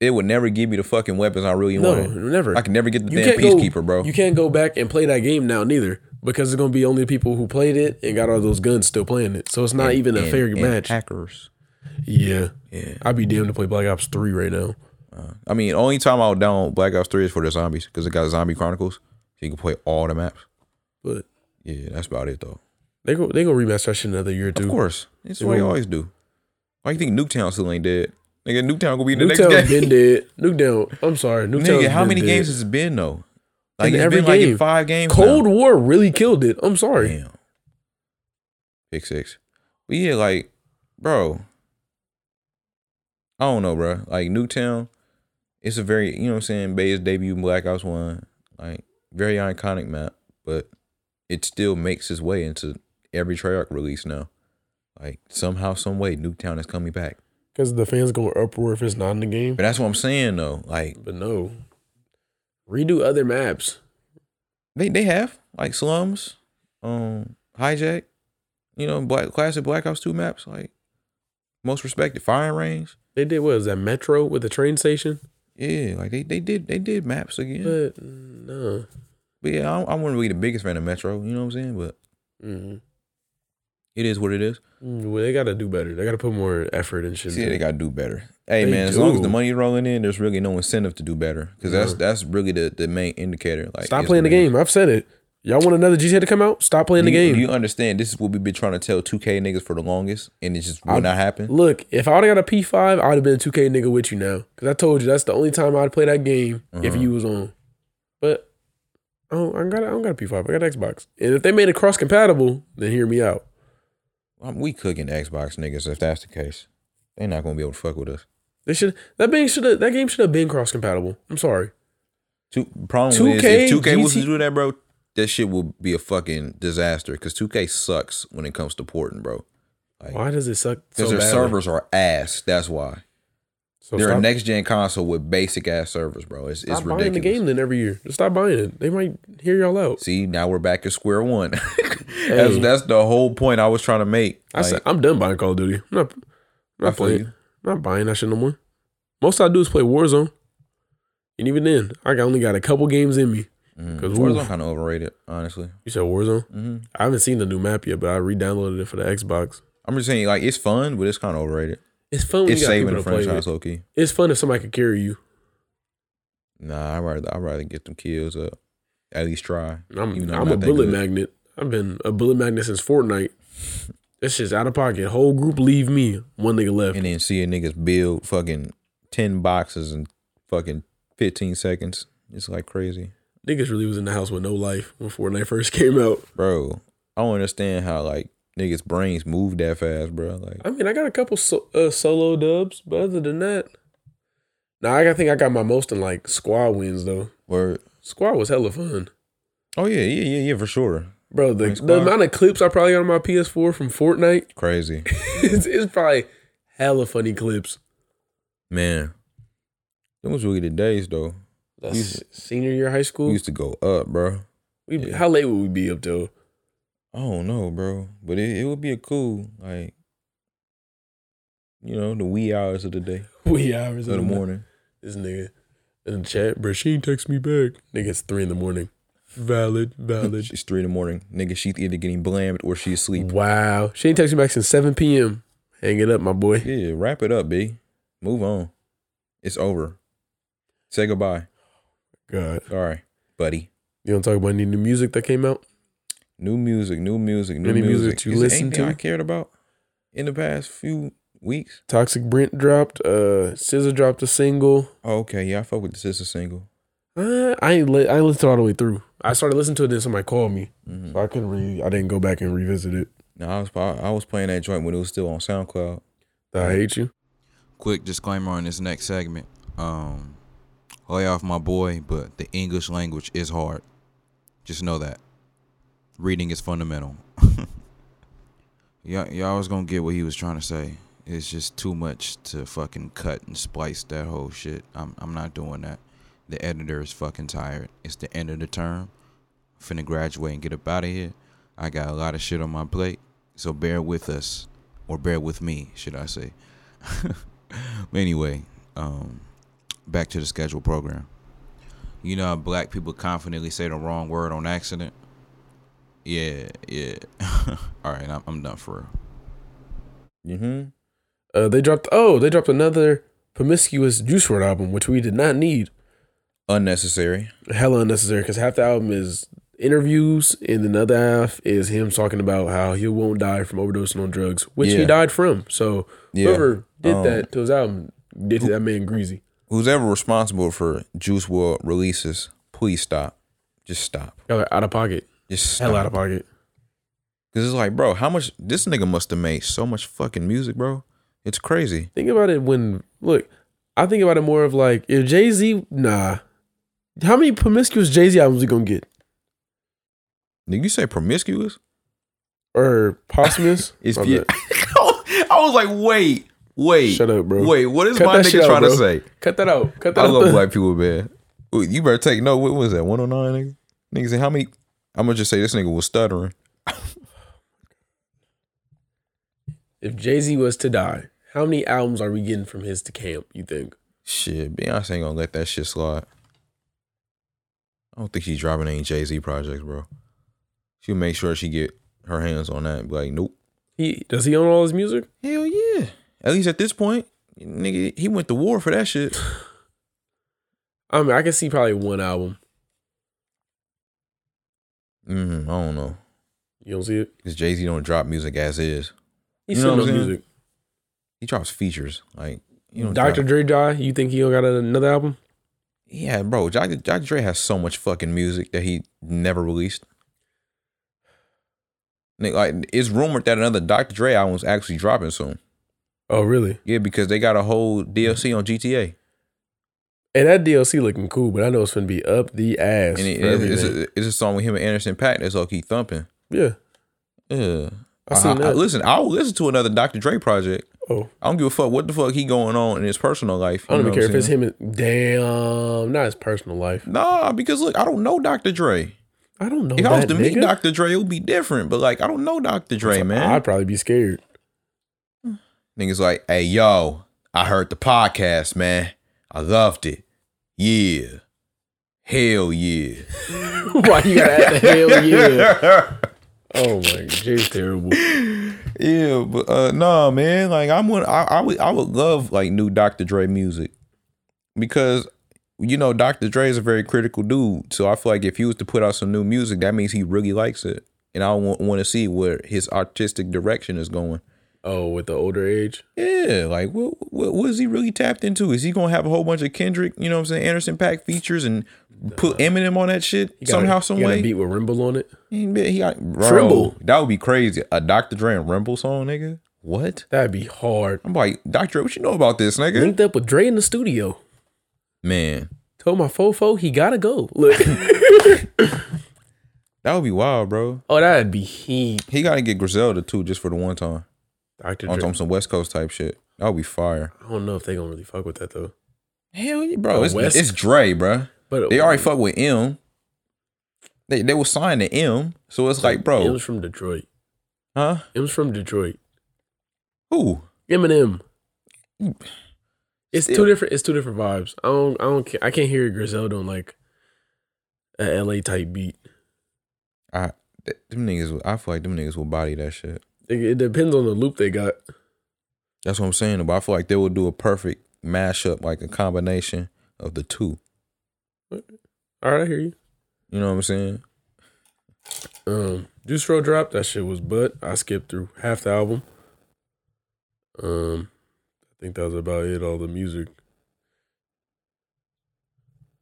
[SPEAKER 1] it would never give me the fucking weapons I really
[SPEAKER 2] No,
[SPEAKER 1] wanted.
[SPEAKER 2] never.
[SPEAKER 1] I could never get the
[SPEAKER 2] You
[SPEAKER 1] damn
[SPEAKER 2] can't go-
[SPEAKER 1] peacekeeper, bro.
[SPEAKER 2] You can't go back and play that game now, neither, because it's gonna be only people who played it and got all those guns still playing it. So it's not even a
[SPEAKER 1] And-
[SPEAKER 2] fair
[SPEAKER 1] and
[SPEAKER 2] match.
[SPEAKER 1] Hackers.
[SPEAKER 2] Yeah.
[SPEAKER 1] Yeah.
[SPEAKER 2] I'd be damned to play Black Ops 3 right now.
[SPEAKER 1] I mean, only time I'll download Black Ops 3 is for the zombies because it got Zombie Chronicles. So you can play all the maps.
[SPEAKER 2] But
[SPEAKER 1] Yeah, that's about it, though.
[SPEAKER 2] they go they go remaster that shit another year or two.
[SPEAKER 1] Of course. It's what they always do. Why you think Nuketown still ain't dead? Nigga, Nuketown gonna be in the
[SPEAKER 2] Nuketown
[SPEAKER 1] next game.
[SPEAKER 2] been dead. Nuketown. I'm sorry.
[SPEAKER 1] *laughs*
[SPEAKER 2] Nuketown.
[SPEAKER 1] Nigga, how
[SPEAKER 2] been
[SPEAKER 1] many
[SPEAKER 2] dead.
[SPEAKER 1] games has it been though? Like
[SPEAKER 2] In
[SPEAKER 1] it's
[SPEAKER 2] every
[SPEAKER 1] been like in
[SPEAKER 2] game.
[SPEAKER 1] five games.
[SPEAKER 2] Cold
[SPEAKER 1] now.
[SPEAKER 2] War really killed it. I'm sorry.
[SPEAKER 1] Damn. Pick six. But yeah, like, bro. I don't know, bro. Like Newtown, it's a very you know what I'm saying, Bay's debut Black Ops One, like very iconic map, but it still makes its way into every Treyarch release now. Like somehow, some way, Nuketown is coming back.
[SPEAKER 2] Because the fans going uproar if it's not in the game.
[SPEAKER 1] But that's what I'm saying though. Like
[SPEAKER 2] But no. Redo other maps.
[SPEAKER 1] they they have like slums, um, hijack, you know, black classic Black Ops Two maps, like most respected firing range.
[SPEAKER 2] They did what is that Metro with the train station?
[SPEAKER 1] Yeah, like they, they did they did maps again. But,
[SPEAKER 2] But no.
[SPEAKER 1] yeah, I, I wouldn't be the biggest fan of Metro. You know what I'm saying? But
[SPEAKER 2] Mm-hmm. Mm,
[SPEAKER 1] it is what it is.
[SPEAKER 2] Well, they gotta do better. They gotta put more effort and shit.
[SPEAKER 1] See,
[SPEAKER 2] into
[SPEAKER 1] they
[SPEAKER 2] it.
[SPEAKER 1] gotta do better. Hey
[SPEAKER 2] They
[SPEAKER 1] man, as long as
[SPEAKER 2] do.
[SPEAKER 1] the money rolling in, there's really no incentive to do better because that's
[SPEAKER 2] Yeah.
[SPEAKER 1] that's really the, the main indicator. Like,
[SPEAKER 2] Stop
[SPEAKER 1] it's
[SPEAKER 2] playing the
[SPEAKER 1] really-
[SPEAKER 2] game. I've said it. Y'all want another GTA to come out? Stop playing the
[SPEAKER 1] You-
[SPEAKER 2] game.
[SPEAKER 1] You understand? This is what we've been trying to tell 2K niggas for the longest, and it just will
[SPEAKER 2] I'm-
[SPEAKER 1] not happen.
[SPEAKER 2] Look, if I would have got a P5, I would have been a 2K nigga with you now. Because I told you that's the only time I'd play that game if
[SPEAKER 1] Uh-huh.
[SPEAKER 2] you was on. But I don't, I, got, I don't got a P5. I got an Xbox. And if they made it cross compatible, then hear me out.
[SPEAKER 1] Um, we cooking Xbox niggas if that's the case. They're not gonna be able to fuck with us.
[SPEAKER 2] They should that game should have that game should have been cross compatible. I'm sorry.
[SPEAKER 1] Two, problem
[SPEAKER 2] 2K,
[SPEAKER 1] is if 2K was to
[SPEAKER 2] GT
[SPEAKER 1] do that, bro, that shit will be a fucking disaster because 2K sucks when it comes to porting, bro. Like,
[SPEAKER 2] Why does it suck?
[SPEAKER 1] Because
[SPEAKER 2] so
[SPEAKER 1] their
[SPEAKER 2] badly?
[SPEAKER 1] servers are ass. That's why
[SPEAKER 2] So
[SPEAKER 1] they're a
[SPEAKER 2] stop-
[SPEAKER 1] next gen console with basic ass servers, bro. It's
[SPEAKER 2] stop
[SPEAKER 1] it's
[SPEAKER 2] buying
[SPEAKER 1] ridiculous.
[SPEAKER 2] the game then every year. Just stop buying it. They might hear y'all out.
[SPEAKER 1] See, now we're back at square one. *laughs* that's, that's the whole point I was trying to make.
[SPEAKER 2] I said
[SPEAKER 1] Like,
[SPEAKER 2] I'm done buying Call of Duty. I'm not, I'm
[SPEAKER 1] I
[SPEAKER 2] not
[SPEAKER 1] feel
[SPEAKER 2] playing.
[SPEAKER 1] you.
[SPEAKER 2] I'm not buying that shit no more. Most I do is play Warzone, and even then, I got- only got a couple games in me.
[SPEAKER 1] mm,
[SPEAKER 2] 'Cause
[SPEAKER 1] Warzone
[SPEAKER 2] oof.
[SPEAKER 1] kind of overrated, honestly.
[SPEAKER 2] You said Warzone?
[SPEAKER 1] hmm
[SPEAKER 2] I haven't seen the new map yet, but I re-downloaded it for the Xbox.
[SPEAKER 1] I'm just saying, like, it's fun, but it's kind of overrated.
[SPEAKER 2] It's fun. When
[SPEAKER 1] it's
[SPEAKER 2] you got
[SPEAKER 1] saving
[SPEAKER 2] people
[SPEAKER 1] the
[SPEAKER 2] to play with.
[SPEAKER 1] franchise, low key.
[SPEAKER 2] It's fun if somebody could carry you.
[SPEAKER 1] Nah, I rather I rather get them kills up. At least try.
[SPEAKER 2] I'm,
[SPEAKER 1] Even though
[SPEAKER 2] I'm
[SPEAKER 1] not
[SPEAKER 2] a
[SPEAKER 1] that
[SPEAKER 2] bullet
[SPEAKER 1] good.
[SPEAKER 2] magnet. I've been a bullet magnet since Fortnite. This shit's out of pocket. Whole group leave me. One nigga left.
[SPEAKER 1] and then see a niggas build fucking ten boxes in fucking fifteen seconds. It's like crazy,
[SPEAKER 2] Niggas really was in the house with no life when Fortnite *laughs* first came out.
[SPEAKER 1] bro. I don't understand how like niggas brains move that fast, bro. Like
[SPEAKER 2] I mean, I got a couple so, uh, solo dubs, but other than that, nah, I think I got my most in like squad wins though.
[SPEAKER 1] word.
[SPEAKER 2] Squad was hella fun,
[SPEAKER 1] Oh yeah, yeah, yeah, yeah, for sure.
[SPEAKER 2] bro. The,
[SPEAKER 1] Thanks,
[SPEAKER 2] the
[SPEAKER 1] squad.
[SPEAKER 2] amount of clips I probably got on my PS4 from Fortnite *laughs*
[SPEAKER 1] Crazy *laughs*
[SPEAKER 2] is, is probably hella funny clips.
[SPEAKER 1] man. It was really the days though.
[SPEAKER 2] That's
[SPEAKER 1] Used-
[SPEAKER 2] senior year of high
[SPEAKER 1] We
[SPEAKER 2] school.
[SPEAKER 1] used to go up, bro.
[SPEAKER 2] we be
[SPEAKER 1] yeah.
[SPEAKER 2] How late would we be
[SPEAKER 1] *laughs*
[SPEAKER 2] up till?
[SPEAKER 1] I don't know, bro, but it, it would be a cool like. You know the wee hours of the day,
[SPEAKER 2] Wee hours
[SPEAKER 1] of the
[SPEAKER 2] *laughs*
[SPEAKER 1] morning.
[SPEAKER 2] This nigga in the chat, bro. She ain't text me back. Nigga, it's three in the morning. Valid,
[SPEAKER 1] *laughs*
[SPEAKER 2] valid.
[SPEAKER 1] It's three in the morning, nigga. She's either getting blamed or she asleep.
[SPEAKER 2] wow, she ain't text me back since seven p.m. Hang it up, my boy.
[SPEAKER 1] Yeah, wrap it up, B. Move on. It's over. Say goodbye.
[SPEAKER 2] God.
[SPEAKER 1] Sorry, buddy.
[SPEAKER 2] You don't talk about any new music that came out.
[SPEAKER 1] New music, new music, new
[SPEAKER 2] Any music
[SPEAKER 1] music.
[SPEAKER 2] that you
[SPEAKER 1] Is there
[SPEAKER 2] listen
[SPEAKER 1] anything
[SPEAKER 2] to?
[SPEAKER 1] I cared about in the past few weeks.
[SPEAKER 2] Toxic Brent dropped. Uh, Scissor dropped a single.
[SPEAKER 1] Oh, okay, yeah, I fuck with the sister single.
[SPEAKER 2] Uh, I ain't li- I ain't listened to it all the way through. I started listening to it, then somebody called me,
[SPEAKER 1] hmm
[SPEAKER 2] so I couldn't really. I didn't go back and revisit it.
[SPEAKER 1] No, I was I was playing that joint when it was still on SoundCloud.
[SPEAKER 2] I hate you.
[SPEAKER 3] quick disclaimer on this next segment. Um, lay off my boy, but the English language is hard. Just know that. Reading is fundamental. *laughs* y'all, y'all was gonna get what he was trying to say. It's just too much to fucking cut and splice that whole shit. I'm, I'm not doing that. The editor is fucking tired. It's the end of the term. Finna graduate and get up out of here. I got a lot of shit on my plate, so bear with us, or bear with me, should I say? anyway, um, back to the schedule program. You know how black people confidently say the wrong word on accident? Yeah, yeah. *laughs* All right, I'm, I'm done for real.
[SPEAKER 1] Mm-hmm.
[SPEAKER 2] Uh, they dropped. Oh, they dropped another promiscuous Juice WRLD album, which we did not need.
[SPEAKER 1] Unnecessary.
[SPEAKER 2] Hella unnecessary because half the album is interviews, and then the other half is him talking about how he won't die from overdosing on drugs, which he
[SPEAKER 1] Yeah.
[SPEAKER 2] died from. So
[SPEAKER 1] Yeah.
[SPEAKER 2] whoever did
[SPEAKER 1] Um,
[SPEAKER 2] that to his album did to that man greasy.
[SPEAKER 1] Who's ever responsible for Juice World releases, please stop. Just stop.
[SPEAKER 2] Y'all are out of pocket.
[SPEAKER 1] Just
[SPEAKER 2] Hell out
[SPEAKER 1] stop.
[SPEAKER 2] of pocket.
[SPEAKER 1] Because it's like, bro, how much this nigga must have made so much fucking music, bro. It's crazy.
[SPEAKER 2] Think about it when look, I think about it more of like if Jay Z nah. How many promiscuous Jay Z albums we gonna get?
[SPEAKER 1] Did you say promiscuous?
[SPEAKER 2] Or
[SPEAKER 1] *laughs*
[SPEAKER 2] posthumous?
[SPEAKER 1] It's
[SPEAKER 2] My
[SPEAKER 1] yeah.
[SPEAKER 2] bad.
[SPEAKER 1] I was like, wait, wait.
[SPEAKER 2] Shut up, bro.
[SPEAKER 1] Wait, what is
[SPEAKER 2] Cut
[SPEAKER 1] my
[SPEAKER 2] that shit
[SPEAKER 1] nigga
[SPEAKER 2] out,
[SPEAKER 1] trying to
[SPEAKER 2] bro.
[SPEAKER 1] say?
[SPEAKER 2] Cut that out. Cut that
[SPEAKER 1] I love
[SPEAKER 2] out.
[SPEAKER 1] black people, man. Ooh, You better take no. What was that? One hundred nine, nigga. Nigga said how many? I'm gonna just say this nigga was stuttering.
[SPEAKER 2] *laughs* If Jay Z was to die, how many albums are we getting from his to camp, you think?
[SPEAKER 1] Shit, Beyonce ain't gonna let that shit slide. I don't think she's dropping any Jay Z projects, bro. She'll make sure she get her hands on that. And be like, nope.
[SPEAKER 2] He does he own all his music?
[SPEAKER 1] Hell yeah. At least at this point, nigga, he went to war for that shit.
[SPEAKER 2] I mean, I can see probably one album.
[SPEAKER 1] Mm, I don't know,
[SPEAKER 2] You don't see it?
[SPEAKER 1] cause Jay Z don't drop music as is.
[SPEAKER 2] He
[SPEAKER 1] You
[SPEAKER 2] still
[SPEAKER 1] know what
[SPEAKER 2] no
[SPEAKER 1] I'm saying?
[SPEAKER 2] music.
[SPEAKER 1] He drops features like you know.
[SPEAKER 2] Dr. Dre die, you think he don't got another album?
[SPEAKER 1] Yeah, bro. Dr. Dr. Dre has so much fucking music that he never released. Nigga, Like it's rumored that another Dr. Dre album is actually dropping soon.
[SPEAKER 2] Oh really?
[SPEAKER 1] Yeah, because they got a whole DLC on GTA,
[SPEAKER 2] And that DLC looking cool, but I know it's gonna be up the ass.
[SPEAKER 1] and it,
[SPEAKER 2] for
[SPEAKER 1] it's, it's,
[SPEAKER 2] everything.
[SPEAKER 1] a, it's a song with him and Anderson Paak that's all keep thumping.
[SPEAKER 2] yeah.
[SPEAKER 1] Yeah,
[SPEAKER 2] I seen that.
[SPEAKER 1] listen, I'll listen to another Dr. Dre project.
[SPEAKER 2] oh.
[SPEAKER 1] I don't give a fuck what the fuck he going on in his personal life.
[SPEAKER 2] I don't
[SPEAKER 1] you
[SPEAKER 2] even
[SPEAKER 1] know
[SPEAKER 2] care if
[SPEAKER 1] what I'm
[SPEAKER 2] it's
[SPEAKER 1] saying?
[SPEAKER 2] him. And, damn, not his personal life.
[SPEAKER 1] Nah, because look, I don't know Dr. Dre.
[SPEAKER 2] I don't know.
[SPEAKER 1] If I was
[SPEAKER 2] that
[SPEAKER 1] to meet
[SPEAKER 2] nigga.
[SPEAKER 1] Dr. Dre, it would be different. But like, I don't know Dr. Dre, man.
[SPEAKER 2] I'd probably
[SPEAKER 1] *laughs*
[SPEAKER 2] be scared. *laughs*
[SPEAKER 1] Niggas like, hey yo, I heard the podcast, man. I loved it. Yeah. Hell yeah.
[SPEAKER 2] Why you gotta add the hell yeah? Oh my, Jay's terrible.
[SPEAKER 1] *laughs* yeah, but uh no, man. Like I'm one I, I would I would love like new Dr. Dre music. Because you know, Dr. Dre is a very critical dude. So I feel like if he was to put out some new music, that means he really likes it. And I want, want to see where his artistic direction is going.
[SPEAKER 2] Oh, with the older age,
[SPEAKER 1] Yeah, like what, what what is he really tapped into? Is he gonna have a whole bunch of Kendrick, you know what I'm saying, Anderson Pack features and put Eminem on that shit
[SPEAKER 2] You
[SPEAKER 1] somehow, some
[SPEAKER 2] you got a
[SPEAKER 1] way?
[SPEAKER 2] beat with Rimble on it.
[SPEAKER 1] he, he got bro,
[SPEAKER 2] Trimble.
[SPEAKER 1] That would be crazy. A Dr. Dre and Rimble song, nigga. What?
[SPEAKER 2] That'd be hard.
[SPEAKER 1] I'm like, Dr. Dre, what you know about this, nigga?
[SPEAKER 2] Linked up with Dre in the studio.
[SPEAKER 1] Man,
[SPEAKER 2] Told my fofo he gotta
[SPEAKER 1] *laughs*
[SPEAKER 2] go. Look, *laughs*
[SPEAKER 1] that would be wild, bro.
[SPEAKER 2] oh, that'd be he,
[SPEAKER 1] He gotta get Griselda too, just for the one time.
[SPEAKER 2] Doctor
[SPEAKER 1] On
[SPEAKER 2] Dre.
[SPEAKER 1] some- some West Coast type shit. That would be fire.
[SPEAKER 2] I don't know if they gonna really fuck with that though.
[SPEAKER 1] Hell yeah, bro.
[SPEAKER 2] The
[SPEAKER 1] It's,
[SPEAKER 2] West-
[SPEAKER 1] it's Dre, bro.
[SPEAKER 2] But
[SPEAKER 1] They already fuck with M. They they were signed to M. So it's like, bro,
[SPEAKER 2] M's from Detroit.
[SPEAKER 1] huh?
[SPEAKER 2] M's from Detroit.
[SPEAKER 1] Who?
[SPEAKER 2] Eminem.
[SPEAKER 1] Mm.
[SPEAKER 2] It's
[SPEAKER 1] Still.
[SPEAKER 2] two different. It's two different vibes. I don't. I don't. ca- I can't hear Griselda on like a LA type beat.
[SPEAKER 1] I th- them niggas. will- I feel like them niggas will body that shit.
[SPEAKER 2] It, it depends on the loop they got.
[SPEAKER 1] That's what I'm saying. But I feel like they will do a perfect mashup, like a combination of the two.
[SPEAKER 2] All right, I hear you.
[SPEAKER 1] You know what I'm saying?
[SPEAKER 2] Um, Juice Row drop. That shit was butt. I skipped through half the album. Um, I think that was about it. All the music.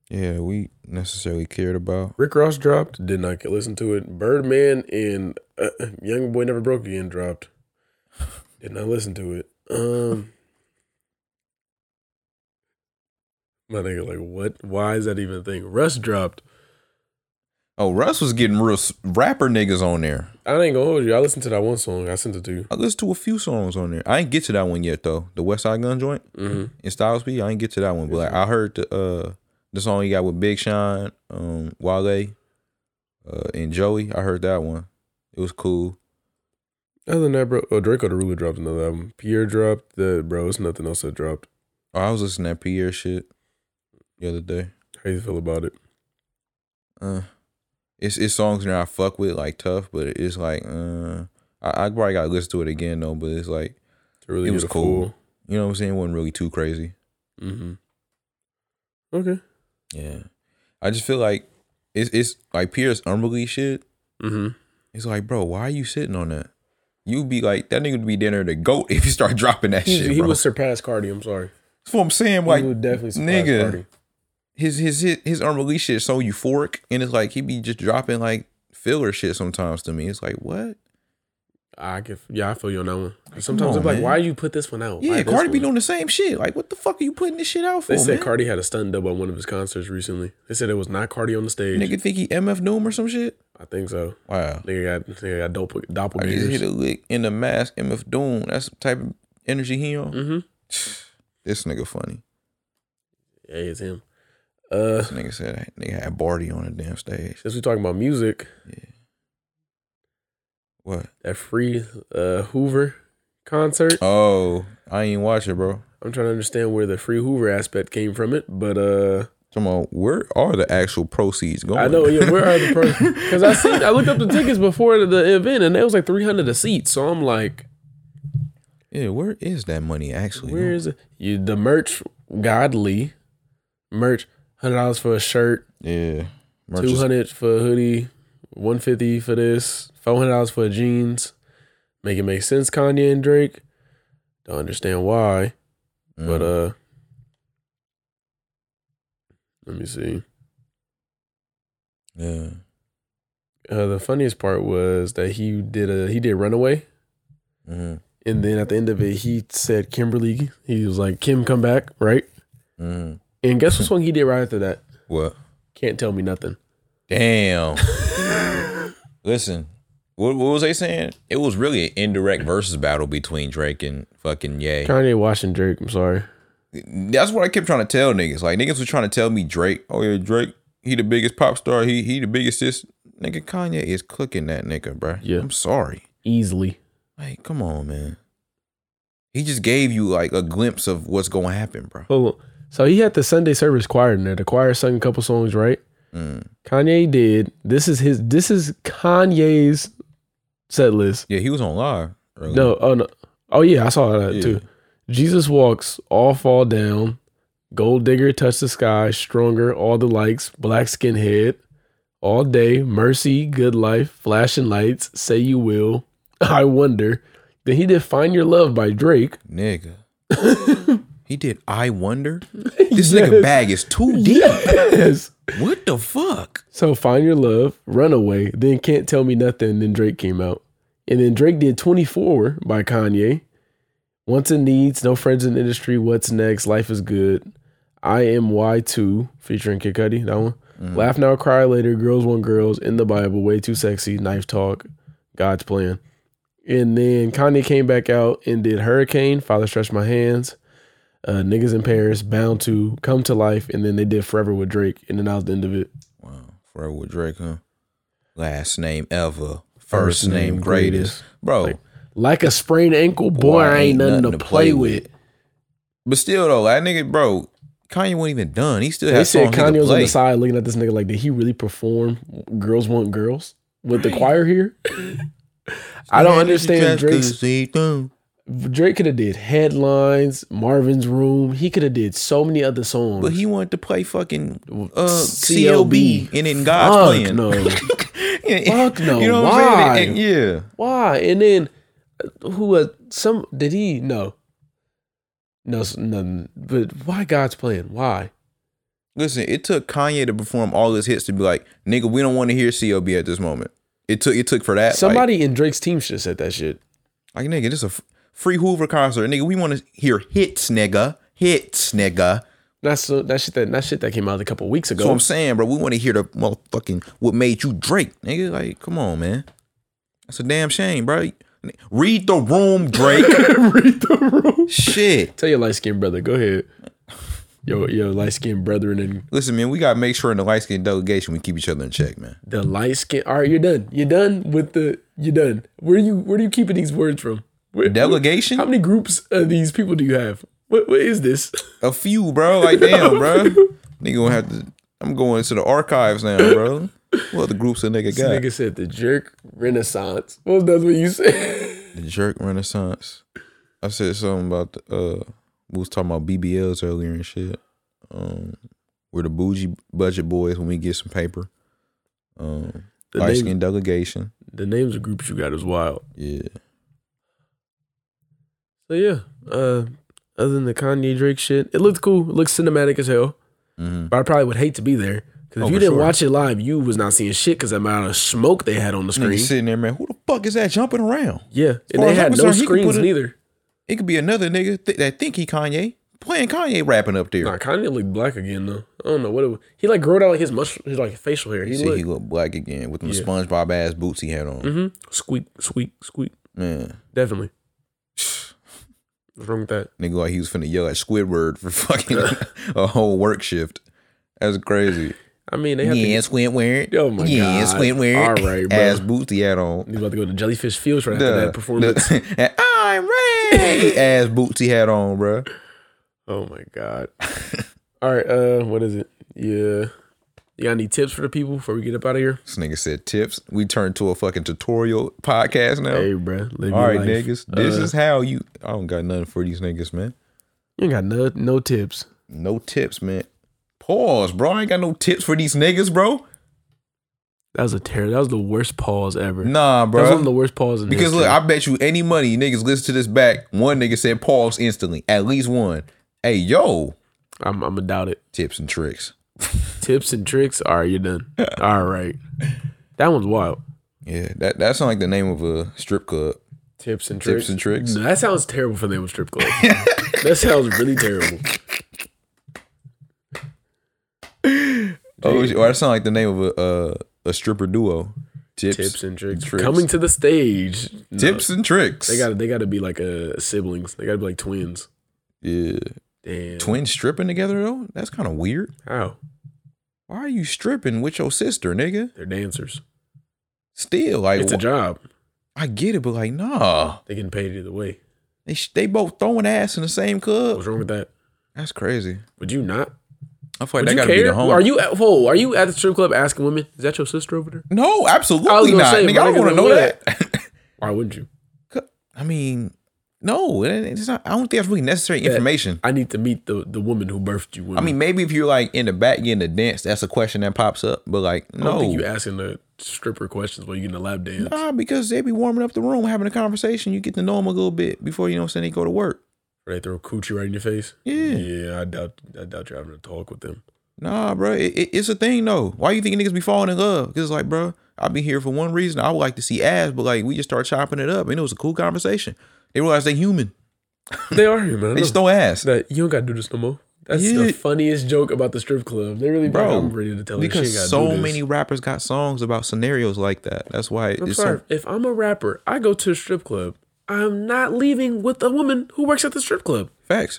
[SPEAKER 1] Yeah, we necessarily cared about.
[SPEAKER 2] Rick Ross dropped. Did not get listen to it. Birdman and uh, Young Boy Never Broke Again dropped. Did not listen to it. Um, *laughs* my nigga, like, what? Why is that even a thing? Russ dropped.
[SPEAKER 1] Oh, Russ was getting real s- rapper niggas on there.
[SPEAKER 2] I ain't gonna hold you. I listened to that one song. I sent it to you.
[SPEAKER 1] I listened to a few songs on there. I ain't get to that one yet though. The West Side Gun joint
[SPEAKER 2] Mm-hmm.
[SPEAKER 1] in Styles P. I ain't get to that one, but like I heard the uh the song he got with Big Sean, um, Wale, uh, and Joey. I heard that one. It was cool.
[SPEAKER 2] Other than that, bro. Oh, Draco Derulo dropped another album. Pierre dropped. The bro, it's nothing else that dropped.
[SPEAKER 1] Oh, I was listening to that Pierre shit the other day.
[SPEAKER 2] How you feel about it?
[SPEAKER 1] Uh, it's it's songs that I fuck with like tough, but it's like uh, I, I probably got to listen to it again though. But it's like
[SPEAKER 2] It's really
[SPEAKER 1] It was cool. you know what I'm saying. It wasn't really too crazy.
[SPEAKER 2] Mm-hmm. Okay.
[SPEAKER 1] Yeah, I just feel like it's it's like Pierce Umberly shit.
[SPEAKER 2] Mm-hmm.
[SPEAKER 1] It's like, bro, why are you sitting on that? You'd be like, that nigga would be dinner the goat if you start *laughs* dropping that shit,
[SPEAKER 2] he
[SPEAKER 1] bro.
[SPEAKER 2] would surpass Cardi. I'm sorry.
[SPEAKER 1] That's what I'm saying.
[SPEAKER 2] he
[SPEAKER 1] Like,
[SPEAKER 2] would definitely surpass
[SPEAKER 1] nigga.
[SPEAKER 2] Cardi.
[SPEAKER 1] his his his, his unreleased shit is so euphoric, and it's like he be just dropping like filler shit sometimes to me. It's like what?
[SPEAKER 2] Ah, I can, yeah, I feel you on that one. Sometimes
[SPEAKER 1] on,
[SPEAKER 2] I'm like,
[SPEAKER 1] man.
[SPEAKER 2] why you put this one out? Why
[SPEAKER 1] Yeah,
[SPEAKER 2] this
[SPEAKER 1] Cardi be
[SPEAKER 2] one?
[SPEAKER 1] doing the same shit. Like, what the fuck are you putting this shit out for?
[SPEAKER 2] They said
[SPEAKER 1] man?
[SPEAKER 2] Cardi had a stunt double on one of his concerts recently. They said it was not Cardi on the stage.
[SPEAKER 1] Nigga think he MF Doom or some shit.
[SPEAKER 2] I think so.
[SPEAKER 1] Wow.
[SPEAKER 2] Nigga got, nigga got dope,
[SPEAKER 1] I just hit
[SPEAKER 2] doppelgangers.
[SPEAKER 1] a lick in the mask, MF Doom. That's the type of energy he on.
[SPEAKER 2] Mm-hmm.
[SPEAKER 1] This nigga funny.
[SPEAKER 2] Yeah, it's him. Uh,
[SPEAKER 1] This nigga said that nigga had Barty on the damn stage.
[SPEAKER 2] since we talking about music,
[SPEAKER 1] What?
[SPEAKER 2] that free uh, Hoover concert.
[SPEAKER 1] Oh, I ain't watch it, bro.
[SPEAKER 2] I'm trying to understand where the free Hoover aspect came from it, but uh,
[SPEAKER 1] Come on, where are the actual proceeds going?
[SPEAKER 2] I know yeah, where
[SPEAKER 1] *laughs*
[SPEAKER 2] are the because I seen I looked up the tickets before the event and it was like 300 a seat. So I'm like,
[SPEAKER 1] yeah, where is that money actually?
[SPEAKER 2] where is it? You the merch godly merch hundred dollars for a shirt,
[SPEAKER 1] Yeah, Merch
[SPEAKER 2] two
[SPEAKER 1] is-
[SPEAKER 2] hundred for a hoodie, one fifty for this, four hundred dollars for jeans. Make it make sense, Kanye and Drake. Don't understand why,
[SPEAKER 1] Mm.
[SPEAKER 2] but uh, let me see.
[SPEAKER 1] yeah,
[SPEAKER 2] Uh, the funniest part was that he did a he did Runaway,
[SPEAKER 1] mm
[SPEAKER 2] and then at the end of it, he said Kimberly. He was like, "Kim, come back!" Right?
[SPEAKER 1] mm
[SPEAKER 2] And guess what song he did right after that?
[SPEAKER 1] what?
[SPEAKER 2] Can't tell me nothing. *laughs*
[SPEAKER 1] Damn. Listen, what, what was they saying? It was really an indirect versus battle between Drake and fucking Ye.
[SPEAKER 2] Kanye Washington Drake. I'm sorry.
[SPEAKER 1] That's what I kept trying to tell niggas. Like niggas was trying to tell me Drake. Oh yeah, Drake. He the biggest pop star. He he the biggest this nigga. Kanye is cooking that nigga, bro.
[SPEAKER 2] Yeah.
[SPEAKER 1] I'm sorry.
[SPEAKER 2] Easily.
[SPEAKER 1] Like, come on, man. He just gave you like a glimpse of what's gonna happen, bro.
[SPEAKER 2] Hold on. So he had the Sunday service choir in there. The choir sung a couple songs, right?
[SPEAKER 1] Mm.
[SPEAKER 2] Kanye did. This is his. This is Kanye's set list.
[SPEAKER 1] Yeah, he was on live. earlier.
[SPEAKER 2] No. Oh no. Oh yeah, I saw that
[SPEAKER 1] Yeah.
[SPEAKER 2] too. Jesus walks, all fall down, gold digger, touch the sky, stronger, all the likes, black skinhead, all day, mercy, good life, flashing lights, say you will, *laughs* I wonder. Then he did "Find Your Love" by Drake. *laughs*
[SPEAKER 1] Nigga. he did I Wonder? This nigga
[SPEAKER 2] Yes.
[SPEAKER 1] bag is
[SPEAKER 2] *laughs*
[SPEAKER 1] too deep.
[SPEAKER 2] Yes.
[SPEAKER 1] What the fuck?
[SPEAKER 2] So "Find Your Love," "Runaway," then "Can't Tell Me Nothing." Then Drake came out, and then Drake did "24" by Kanye. Wants and Needs, No Friends in the Industry, What's Next, Life is Good, I Am Y2, featuring Kid Cudi, that one. Laugh Now, Cry Later, Girls Want Girls, In the Bible, Way Too Sexy, Knife Talk, God's Plan. And then Kanye came back out and did Hurricane, Father Stretch My Hands, uh, Niggas in Paris, Bound to, Come to Life, and then they did Forever with Drake, and then that was the end of it.
[SPEAKER 1] Wow. Forever with Drake, huh? Last name ever. First name greatest. Bro.
[SPEAKER 2] Like a sprained ankle, boy, I ain't nothing, to play with.
[SPEAKER 1] But still though, that nigga, bro, Kanye wasn't even done. He still
[SPEAKER 2] They
[SPEAKER 1] has
[SPEAKER 2] said
[SPEAKER 1] songs he
[SPEAKER 2] Kanye
[SPEAKER 1] could
[SPEAKER 2] was on
[SPEAKER 1] play.
[SPEAKER 2] the side looking at this nigga like, did he really perform "Girls Want Girls" with the
[SPEAKER 1] *laughs*
[SPEAKER 2] choir here? I don't understand Drake's. Drake could have did headlines, Marvin's Room. He could have did so many other songs.
[SPEAKER 1] But he wanted to play fucking uh,
[SPEAKER 2] CLB.
[SPEAKER 1] CLB and then God's
[SPEAKER 2] Fuck
[SPEAKER 1] playing.
[SPEAKER 2] no. Fuck
[SPEAKER 1] *laughs*
[SPEAKER 2] no.
[SPEAKER 1] You know what I'm saying?
[SPEAKER 2] Why?
[SPEAKER 1] And- yeah.
[SPEAKER 2] Why? And then uh, who was some? Did he no? No, s- no. But why God's playing? Why?
[SPEAKER 1] Listen, it took Kanye to perform all his hits to be like, nigga, we don't want to hear CLB at this moment. It took it took for that.
[SPEAKER 2] Somebody in Drake's team should have said that shit.
[SPEAKER 1] like, like nigga, this is a f- free Hoover concert, nigga. We want to hear hits, nigga, hits, nigga.
[SPEAKER 2] That's so, that shit that that shit that came out a couple weeks
[SPEAKER 1] That's what
[SPEAKER 2] ago.
[SPEAKER 1] I'm saying, bro. We want to hear the motherfucking what made you Drake, nigga. Like, come on, man. That's a damn shame, bro. Read the room, Drake.
[SPEAKER 2] *laughs* Read the room.
[SPEAKER 1] Shit.
[SPEAKER 2] Tell your light skinned brother, go ahead. Yo, yo, light skinned brethren and
[SPEAKER 1] Listen, man, we gotta make sure in the light skinned delegation we keep each other in check, man.
[SPEAKER 2] the light skin. All right, you're done. You're done with the. You're done. Where you where are you keeping these words from? Where,
[SPEAKER 1] Delegation?
[SPEAKER 2] How many groups of these people do you have? What what is this? *laughs*
[SPEAKER 1] A few, bro. *laughs* Like damn, bro. Nigga gonna have to. I'm going to the archives now, bro. What the groups a nigga
[SPEAKER 2] This
[SPEAKER 1] got?
[SPEAKER 2] nigga said the jerk renaissance. Well, that's what you said.
[SPEAKER 1] The jerk renaissance. I said something about the. Uh, we was talking about BBLs earlier and shit. Um, we're the bougie budget boys when we get some paper. um,
[SPEAKER 2] The,
[SPEAKER 1] light
[SPEAKER 2] name-
[SPEAKER 1] skin delegation.
[SPEAKER 2] the names of groups you got is wild.
[SPEAKER 1] Yeah,
[SPEAKER 2] So yeah. Uh, other than the Kanye Drake shit, it looked cool. It looked cinematic as hell.
[SPEAKER 1] hmm
[SPEAKER 2] But I probably would hate to be there because
[SPEAKER 1] Oh,
[SPEAKER 2] if you
[SPEAKER 1] for
[SPEAKER 2] didn't
[SPEAKER 1] sure.
[SPEAKER 2] watch it live, you was not seeing shit because the amount of smoke they had on the screen.
[SPEAKER 1] nigga sitting there, man. Who the fuck is that jumping around?
[SPEAKER 2] Yeah, and
[SPEAKER 1] far
[SPEAKER 2] they
[SPEAKER 1] as I'm
[SPEAKER 2] had no
[SPEAKER 1] concerned, he can
[SPEAKER 2] screens
[SPEAKER 1] put it-
[SPEAKER 2] neither.
[SPEAKER 1] It could be another nigga th- that think he Kanye playing Kanye rapping up there.
[SPEAKER 2] Nah, Kanye looked black again though. I don't know what it was. He like growed out like his mush, his like facial hair. He
[SPEAKER 1] See, he
[SPEAKER 2] looked
[SPEAKER 1] look black again with them
[SPEAKER 2] Yeah.
[SPEAKER 1] SpongeBob ass boots he had on.
[SPEAKER 2] Mhm. squeak, squeak, squeak.
[SPEAKER 1] Man, *sighs*
[SPEAKER 2] Definitely. What's wrong with that?
[SPEAKER 1] nigga, like he was finna yell at Squidward for *laughs* fucking a whole work shift. That's crazy.
[SPEAKER 2] I mean, they have
[SPEAKER 1] Yeah,
[SPEAKER 2] to.
[SPEAKER 1] Squidward.
[SPEAKER 2] Oh my
[SPEAKER 1] yeah,
[SPEAKER 2] God.
[SPEAKER 1] Squidward.
[SPEAKER 2] All right, bro.
[SPEAKER 1] ass boots he had on.
[SPEAKER 2] He's about to go to Jellyfish Fields right after
[SPEAKER 1] Duh.
[SPEAKER 2] that performance.
[SPEAKER 1] *laughs* And I'm ready. ass boots he had on, bruh.
[SPEAKER 2] Oh my *laughs* god. All right, uh, what is it? Yeah. You got any tips for the people before we get up out of here?
[SPEAKER 1] This nigga said tips. We turned to a fucking tutorial podcast now.
[SPEAKER 2] Hey, bro. Live
[SPEAKER 1] All
[SPEAKER 2] your
[SPEAKER 1] right,
[SPEAKER 2] life.
[SPEAKER 1] niggas. This
[SPEAKER 2] Uh,
[SPEAKER 1] is how you. I don't got nothing for these niggas, man.
[SPEAKER 2] You ain't got no no tips.
[SPEAKER 1] No tips, man. Pause, bro. I ain't got no tips for these niggas, bro.
[SPEAKER 2] That was a terrible. That was the worst pause ever.
[SPEAKER 1] Nah,
[SPEAKER 2] that
[SPEAKER 1] bro.
[SPEAKER 2] was one of the worst pauses. In
[SPEAKER 1] Because
[SPEAKER 2] history.
[SPEAKER 1] look, I bet you any money niggas listen to this back. One nigga said pause instantly. At least one. Hey, yo,
[SPEAKER 2] I'm I'm gonna doubt it.
[SPEAKER 1] tips and tricks.
[SPEAKER 2] Tips and tricks. All right,
[SPEAKER 1] *laughs*
[SPEAKER 2] you're done. All right. That one's wild.
[SPEAKER 1] Yeah, that that sounds like the name of a strip club.
[SPEAKER 2] Tips and tricks.
[SPEAKER 1] Tips and tricks.
[SPEAKER 2] No, that sounds terrible for the name of strip
[SPEAKER 1] *laughs*
[SPEAKER 2] club. that sounds really terrible.
[SPEAKER 1] Oh, shit. or that sounds like the name of a uh, a stripper duo. Tips,
[SPEAKER 2] Tips and tricks.
[SPEAKER 1] Tricks.
[SPEAKER 2] Coming to the stage. No,
[SPEAKER 1] tips and tricks.
[SPEAKER 2] They got they got to be like uh siblings. They got to be like twins.
[SPEAKER 1] yeah.
[SPEAKER 2] Damn.
[SPEAKER 1] twins stripping together though. That's kind of weird.
[SPEAKER 2] How?
[SPEAKER 1] Why are you stripping with your sister, nigga?
[SPEAKER 2] They're dancers.
[SPEAKER 1] Still, like
[SPEAKER 2] It's a
[SPEAKER 1] wh-
[SPEAKER 2] job.
[SPEAKER 1] I get it, but like, nah.
[SPEAKER 2] They getting paid either way.
[SPEAKER 1] They sh- they both throwing ass in the same club.
[SPEAKER 2] What's wrong with that?
[SPEAKER 1] That's crazy.
[SPEAKER 2] Would you not?
[SPEAKER 1] I feel like
[SPEAKER 2] Would
[SPEAKER 1] that
[SPEAKER 2] you
[SPEAKER 1] gotta
[SPEAKER 2] care?
[SPEAKER 1] be the home.
[SPEAKER 2] Are you at whoa? Are you at the strip club asking women? Is that your sister over there?
[SPEAKER 1] No,
[SPEAKER 2] I was
[SPEAKER 1] absolutely
[SPEAKER 2] gonna
[SPEAKER 1] not.
[SPEAKER 2] say,
[SPEAKER 1] nigga, I
[SPEAKER 2] my
[SPEAKER 1] don't want
[SPEAKER 2] nigga
[SPEAKER 1] to know
[SPEAKER 2] would.
[SPEAKER 1] that. *laughs*
[SPEAKER 2] Why wouldn't you?
[SPEAKER 1] I mean, no, it- it's not. I don't think that's really necessary
[SPEAKER 2] That-
[SPEAKER 1] information.
[SPEAKER 2] I need to meet the the woman who birthed you.
[SPEAKER 1] I mean, maybe if you're like in the back getting a dance, that's a question that pops up. But like,
[SPEAKER 2] I don't
[SPEAKER 1] no,
[SPEAKER 2] think you asking the stripper questions while you getting a lap dance.
[SPEAKER 1] nah, because they be warming up the room, having a conversation. You get to know them a little bit before you know what I'm saying. They go to work.
[SPEAKER 2] Where they throw coochie right in your face.
[SPEAKER 1] Yeah.
[SPEAKER 2] Yeah, I doubt I doubt you're having a talk with them.
[SPEAKER 1] Nah, bro, it, it- it's a thing though. Why you think niggas be falling in love? Because it's like, bro, I be here for one reason. I would like to see ass, but like we just start chopping it up, and it was a cool conversation. They realize they human.
[SPEAKER 2] they are human. I
[SPEAKER 1] They
[SPEAKER 2] know.
[SPEAKER 1] just throw ass
[SPEAKER 2] that you don't gotta do this no more. That's
[SPEAKER 1] Yeah.
[SPEAKER 2] the funniest joke about the strip club. They really
[SPEAKER 1] Bro,
[SPEAKER 2] bro. I'm ready to tell you. she ain't gotta
[SPEAKER 1] because so
[SPEAKER 2] do this.
[SPEAKER 1] many rappers got songs about scenarios like that. That's why
[SPEAKER 2] I'm
[SPEAKER 1] it's
[SPEAKER 2] sorry.
[SPEAKER 1] so.
[SPEAKER 2] if I'm a rapper, I go to a strip club. I'm not leaving with a woman who works at the strip club.
[SPEAKER 1] Facts.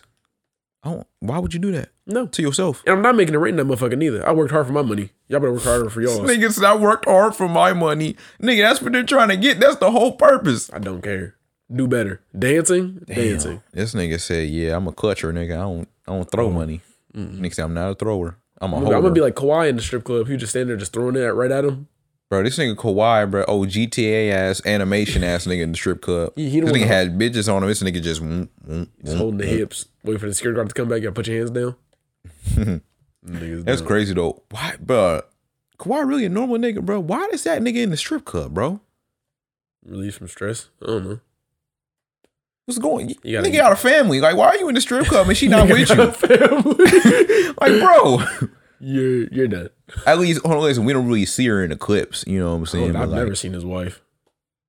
[SPEAKER 1] I don't, why would you do that
[SPEAKER 2] No.
[SPEAKER 1] to yourself?
[SPEAKER 2] And I'm not making a rent in that motherfucker neither. I worked hard for my money. Y'all better work harder for y'all.
[SPEAKER 1] Niggas, I worked hard for my money. Nigga, that's what they're trying to get. That's the whole purpose.
[SPEAKER 2] I don't care. Do better. Dancing? Dancing.
[SPEAKER 1] This nigga said, "Yeah, I'm a clutcher, nigga. I don't, I don't throw money. Nigga said, I'm not a thrower. I'm a
[SPEAKER 2] I'm
[SPEAKER 1] holder."
[SPEAKER 2] gonna be like Kawhi in the strip club. He just standing there just throwing it right at him.
[SPEAKER 1] Bro, this nigga Kawhi, bro, oh GTA ass animation ass nigga in the strip club.
[SPEAKER 2] He- he
[SPEAKER 1] this
[SPEAKER 2] don't
[SPEAKER 1] nigga
[SPEAKER 2] wanna-
[SPEAKER 1] had bitches on him. This nigga just, mm, mm,
[SPEAKER 2] Just
[SPEAKER 1] mm.
[SPEAKER 2] holding the hips. Wait for the security guard to come back. You gotta put your
[SPEAKER 1] *laughs*
[SPEAKER 2] hands down. Niggas
[SPEAKER 1] that's
[SPEAKER 2] dumb.
[SPEAKER 1] crazy though. Why, bro? Kawhi really a normal nigga, bro? Why is that nigga in the strip club, bro?
[SPEAKER 2] Relief from stress. I don't know.
[SPEAKER 1] What's going?
[SPEAKER 2] You
[SPEAKER 1] You
[SPEAKER 2] gotta-
[SPEAKER 1] nigga got a family. Like, why are you in the strip club and she
[SPEAKER 2] *laughs*
[SPEAKER 1] not with you?
[SPEAKER 2] Family. *laughs*
[SPEAKER 1] Like, bro,
[SPEAKER 2] you're you're done.
[SPEAKER 1] at least hold on, listen. We don't really see her in the clips. You know what I'm
[SPEAKER 2] I
[SPEAKER 1] saying?
[SPEAKER 2] don't-
[SPEAKER 1] But,
[SPEAKER 2] Oh, I've
[SPEAKER 1] like,
[SPEAKER 2] never seen his wife.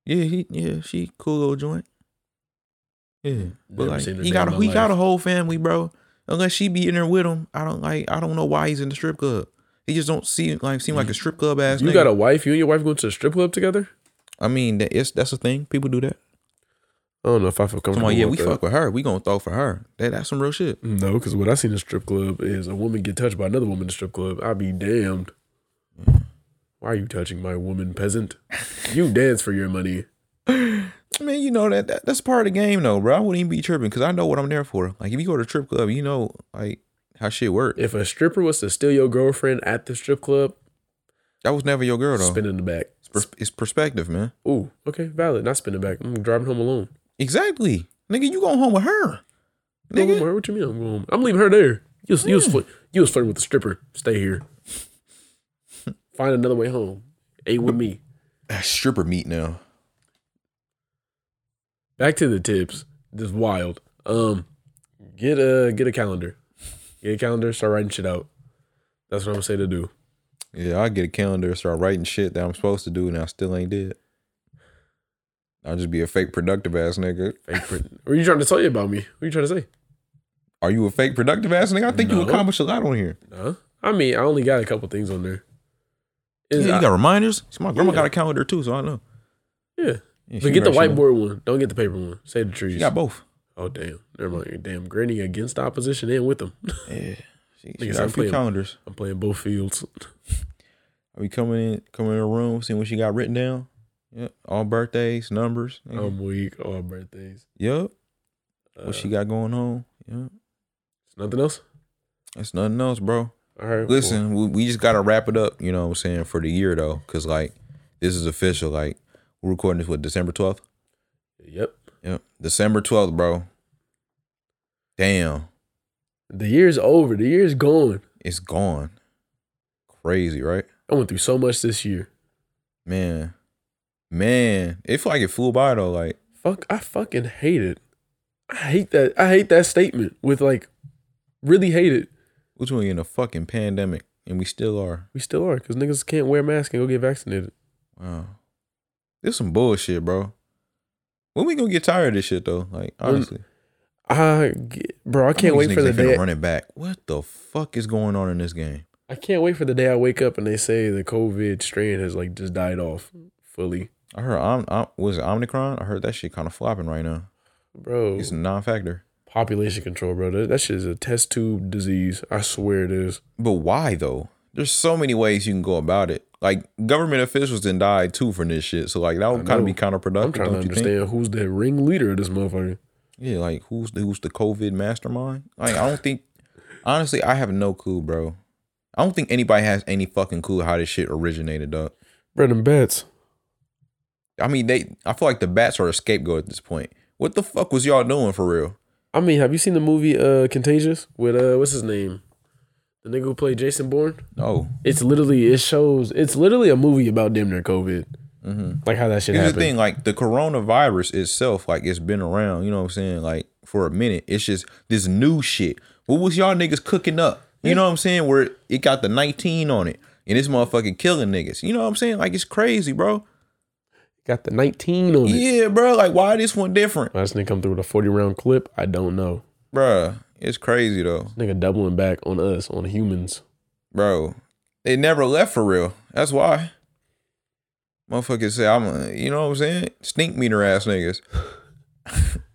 [SPEAKER 1] Yeah, he, yeah, she cool little joint. Yeah, but
[SPEAKER 2] Never
[SPEAKER 1] like
[SPEAKER 2] seen her
[SPEAKER 1] he
[SPEAKER 2] name
[SPEAKER 1] got a,
[SPEAKER 2] in my
[SPEAKER 1] he got a
[SPEAKER 2] life.
[SPEAKER 1] whole family, bro. Unless she be in there with him, I don't like. I don't know why he's in the strip club. He just don't seem like seem like a strip club ass.
[SPEAKER 2] You
[SPEAKER 1] nigga.
[SPEAKER 2] got a wife. You and your wife going to a strip club together?
[SPEAKER 1] I mean, that it's that's a thing. People do that.
[SPEAKER 2] I don't know if I feel
[SPEAKER 1] Come
[SPEAKER 2] comfortable.
[SPEAKER 1] on, yeah, we
[SPEAKER 2] with that.
[SPEAKER 1] fuck with her. We gonna throw for her. That that's some real shit.
[SPEAKER 2] No, because what I seen in a strip club is a woman get touched by another woman in a strip club. I'd be damned. Why are you touching my woman, peasant?
[SPEAKER 1] *laughs*
[SPEAKER 2] You dance for your money.
[SPEAKER 1] I mean, you know that, that that's part of the game though, bro. I wouldn't even be tripping because I know what I'm there for. Like if you go to a strip club, you know like how shit work.
[SPEAKER 2] If a stripper was to steal your girlfriend at the strip club,
[SPEAKER 1] That was never your girl though.
[SPEAKER 2] spin in the back.
[SPEAKER 1] It's pers- it's perspective, man.
[SPEAKER 2] Ooh, okay, valid. Not spin it back. I'm driving home alone.
[SPEAKER 1] Exactly, nigga. You going home with her?
[SPEAKER 2] Go
[SPEAKER 1] Nigga.
[SPEAKER 2] home, Mar. what you mean I'm going home? I'm leaving her there.
[SPEAKER 1] *laughs*
[SPEAKER 2] You was, you was, fl- you was flirting with the stripper. Stay here. Find another way home. Ate with me.
[SPEAKER 1] Stripper meat now.
[SPEAKER 2] Back to the tips. This is wild. Um, get a get a calendar. Get a calendar. Start writing shit out. That's what I'm gonna say to do.
[SPEAKER 1] Yeah, I get a calendar, start writing shit that I'm supposed to do, and I still ain't did. I'll just be a fake productive ass nigga.
[SPEAKER 2] Fake print.
[SPEAKER 1] *laughs*
[SPEAKER 2] what are you trying to tell you about me? What are you trying to say?
[SPEAKER 1] Are you a fake productive ass nigga? I think you
[SPEAKER 2] No.
[SPEAKER 1] accomplished a lot on here.
[SPEAKER 2] No. I mean, I only got a couple things on there. Is-
[SPEAKER 1] Yeah, you got reminders. See, my grandma
[SPEAKER 2] Yeah.
[SPEAKER 1] got a calendar too, so I know.
[SPEAKER 2] I- yeah.
[SPEAKER 1] Yeah, she
[SPEAKER 2] But get the
[SPEAKER 1] right, she-
[SPEAKER 2] whiteboard one. Don't get the paper one. Say the trees.
[SPEAKER 1] She got both.
[SPEAKER 2] Oh damn. Never mind. You're damn granny against the opposition and with them. *laughs*
[SPEAKER 1] Yeah, she, she
[SPEAKER 2] Niggas
[SPEAKER 1] got a
[SPEAKER 2] ain't
[SPEAKER 1] few
[SPEAKER 2] playing.
[SPEAKER 1] calendars.
[SPEAKER 2] I'm playing both fields. *laughs*
[SPEAKER 1] Are we coming in, coming in her room, seeing what she got written down? Yep. All birthdays, numbers.
[SPEAKER 2] I'm weak. All birthdays.
[SPEAKER 1] yep.
[SPEAKER 2] Oh, Uh,
[SPEAKER 1] Mm-hmm. what she got going on? Yep.
[SPEAKER 2] Nothing else.
[SPEAKER 1] That's nothing else, bro.
[SPEAKER 2] All right. cool.
[SPEAKER 1] Listen, we, we just gotta wrap it up. You know what I'm saying for the year though, because like this is official. Like we're recording this what December 12th.
[SPEAKER 2] Yep.
[SPEAKER 1] Yep. December 12th, bro. Damn,
[SPEAKER 2] The year's over. The year's gone.
[SPEAKER 1] it's gone. Crazy, right?
[SPEAKER 2] I went through so much this year.
[SPEAKER 1] Man, man, it feel like it flew by though. Like
[SPEAKER 2] Fuck. I fucking hate it. I hate that. I hate that statement. With like, really hate it.
[SPEAKER 1] which one in a fucking pandemic, and we still are.
[SPEAKER 2] We still are because niggas can't wear masks and go get vaccinated.
[SPEAKER 1] Wow. This some bullshit, bro. When we gonna get tired of this shit though? Like
[SPEAKER 2] When-
[SPEAKER 1] honestly.
[SPEAKER 2] I, get- bro, I can't
[SPEAKER 1] How many
[SPEAKER 2] wait for
[SPEAKER 1] niggas
[SPEAKER 2] the
[SPEAKER 1] they finna
[SPEAKER 2] day.
[SPEAKER 1] run it back. What the fuck is going on in this game?
[SPEAKER 2] I can't wait for the day I wake up and they say the COVID strain has like just died off fully,
[SPEAKER 1] I heard Om, Om, was it Omnicron? I heard that shit kind of flopping right now.
[SPEAKER 2] bro.
[SPEAKER 1] It's a non-factor.
[SPEAKER 2] population control, bro. That, that shit is a test tube disease. I swear it is.
[SPEAKER 1] But why though? There's so many ways you can go about it. Like government officials didn't die too from this shit, so like that would kind of
[SPEAKER 2] know.
[SPEAKER 1] be counterproductive.
[SPEAKER 2] I'm trying to
[SPEAKER 1] don't you think?
[SPEAKER 2] understand who's the ringleader of this motherfucker.
[SPEAKER 1] Yeah, like who's the, who's the COVID mastermind? Like I don't think honestly, I have no clue, bro. I don't think anybody has any fucking clue how this shit originated, dog.
[SPEAKER 2] Bread and bets.
[SPEAKER 1] I mean, they. I feel like the bats are a scapegoat at this point. What the fuck was y'all doing for real?
[SPEAKER 2] I mean, have you seen the movie uh Contagious with uh what's his name? The nigga who played Jason Bourne?
[SPEAKER 1] No.
[SPEAKER 2] It's literally it shows it's literally a movie about damn near COVID.
[SPEAKER 1] Mm-hmm.
[SPEAKER 2] Like how that shit
[SPEAKER 1] Here's the
[SPEAKER 2] happened.
[SPEAKER 1] thing, like the coronavirus itself, like it's been around. You know what I'm saying? Like for a minute, it's just this new shit. What was y'all niggas cooking up? You know what I'm saying? Where it got the 19 on it, and this motherfucking killing niggas. You know what I'm saying? Like it's crazy, bro.
[SPEAKER 2] Got the 19 on it.
[SPEAKER 1] Yeah, bro. Like why this one different,
[SPEAKER 2] Last nigga come through with a 40 round clip. I don't know.
[SPEAKER 1] Bruh, It's crazy though,
[SPEAKER 2] Nigga doubling back on us, on humans.
[SPEAKER 1] bro. They never left for real. That's why. Motherfuckers say I'm, a, you know what I'm saying? Stink meter ass niggas.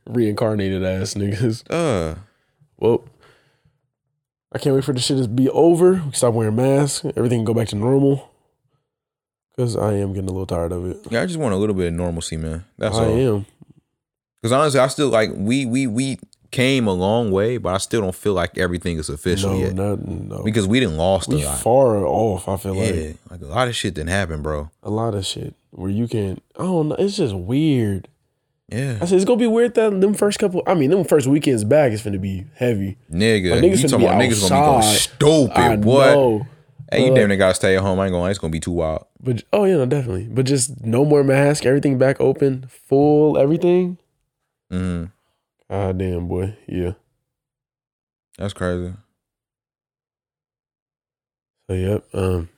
[SPEAKER 2] Reincarnated ass niggas. *laughs*
[SPEAKER 1] Uh,
[SPEAKER 2] Well, I can't wait for this shit to be over. We can stop wearing masks. Everything can go back to normal. Cause I am getting a little tired of it.
[SPEAKER 1] yeah, I just want a little bit of normalcy, man. That's
[SPEAKER 2] I
[SPEAKER 1] all.
[SPEAKER 2] am.
[SPEAKER 1] Because honestly, I still like we we we came a long way, but I still don't feel like everything is official
[SPEAKER 2] No,
[SPEAKER 1] yet
[SPEAKER 2] not no.
[SPEAKER 1] because we didn't lost a
[SPEAKER 2] we
[SPEAKER 1] lot.
[SPEAKER 2] far off. I feel like
[SPEAKER 1] Yeah, like a lot of shit didn't happen, bro.
[SPEAKER 2] a lot of shit where you can. I don't know. It's just weird. I
[SPEAKER 1] Yeah,
[SPEAKER 2] said it's gonna be weird that them first couple. I mean, them first weekends back is gonna be heavy.
[SPEAKER 1] nigga,
[SPEAKER 2] Like, niggas
[SPEAKER 1] you
[SPEAKER 2] finna
[SPEAKER 1] talking
[SPEAKER 2] be
[SPEAKER 1] about niggas gonna be going
[SPEAKER 2] outside.
[SPEAKER 1] stupid?
[SPEAKER 2] I
[SPEAKER 1] what?
[SPEAKER 2] know.
[SPEAKER 1] Hey, you
[SPEAKER 2] But,
[SPEAKER 1] damn near gotta stay at home. I ain't gonna. It's gonna be too wild.
[SPEAKER 2] But oh yeah, no, definitely. But just no more mask. Everything back open, full everything.
[SPEAKER 1] hmm
[SPEAKER 2] Ah damn boy, yeah.
[SPEAKER 1] That's crazy.
[SPEAKER 2] So yep. Um,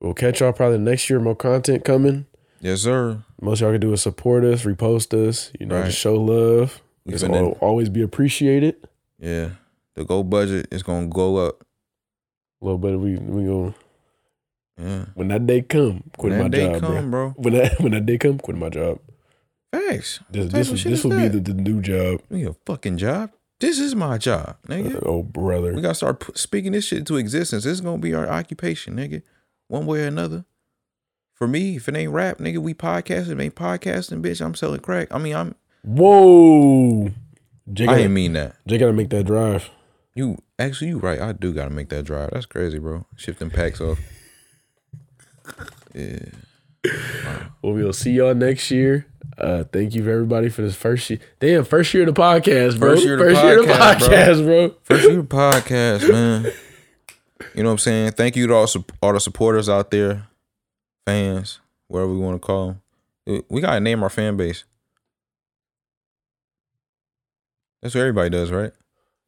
[SPEAKER 2] we'll catch y'all probably next year. More content coming.
[SPEAKER 1] Yes, sir.
[SPEAKER 2] Most y'all can do is support us, repost us. You know,
[SPEAKER 1] Right.
[SPEAKER 2] just show love.
[SPEAKER 1] We
[SPEAKER 2] It's
[SPEAKER 1] finna-
[SPEAKER 2] al- always be appreciated.
[SPEAKER 1] yeah, the go budget is gonna go up.
[SPEAKER 2] A little bit. We we go
[SPEAKER 1] Yeah,
[SPEAKER 2] when that day come. Quit
[SPEAKER 1] When
[SPEAKER 2] my
[SPEAKER 1] that day
[SPEAKER 2] job, bro.
[SPEAKER 1] come, bro.
[SPEAKER 2] When that *laughs* when that day come, quit my job.
[SPEAKER 1] Thanks.
[SPEAKER 2] This
[SPEAKER 1] type
[SPEAKER 2] this
[SPEAKER 1] of
[SPEAKER 2] would,
[SPEAKER 1] shit
[SPEAKER 2] this
[SPEAKER 1] is
[SPEAKER 2] would be the,
[SPEAKER 1] that?
[SPEAKER 2] the new job.
[SPEAKER 1] Me a fucking job. This is my job, nigga.
[SPEAKER 2] Oh brother.
[SPEAKER 1] We gotta start p- speaking this shit into existence. This is gonna be our occupation, nigga, one way or another. For me, if it ain't rap, nigga, we podcasting. If it ain't podcasting, bitch. I'm selling crack. I mean, I'm.
[SPEAKER 2] Whoa. Jay
[SPEAKER 1] I
[SPEAKER 2] gotta,
[SPEAKER 1] didn't mean that.
[SPEAKER 2] Jay gotta make that drive.
[SPEAKER 1] You actually, you right. I do gotta make that drive. That's crazy, bro. Shifting packs off. Yeah.
[SPEAKER 2] Well, we'll see y'all next year. Uh, thank you for everybody for this first year. Damn, first year of the podcast, bro.
[SPEAKER 1] First year of the podcast, bro.
[SPEAKER 2] bro.
[SPEAKER 1] First year podcast, man. You know what I'm saying? Thank you to all, sup- all the supporters out there. fans, whatever we want to call them. We gotta name our fan base. That's what everybody does, right?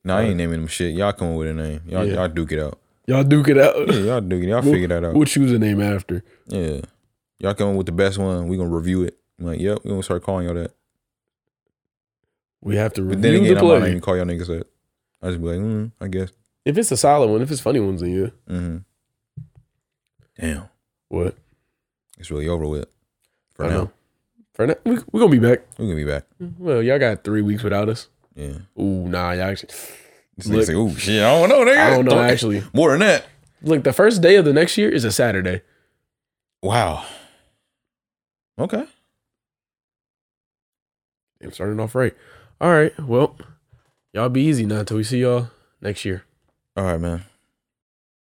[SPEAKER 1] No, I ain't naming them shit. Y'all come up with a name. Y'all
[SPEAKER 2] Yeah.
[SPEAKER 1] y'all duke it out.
[SPEAKER 2] Y'all duke it out. *laughs*
[SPEAKER 1] Yeah, y'all duke it. Y'all
[SPEAKER 2] We'll-
[SPEAKER 1] figure that out.
[SPEAKER 2] We'll choose a name after.
[SPEAKER 1] Yeah. Y'all come up with the best one. We gonna review it. I'm like, yep, we gonna start calling y'all that.
[SPEAKER 2] We have to
[SPEAKER 1] But then
[SPEAKER 2] review
[SPEAKER 1] again,
[SPEAKER 2] the
[SPEAKER 1] I'm not
[SPEAKER 2] play.
[SPEAKER 1] even call y'all niggas that. I just be like, mm, I guess.
[SPEAKER 2] if it's a solid one, if it's funny ones, then yeah.
[SPEAKER 1] Mm-hmm. Damn,
[SPEAKER 2] What?
[SPEAKER 1] it's really over with. For
[SPEAKER 2] I
[SPEAKER 1] now,
[SPEAKER 2] know. For now, we we gonna be back.
[SPEAKER 1] we're gonna be back.
[SPEAKER 2] Well, y'all got three weeks without us.
[SPEAKER 1] Yeah.
[SPEAKER 2] Ooh, nah, y'all actually.
[SPEAKER 1] This
[SPEAKER 2] Look,
[SPEAKER 1] nigga say, "Ooh, shit, I don't know, nigga.
[SPEAKER 2] I don't know actually.
[SPEAKER 1] More than that.
[SPEAKER 2] Look, the first day of the next year is a Saturday.
[SPEAKER 1] Wow. Okay.
[SPEAKER 2] I'm starting off right. All right. Well, y'all be easy now until we see y'all next year.
[SPEAKER 1] All right, man.